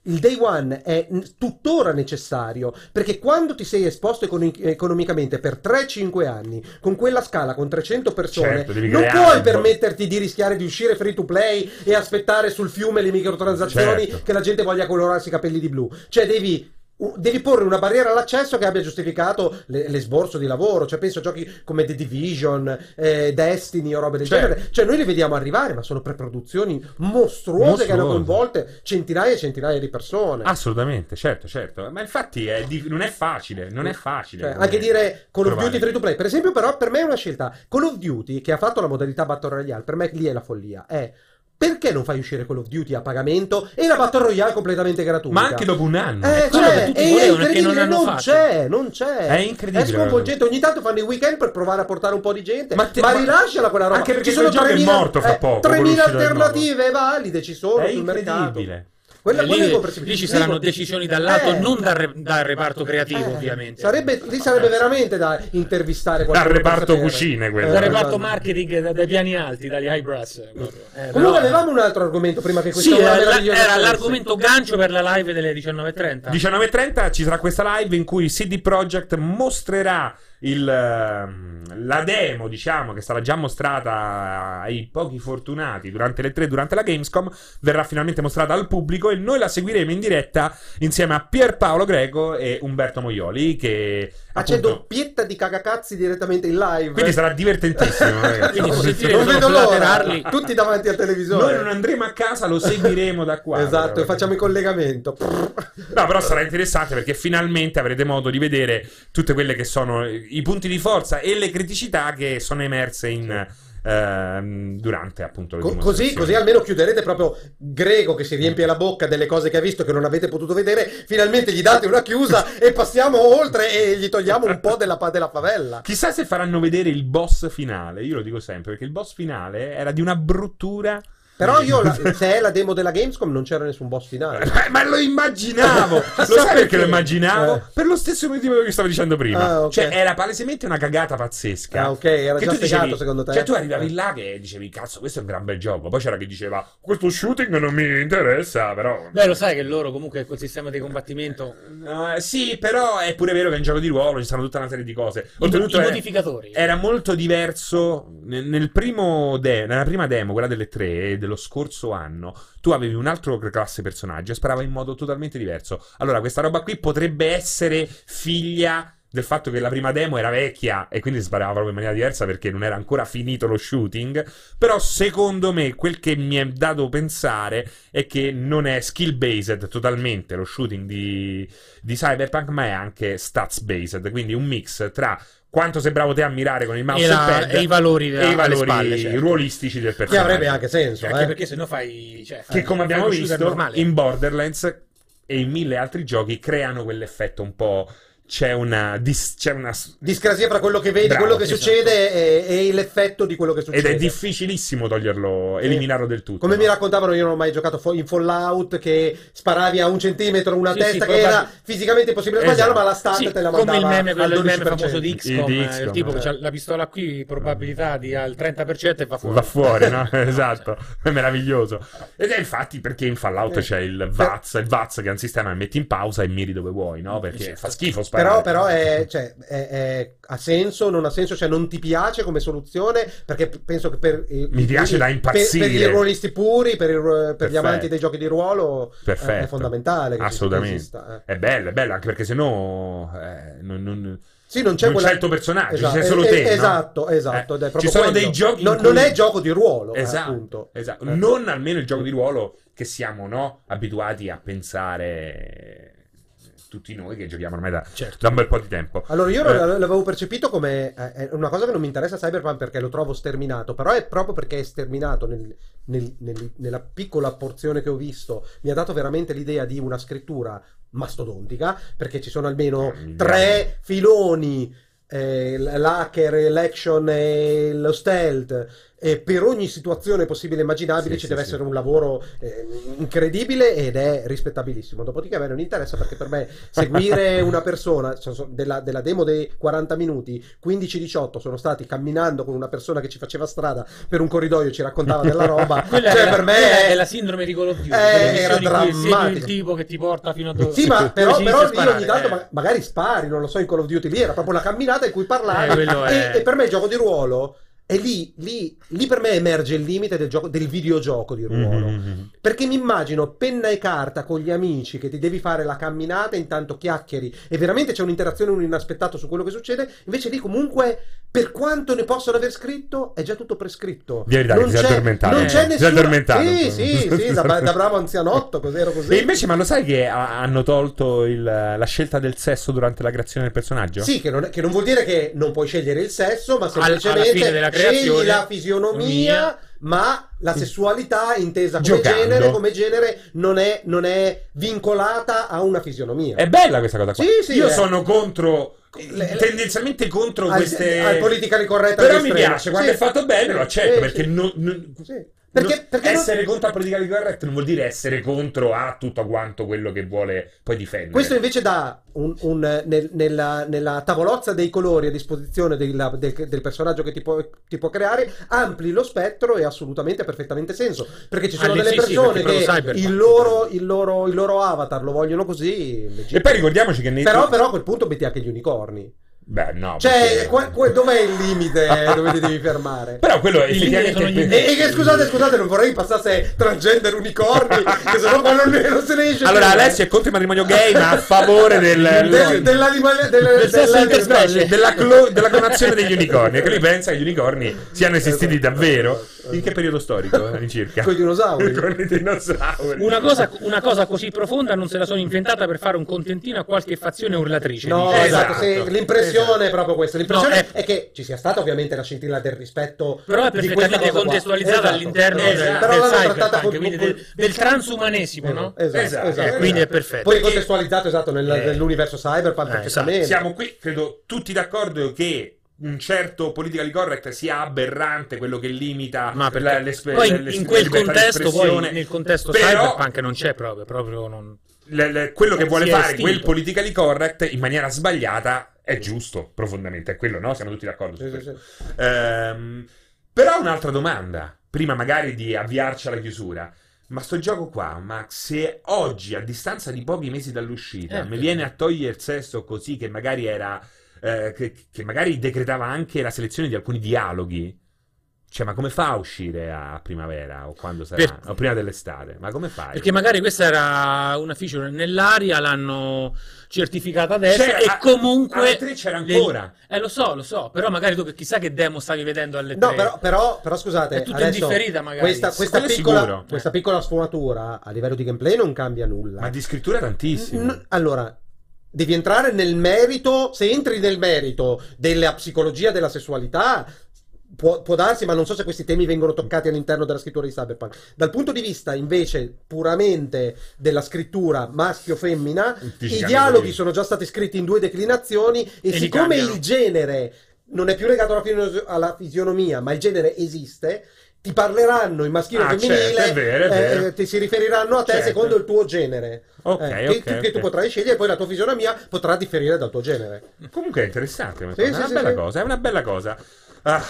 Speaker 3: il day one è n- tuttora necessario perché quando ti sei esposto econ- economicamente per 3-5 anni con quella scala, con 300 persone,
Speaker 1: Certo, devi
Speaker 3: non
Speaker 1: creare un
Speaker 3: puoi
Speaker 1: po'.
Speaker 3: permetterti di rischiare di uscire free to play e aspettare sul fiume le microtransazioni
Speaker 1: Certo.
Speaker 3: che la gente voglia colorarsi i capelli di blu. Cioè, devi. u- Devi porre una barriera all'accesso che abbia giustificato le- l'esborso di lavoro. Cioè, penso a giochi come The Division, eh, Destiny o robe del
Speaker 1: Certo.
Speaker 3: genere. Cioè, noi li vediamo arrivare, ma sono preproduzioni mostruose, che hanno
Speaker 1: Mostruose.
Speaker 3: coinvolte centinaia e centinaia di persone.
Speaker 1: Assolutamente, certo, certo. Ma infatti è di- non è facile, non è facile.
Speaker 3: Cioè,
Speaker 1: come-
Speaker 3: anche dire Call of
Speaker 1: provare.
Speaker 3: Duty free to play, per esempio, però per me è una scelta. Call of Duty che ha fatto la modalità Battle Royale, per me lì è la follia. È perché non fai uscire Call of Duty a pagamento e la Battle Royale completamente gratuita?
Speaker 1: Ma anche dopo un anno.
Speaker 3: Eh,
Speaker 2: quello
Speaker 3: cioè,
Speaker 2: che tutti
Speaker 3: e è
Speaker 2: volevano e che
Speaker 3: incredibile,
Speaker 2: non hanno
Speaker 3: non,
Speaker 2: fatto.
Speaker 3: c'è, non c'è.
Speaker 1: È incredibile.
Speaker 3: È sconvolgente. Ogni tanto fanno i weekend per provare a portare un po' di gente. Ma,
Speaker 1: Ma te-
Speaker 3: rilasciala quella roba.
Speaker 1: Anche perché
Speaker 3: ci sono
Speaker 1: quel gioco è
Speaker 3: 3000
Speaker 1: morto fra
Speaker 3: eh,
Speaker 1: poco,
Speaker 3: 3000
Speaker 1: quello uscito dal
Speaker 3: alternative valide ci sono
Speaker 1: è
Speaker 3: sul mercato.
Speaker 1: incredibile.
Speaker 3: Quella-
Speaker 2: E
Speaker 3: quella è
Speaker 2: lì,
Speaker 3: comprensibile.
Speaker 2: lì ci saranno
Speaker 3: Lì-
Speaker 2: decisioni dall'alto,
Speaker 3: Eh.
Speaker 2: non dal, re- dal reparto
Speaker 3: Eh,
Speaker 2: creativo, ovviamente.
Speaker 3: Sarebbe, lì sarebbe veramente da intervistare qualcuno per
Speaker 1: reparto
Speaker 3: sapere.
Speaker 1: cucine, quello.
Speaker 3: Eh,
Speaker 2: dal
Speaker 1: Esatto.
Speaker 2: reparto marketing da- dai piani alti, dagli high brass. eh, proprio. Eh,
Speaker 3: Comunque
Speaker 2: però-
Speaker 3: avevamo un altro argomento prima che
Speaker 2: Sì,
Speaker 3: questo
Speaker 2: era, la- era l'argomento gancio per la
Speaker 1: Ah.
Speaker 2: live delle 19.30.
Speaker 1: 19.30 ci sarà questa live in cui CD Projekt mostrerà il, ehm, la demo, diciamo, che sarà già mostrata ai pochi fortunati durante le tre, durante la Gamescom, verrà finalmente mostrata al pubblico e noi la seguiremo in diretta insieme a Pierpaolo Greco e Umberto Moioli, che
Speaker 3: Ma c'è eh.
Speaker 1: appunto,
Speaker 3: doppietta di cagacazzi direttamente in live.
Speaker 1: quindi sarà divertentissimo. ragazzi.
Speaker 2: Quindi
Speaker 1: Sì,
Speaker 2: sentire-
Speaker 3: non
Speaker 2: sono
Speaker 3: vedo
Speaker 2: collaterali.
Speaker 3: l'ora. Tutti davanti al televisore.
Speaker 1: Noi non andremo a casa, lo seguiremo da qua.
Speaker 3: Esatto,
Speaker 1: Però.
Speaker 3: e facciamo il collegamento.
Speaker 1: No, però sarà interessante perché finalmente avrete modo di vedere tutte quelle che sono i punti di forza e le criticità che sono emerse in, ehm, durante appunto le
Speaker 3: Co- così, così
Speaker 1: dimostrazioni.
Speaker 3: almeno chiuderete proprio Greco che si riempie la bocca delle cose che ha visto che non avete potuto vedere. Finalmente gli date una chiusa e passiamo oltre e gli togliamo un po' della, pa- della favela.
Speaker 1: Chissà se faranno vedere il boss finale. Io lo dico sempre perché il boss finale era di una bruttura.
Speaker 3: Però io, la- se è la demo della Gamescom, non c'era nessun boss finale.
Speaker 1: Eh, ma lo immaginavo! lo
Speaker 3: Chissà
Speaker 1: sai perché
Speaker 3: perché?
Speaker 1: lo immaginavo?
Speaker 3: Eh.
Speaker 1: Per lo stesso motivo che stavo dicendo prima.
Speaker 3: Ah, ok.
Speaker 1: Cioè, era palesemente una cagata pazzesca.
Speaker 3: Ah, ok, era
Speaker 1: che
Speaker 3: già
Speaker 1: tu
Speaker 3: spiegato
Speaker 1: dicevi,
Speaker 3: secondo te.
Speaker 1: Cioè, tu arrivavi là che dicevi, cazzo, questo è un gran bel gioco. Poi c'era chi diceva, questo shooting non mi interessa, però.
Speaker 2: Beh, lo sai che loro comunque quel sistema di combattimento.
Speaker 1: Eh, sì, però è pure vero che è un gioco di ruolo, ci sono tutta una serie di cose.
Speaker 2: I, mo- i
Speaker 1: Oltretutto, è-
Speaker 2: modificatori.
Speaker 1: era molto diverso nel, nel primo de- nella prima demo, quella delle tre dello scorso anno. Tu avevi un altro classe personaggio e sparava in modo totalmente diverso. Allora, questa roba qui potrebbe essere figlia del fatto che la prima demo era vecchia e quindi sparava proprio in maniera diversa perché non era ancora finito lo shooting. Però secondo me quel che mi è dato pensare è che non è skill based totalmente lo shooting di, di Cyberpunk, ma è anche stats based, quindi un mix tra quanto sei bravo te a mirare con il mouse
Speaker 2: e,
Speaker 1: e,
Speaker 2: la-
Speaker 1: pad
Speaker 2: e i valori, della,
Speaker 1: e i valori
Speaker 2: alle spalle, certo.
Speaker 1: ruolistici del
Speaker 3: Che
Speaker 1: personaggio.
Speaker 3: avrebbe anche senso,
Speaker 2: Anche
Speaker 3: eh.
Speaker 2: perché sennò fai. Cioè,
Speaker 1: Che
Speaker 2: fai-
Speaker 1: come
Speaker 2: fai
Speaker 1: abbiamo
Speaker 2: uno shooter
Speaker 1: visto
Speaker 2: normale.
Speaker 1: in Borderlands e in mille altri giochi creano quell'effetto un po'... C'è una... dis- c'è una
Speaker 3: Discrasia fra quello che vedi,
Speaker 1: Bravo,
Speaker 3: quello che
Speaker 1: esatto.
Speaker 3: succede e, e l'effetto di quello che
Speaker 1: ed
Speaker 3: succede.
Speaker 1: è difficilissimo toglierlo,
Speaker 3: Sì.
Speaker 1: eliminarlo del tutto.
Speaker 3: Come
Speaker 1: no?
Speaker 3: mi raccontavano, io non ho mai giocato fo- in Fallout che sparavi a un centimetro una
Speaker 2: Sì,
Speaker 3: testa
Speaker 2: sì,
Speaker 3: che
Speaker 2: probab-
Speaker 3: era fisicamente impossibile sbagliare,
Speaker 1: Esatto.
Speaker 3: ma la stat
Speaker 2: Sì,
Speaker 3: te la
Speaker 2: come
Speaker 3: mandava
Speaker 2: il meme,
Speaker 3: al
Speaker 2: quello, il meme
Speaker 3: 12%.
Speaker 2: famoso di
Speaker 1: Il
Speaker 2: XCOM,
Speaker 1: di
Speaker 2: eh,
Speaker 1: XCOM,
Speaker 2: il tipo
Speaker 1: eh.
Speaker 2: che ha la pistola qui, probabilità di al 30% e va fuori.
Speaker 1: Va fuori, no? esatto, è meraviglioso. Ed è infatti perché in Fallout
Speaker 3: Eh.
Speaker 1: c'è il VATS, il VATS che è un sistema che metti in pausa e miri dove vuoi, no? Perché
Speaker 2: Certo.
Speaker 1: fa schifo
Speaker 3: Però,
Speaker 1: sparare.
Speaker 3: Esatto. però è- cioè, è- è- ha senso, non ha senso, cioè non ti piace come soluzione perché p- penso che per i-
Speaker 1: Mi piace da
Speaker 3: per-
Speaker 1: impazzire.
Speaker 3: per, i ruolisti puri, per, i ru- per gli
Speaker 1: Perfetto.
Speaker 3: amanti dei giochi di ruolo eh,
Speaker 1: Perfetto.
Speaker 3: è fondamentale. Che ci-
Speaker 1: Assolutamente.
Speaker 3: che esista, eh.
Speaker 1: È bello, è bello, anche perché sennò eh, non, non-
Speaker 3: Sì, non c'è
Speaker 1: non
Speaker 3: quella-
Speaker 1: c'è il tuo certo personaggio,
Speaker 3: Esatto,
Speaker 1: c'è
Speaker 3: eh,
Speaker 1: solo
Speaker 3: eh,
Speaker 1: te. no?
Speaker 3: Esatto, esatto.
Speaker 1: Eh,
Speaker 3: ed è proprio
Speaker 1: Ci sono
Speaker 3: quello.
Speaker 1: dei giochi. in
Speaker 3: Non,
Speaker 1: cui-
Speaker 3: non è gioco di ruolo, eh,
Speaker 1: Esatto,
Speaker 3: appunto.
Speaker 1: esatto.
Speaker 3: Eh.
Speaker 1: Non almeno il gioco di ruolo che siamo no, abituati a pensare eh, tutti noi che giochiamo ormai da,
Speaker 2: Certo.
Speaker 1: da un bel po' di tempo.
Speaker 3: Allora, io
Speaker 1: Eh.
Speaker 3: l'avevo percepito come eh, è una cosa che non mi interessa Cyberpunk perché lo trovo sterminato, però è proprio perché è sterminato nel- nel- nel- nella piccola porzione che ho visto, mi ha dato veramente l'idea di una scrittura mastodontica, perché ci sono almeno
Speaker 1: Mm,
Speaker 3: tre filoni, eh, l- l'hacker, l'action e lo stealth. E per ogni situazione possibile e immaginabile
Speaker 1: Sì,
Speaker 3: ci
Speaker 1: sì,
Speaker 3: deve
Speaker 1: sì.
Speaker 3: essere un lavoro eh, incredibile ed è rispettabilissimo. Dopodiché a me non interessa perché per me seguire una persona so- so- della, della demo dei 40 minuti 15-18 sono stati camminando con una persona che ci faceva strada per un corridoio ci raccontava della roba
Speaker 2: Quella,
Speaker 3: cioè
Speaker 2: è, la-
Speaker 3: per me
Speaker 2: quella
Speaker 3: è-
Speaker 2: è la sindrome di Call of Duty.
Speaker 3: Eh,
Speaker 2: quelle missioni in
Speaker 3: era
Speaker 2: cui segui
Speaker 3: drammatico.
Speaker 2: il tipo che ti porta fino a dove.
Speaker 3: Eh sì ma
Speaker 2: dove
Speaker 3: però,
Speaker 2: ci inizia
Speaker 3: però
Speaker 2: a
Speaker 3: lì
Speaker 2: sparare,
Speaker 3: ogni tanto
Speaker 2: eh.
Speaker 3: ma- magari spari non lo so in Call of Duty lì era proprio la camminata in cui parlavi
Speaker 2: Eh, quello
Speaker 3: e,
Speaker 2: è-
Speaker 3: e per me il gioco di ruolo è lì, lì, lì per me emerge il limite del, gioco, del videogioco di ruolo
Speaker 1: Mhm.
Speaker 3: Perché mi immagino penna e carta con gli amici che ti devi fare la camminata, intanto chiacchieri e veramente c'è un'interazione, un inaspettato su quello che succede. Invece lì, comunque, per quanto ne possono aver scritto, è già tutto prescritto.
Speaker 1: Devi dare,
Speaker 3: non
Speaker 1: ti sei
Speaker 3: c'è,
Speaker 1: addormentato.
Speaker 3: Non
Speaker 1: Eh,
Speaker 3: c'è
Speaker 1: ti sei
Speaker 3: nessuno.
Speaker 1: addormentato.
Speaker 3: Sì, sì, sì, da, bra- da bravo anzianotto, così ero così.
Speaker 1: E invece, ma lo sai che ha- hanno tolto il- la scelta del sesso durante la creazione del personaggio?
Speaker 3: Sì, che non, è- che non vuol dire che non puoi scegliere il sesso, ma
Speaker 2: alla fine della
Speaker 3: semplicemente
Speaker 2: creazione,
Speaker 3: scegli la fisionomia, ma la sessualità intesa come
Speaker 1: Giocando.
Speaker 3: genere, come genere non è, non è vincolata a una fisionomia.
Speaker 1: È bella questa cosa qua.
Speaker 3: Sì, sì,
Speaker 1: Io
Speaker 3: eh.
Speaker 1: sono contro.
Speaker 3: Le- le-
Speaker 1: tendenzialmente contro
Speaker 3: al-
Speaker 1: queste.
Speaker 3: al politically correct
Speaker 1: Però mi
Speaker 3: all'estremo.
Speaker 1: piace, quando
Speaker 3: Sì.
Speaker 1: è fatto bene lo accetto
Speaker 3: Sì,
Speaker 1: perché
Speaker 3: sì.
Speaker 1: non. non-
Speaker 3: Sì. Perché,
Speaker 1: non-
Speaker 3: perché non-
Speaker 1: essere contro al politically correct non vuol dire essere contro a tutto quanto quello che vuole poi difendere.
Speaker 3: questo invece dà un, un- eh, nel- nella, nella tavolozza dei colori a disposizione della- del, del personaggio che ti può, ti può creare, ampli lo spettro e assolutamente ha perfettamente senso. Perché ci
Speaker 1: Ah,
Speaker 3: sono
Speaker 2: Allì,
Speaker 3: delle
Speaker 2: sì, sì,
Speaker 3: persone
Speaker 2: perché proprio
Speaker 3: che
Speaker 2: Cyberpunk.
Speaker 3: il loro, il loro- il loro avatar lo vogliono così.
Speaker 1: E
Speaker 3: legittimo.
Speaker 1: poi ricordiamoci che nei
Speaker 3: però, però a quel punto metti anche gli unicorni.
Speaker 1: Beh, no.
Speaker 3: Cioè,
Speaker 1: perché-
Speaker 3: qua- qua- dov'è il limite dove ti devi fermare? Eh,
Speaker 1: Però quello è
Speaker 2: Il limite sono gli
Speaker 3: E, e che- scusate, scusate, non vorrei passasse transgender unicorni, che sennò qua non, non se ne esce.
Speaker 1: Allora,
Speaker 3: più.
Speaker 1: Alessia è contro il matrimonio gay, ma a favore del,
Speaker 3: eh, cioè, Del- dell'animale- del-
Speaker 2: Del sesso
Speaker 3: della-
Speaker 2: interspecie.
Speaker 1: della, clo- della clonazione degli unicorni. Che lui pensa che gli unicorni siano esistiti davvero. In che periodo storico? All'incirca?
Speaker 3: Esatto. Con i dinosauri.
Speaker 1: Con i dinosauri.
Speaker 2: Una cosa, una cosa così profonda non se la sono inventata per fare un contentino a qualche fazione urlatrice.
Speaker 3: No,
Speaker 2: dice.
Speaker 1: Eh,
Speaker 3: esatto,
Speaker 1: esatto.
Speaker 3: sì, l'impressione è proprio questa. L'impressione
Speaker 2: No,
Speaker 3: è... che ci sia stata ovviamente la scintilla del rispetto.
Speaker 2: Però è
Speaker 3: di
Speaker 2: perfettamente
Speaker 3: questa cosa qua.
Speaker 2: contestualizzata
Speaker 3: Esatto,
Speaker 2: all'interno
Speaker 3: esatto.
Speaker 2: del,
Speaker 3: Però
Speaker 2: del
Speaker 3: l'hanno trattata
Speaker 2: cyberpunk,
Speaker 3: con-
Speaker 2: quindi
Speaker 3: con-
Speaker 2: del, del transumanesimo, no?
Speaker 3: Esatto,
Speaker 1: Esatto,
Speaker 3: esatto,
Speaker 1: eh,
Speaker 2: quindi è
Speaker 3: esatto.
Speaker 2: perfetto.
Speaker 3: Poi
Speaker 1: Perché-
Speaker 3: contestualizzato esatto nel-
Speaker 2: Eh.
Speaker 3: nell'universo cyberpunk
Speaker 2: Eh,
Speaker 3: perfettamente.
Speaker 1: Siamo qui, credo, tutti d'accordo che un certo politically correct sia aberrante, quello che limita
Speaker 2: Ma perché-
Speaker 1: la- l'espe-
Speaker 2: poi in,
Speaker 1: l'espe-
Speaker 2: in quel
Speaker 1: libertà
Speaker 2: contesto, poi
Speaker 1: d'espressione.
Speaker 2: nel contesto
Speaker 1: Però-
Speaker 2: cyberpunk non c'è proprio, proprio non...
Speaker 1: Le- le- quello che vuole
Speaker 2: Si è
Speaker 1: fare
Speaker 2: estinto.
Speaker 1: quel politically correct in maniera sbagliata è giusto profondamente, è quello, no? Siamo tutti d'accordo su
Speaker 3: Sì, sì,
Speaker 1: questo.
Speaker 3: sì.
Speaker 1: Ehm, però un'altra domanda, prima magari di avviarci alla chiusura. Ma sto gioco qua, ma se oggi, a distanza di pochi mesi dall'uscita,
Speaker 2: Eh,
Speaker 1: mi
Speaker 2: perché?
Speaker 1: viene a togliere il sesso così che magari era... eh, che, che magari decretava anche la selezione di alcuni dialoghi. Cioè, ma come fa a uscire a primavera o quando sarà?
Speaker 2: Per-
Speaker 1: O prima dell'estate? Ma come fai?
Speaker 2: Perché magari questa era una feature nell'aria, l'hanno certificata adesso
Speaker 1: C'era-
Speaker 2: e
Speaker 1: Cioè, a-
Speaker 2: comunque...
Speaker 1: alle tre c'era
Speaker 2: le-
Speaker 1: ancora.
Speaker 2: Eh, lo so, lo so, però magari tu che- chissà che demo stavi vedendo alle
Speaker 3: No,
Speaker 2: tre.
Speaker 3: però, però, però scusate,
Speaker 2: È tutto
Speaker 3: adesso
Speaker 2: indifferita magari.
Speaker 3: questa, questa
Speaker 1: Quello è sicuro. eh.
Speaker 3: piccola,
Speaker 2: Eh.
Speaker 3: questa piccola sfumatura a livello di gameplay non cambia nulla.
Speaker 1: Ma di scrittura tantissimo.
Speaker 3: N- allora, devi entrare nel merito. Se entri nel merito della psicologia della sessualità, può, può darsi, ma non so se questi temi vengono toccati all'interno della scrittura di Cyberpunk. Dal punto di vista invece puramente della scrittura maschio-femmina,
Speaker 1: Ti
Speaker 3: i
Speaker 1: scambi
Speaker 3: dialoghi
Speaker 1: così.
Speaker 3: sono già stati scritti in due declinazioni e,
Speaker 2: li
Speaker 3: siccome
Speaker 2: cambiano.
Speaker 3: il genere non è più legato alla, fisios- alla fisionomia, ma il genere esiste. Ti parleranno in maschile e
Speaker 1: Ah, certo,
Speaker 3: femminile,
Speaker 1: è vero, è
Speaker 3: eh,
Speaker 1: vero.
Speaker 3: eh, ti si riferiranno a te
Speaker 1: Certo.
Speaker 3: secondo il tuo genere.
Speaker 1: Ok,
Speaker 3: Eh,
Speaker 1: ok,
Speaker 3: che, che- che tu
Speaker 1: ok.
Speaker 3: potrai scegliere, poi la tua fisionomia potrà differire dal tuo genere.
Speaker 1: Comunque è interessante, come
Speaker 3: Sì,
Speaker 1: cosa,
Speaker 3: sì,
Speaker 1: è una
Speaker 3: sì,
Speaker 1: bella
Speaker 3: sì.
Speaker 1: cosa, è una bella cosa. Ah,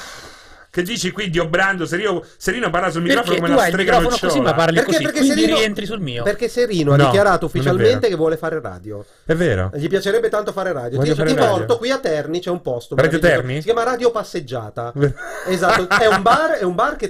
Speaker 1: che dici qui di Obrando? Serino, Serino parla sul
Speaker 2: perché
Speaker 1: microfono
Speaker 2: tu
Speaker 1: come una
Speaker 2: hai il
Speaker 1: strega
Speaker 2: microfono così ma
Speaker 1: nocciola.
Speaker 2: parli
Speaker 3: Perché-
Speaker 2: così,
Speaker 3: perché
Speaker 2: quindi
Speaker 3: Serino-
Speaker 2: rientri sul mio.
Speaker 3: Perché Serino ha
Speaker 1: No,
Speaker 3: dichiarato
Speaker 1: non è
Speaker 3: ufficialmente
Speaker 1: vero.
Speaker 3: che vuole fare radio.
Speaker 1: È vero.
Speaker 3: Gli piacerebbe tanto fare radio.
Speaker 1: Voglio
Speaker 3: Ti,
Speaker 1: fare
Speaker 3: ti
Speaker 1: radio.
Speaker 3: porto qui a Terni, c'è un posto.
Speaker 1: Radio
Speaker 3: meraviglioso.
Speaker 1: Terni?
Speaker 3: Si chiama Radio Passeggiata. Esatto, è un, bar, è un bar che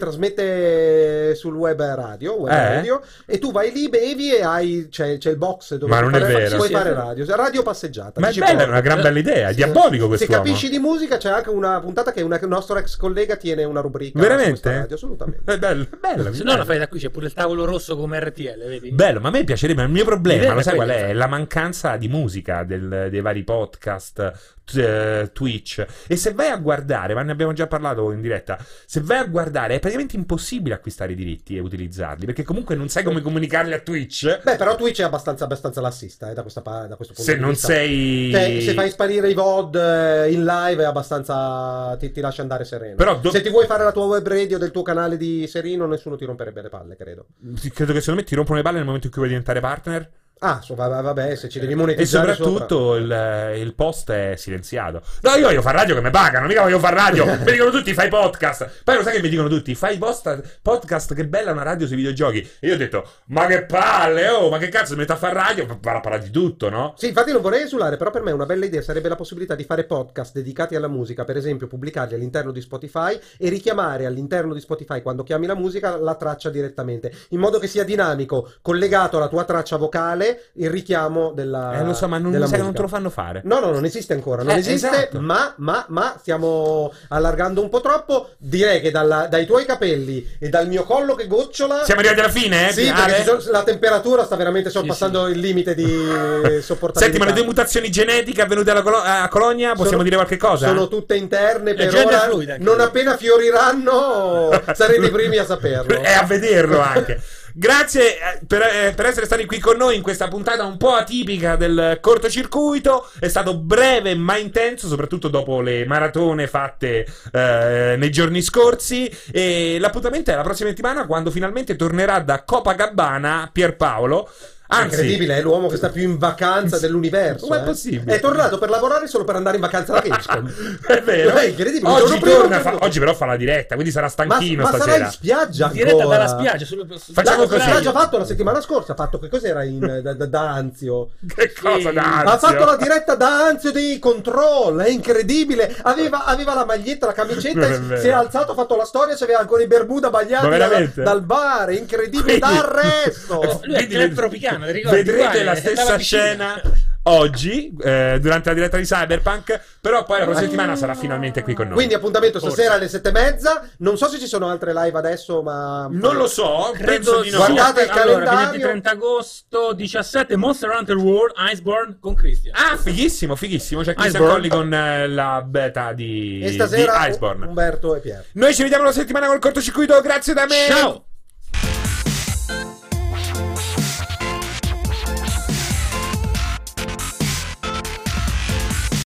Speaker 3: trasmette sul web radio, web
Speaker 1: Eh?
Speaker 3: radio, e tu vai lì, bevi e hai, c'è, c'è il box dove
Speaker 1: Ma
Speaker 3: puoi
Speaker 1: non è
Speaker 3: fare,
Speaker 1: vero.
Speaker 3: puoi
Speaker 2: Sì,
Speaker 3: fare
Speaker 2: sì.
Speaker 3: radio, radio passeggiata.
Speaker 1: Ma è
Speaker 3: Eh, Dici
Speaker 1: bella, è
Speaker 3: porto.
Speaker 1: una gran bella idea, è
Speaker 3: Sì.
Speaker 1: diabolico
Speaker 3: Se
Speaker 1: quest'uomo.
Speaker 3: capisci di musica c'è anche una puntata che una nostra ex collega tiene una rubrica. su
Speaker 1: Veramente?
Speaker 3: questa radio, assolutamente.
Speaker 1: È bello, è bello.
Speaker 2: Se
Speaker 1: mi
Speaker 2: no la
Speaker 1: piace.
Speaker 2: fai da qui, c'è pure il tavolo rosso come RTL, vedi?
Speaker 1: Bello, ma a me piacerebbe, ma il mio
Speaker 2: L'idea
Speaker 1: problema, lo
Speaker 2: è
Speaker 1: sai qual
Speaker 2: quella.
Speaker 1: è? È la mancanza di musica del- dei vari podcast, t- eh, Twitch. E se vai a guardare, ma ne abbiamo già parlato in diretta, se vai a guardare è praticamente impossibile acquistare i diritti e utilizzarli, perché comunque non sai come comunicarli a Twitch.
Speaker 3: Beh, però Twitch è abbastanza, abbastanza lassista eh, da, questa, pa- da questo punto
Speaker 1: se
Speaker 3: di
Speaker 1: non
Speaker 3: vista.
Speaker 1: sei...
Speaker 3: Cioè, se fai sparire i VOD eh, in live è abbastanza. ti, ti lascia andare sereno.
Speaker 1: Però do-
Speaker 3: Se ti vuoi fare la tua web radio del tuo canale di Serino, nessuno ti romperebbe le palle, credo.
Speaker 1: Credo che secondo me ti rompono le palle nel momento in cui vuoi diventare partner.
Speaker 3: Ah, so- va- va- vabbè, se ci devi
Speaker 1: Eh, E
Speaker 3: monetizzare.
Speaker 1: soprattutto il, il post è silenziato. No, io voglio fare radio che mi pagano, mica voglio fare radio. mi dicono tutti fai podcast. Poi lo sai che mi dicono tutti? Fai post- podcast, che bella una radio sui videogiochi. E io ho detto, ma che palle, oh, ma che cazzo, mi metto a fare radio, va a parlare di tutto, no?
Speaker 3: Sì, infatti non vorrei esulare, però per me una bella idea sarebbe la possibilità di fare podcast dedicati alla musica, per esempio pubblicarli all'interno di Spotify e richiamare all'interno di Spotify quando chiami la musica la traccia direttamente, in modo che sia dinamico, collegato alla tua traccia vocale, il richiamo della
Speaker 1: eh, lo so, ma non,
Speaker 3: Ah, della
Speaker 1: mi sa che non te
Speaker 3: musica.
Speaker 1: lo fanno fare.
Speaker 3: No, no, non esiste ancora, non
Speaker 1: Eh,
Speaker 3: esiste,
Speaker 1: esatto.
Speaker 3: ma, ma, ma stiamo allargando un po' troppo. Direi che dalla- dai tuoi capelli e dal mio collo che gocciola...
Speaker 1: Siamo arrivati alla fine, eh?
Speaker 3: Sì,
Speaker 1: Ale?
Speaker 3: perché ci sono- la temperatura sta veramente sorpassando il limite di eh, sopportabilità.
Speaker 1: Senti, ma le tue mutazioni genetiche avvenute alla Colo- a Colonia, possiamo
Speaker 3: Sono-
Speaker 1: dire qualche cosa?
Speaker 3: Sono tutte interne per
Speaker 2: Leggende
Speaker 3: ora.
Speaker 2: fluida, anche
Speaker 3: non
Speaker 2: io.
Speaker 3: appena fioriranno, sarete i primi a saperlo.
Speaker 1: e Eh, a vederlo anche. Grazie eh, per, eh, per essere stati qui con noi in questa puntata un po' atipica del cortocircuito. È stato breve ma intenso, soprattutto dopo le maratone fatte eh, nei giorni scorsi. E l'appuntamento è la prossima settimana quando finalmente tornerà da Copacabana Pierpaolo. Anzi,
Speaker 3: è incredibile, è l'uomo che sta più in vacanza dell'universo.
Speaker 1: Com'è
Speaker 3: eh.
Speaker 1: possibile?
Speaker 3: È tornato per lavorare solo per andare in vacanza alla Gamescom.
Speaker 1: è vero.
Speaker 3: È incredibile, il
Speaker 1: Oggi,
Speaker 3: giorno prima,
Speaker 1: torna,
Speaker 3: il giorno
Speaker 1: fa-
Speaker 3: dopo.
Speaker 1: oggi però fa la diretta, quindi sarà
Speaker 3: ma
Speaker 1: stanchino
Speaker 3: ma sarà
Speaker 1: stasera.
Speaker 3: in spiaggia
Speaker 2: Diretta
Speaker 3: ancora.
Speaker 2: dalla spiaggia. Sul, sul-
Speaker 1: Facciamo
Speaker 2: sul-
Speaker 3: Dai,
Speaker 1: così.
Speaker 3: l'ha già fatto la settimana scorsa, ha fatto che cos'era in, da, da- da Anzio?
Speaker 1: Che cosa
Speaker 2: Sì.
Speaker 1: da
Speaker 3: Ha
Speaker 1: ansia.
Speaker 3: fatto la diretta da Anzio dei control, è incredibile. Aveva, aveva la maglietta, la camicetta,
Speaker 1: Non è vero.
Speaker 3: si era alzato, ha fatto la storia, c'aveva ancora i Bermuda bagnati
Speaker 1: Ma veramente?
Speaker 3: dal, dal bar, è
Speaker 1: Quindi- Eh,
Speaker 3: incredibile, da arresto.
Speaker 2: Lui è
Speaker 1: Quindi
Speaker 2: club
Speaker 1: ved-
Speaker 2: tropicano, ti ricordi?
Speaker 1: Vedrete
Speaker 2: Guarda,
Speaker 1: la
Speaker 2: è
Speaker 1: stessa
Speaker 2: dalla piscina.
Speaker 1: scena oggi, eh, durante la diretta di Cyberpunk, però poi la prossima settimana sarà finalmente qui con noi.
Speaker 3: Quindi appuntamento
Speaker 2: Forse.
Speaker 3: stasera alle sette e mezza. Non so se ci sono altre live adesso, ma
Speaker 1: non lo so, penso
Speaker 2: Credo
Speaker 1: di no.
Speaker 3: Guardate il
Speaker 2: allora,
Speaker 3: calendario.
Speaker 2: venerdì 30 agosto 17 Monster Hunter World Iceborne con Christian.
Speaker 1: Ah, fighissimo, fighissimo. C'è Christian
Speaker 2: Iceborne.
Speaker 1: Colli con eh, la beta di,
Speaker 3: E stasera
Speaker 1: di Iceborne.
Speaker 3: Umberto e Pier.
Speaker 1: Noi ci vediamo la settimana col cortocircuito. Grazie da me.
Speaker 2: Ciao.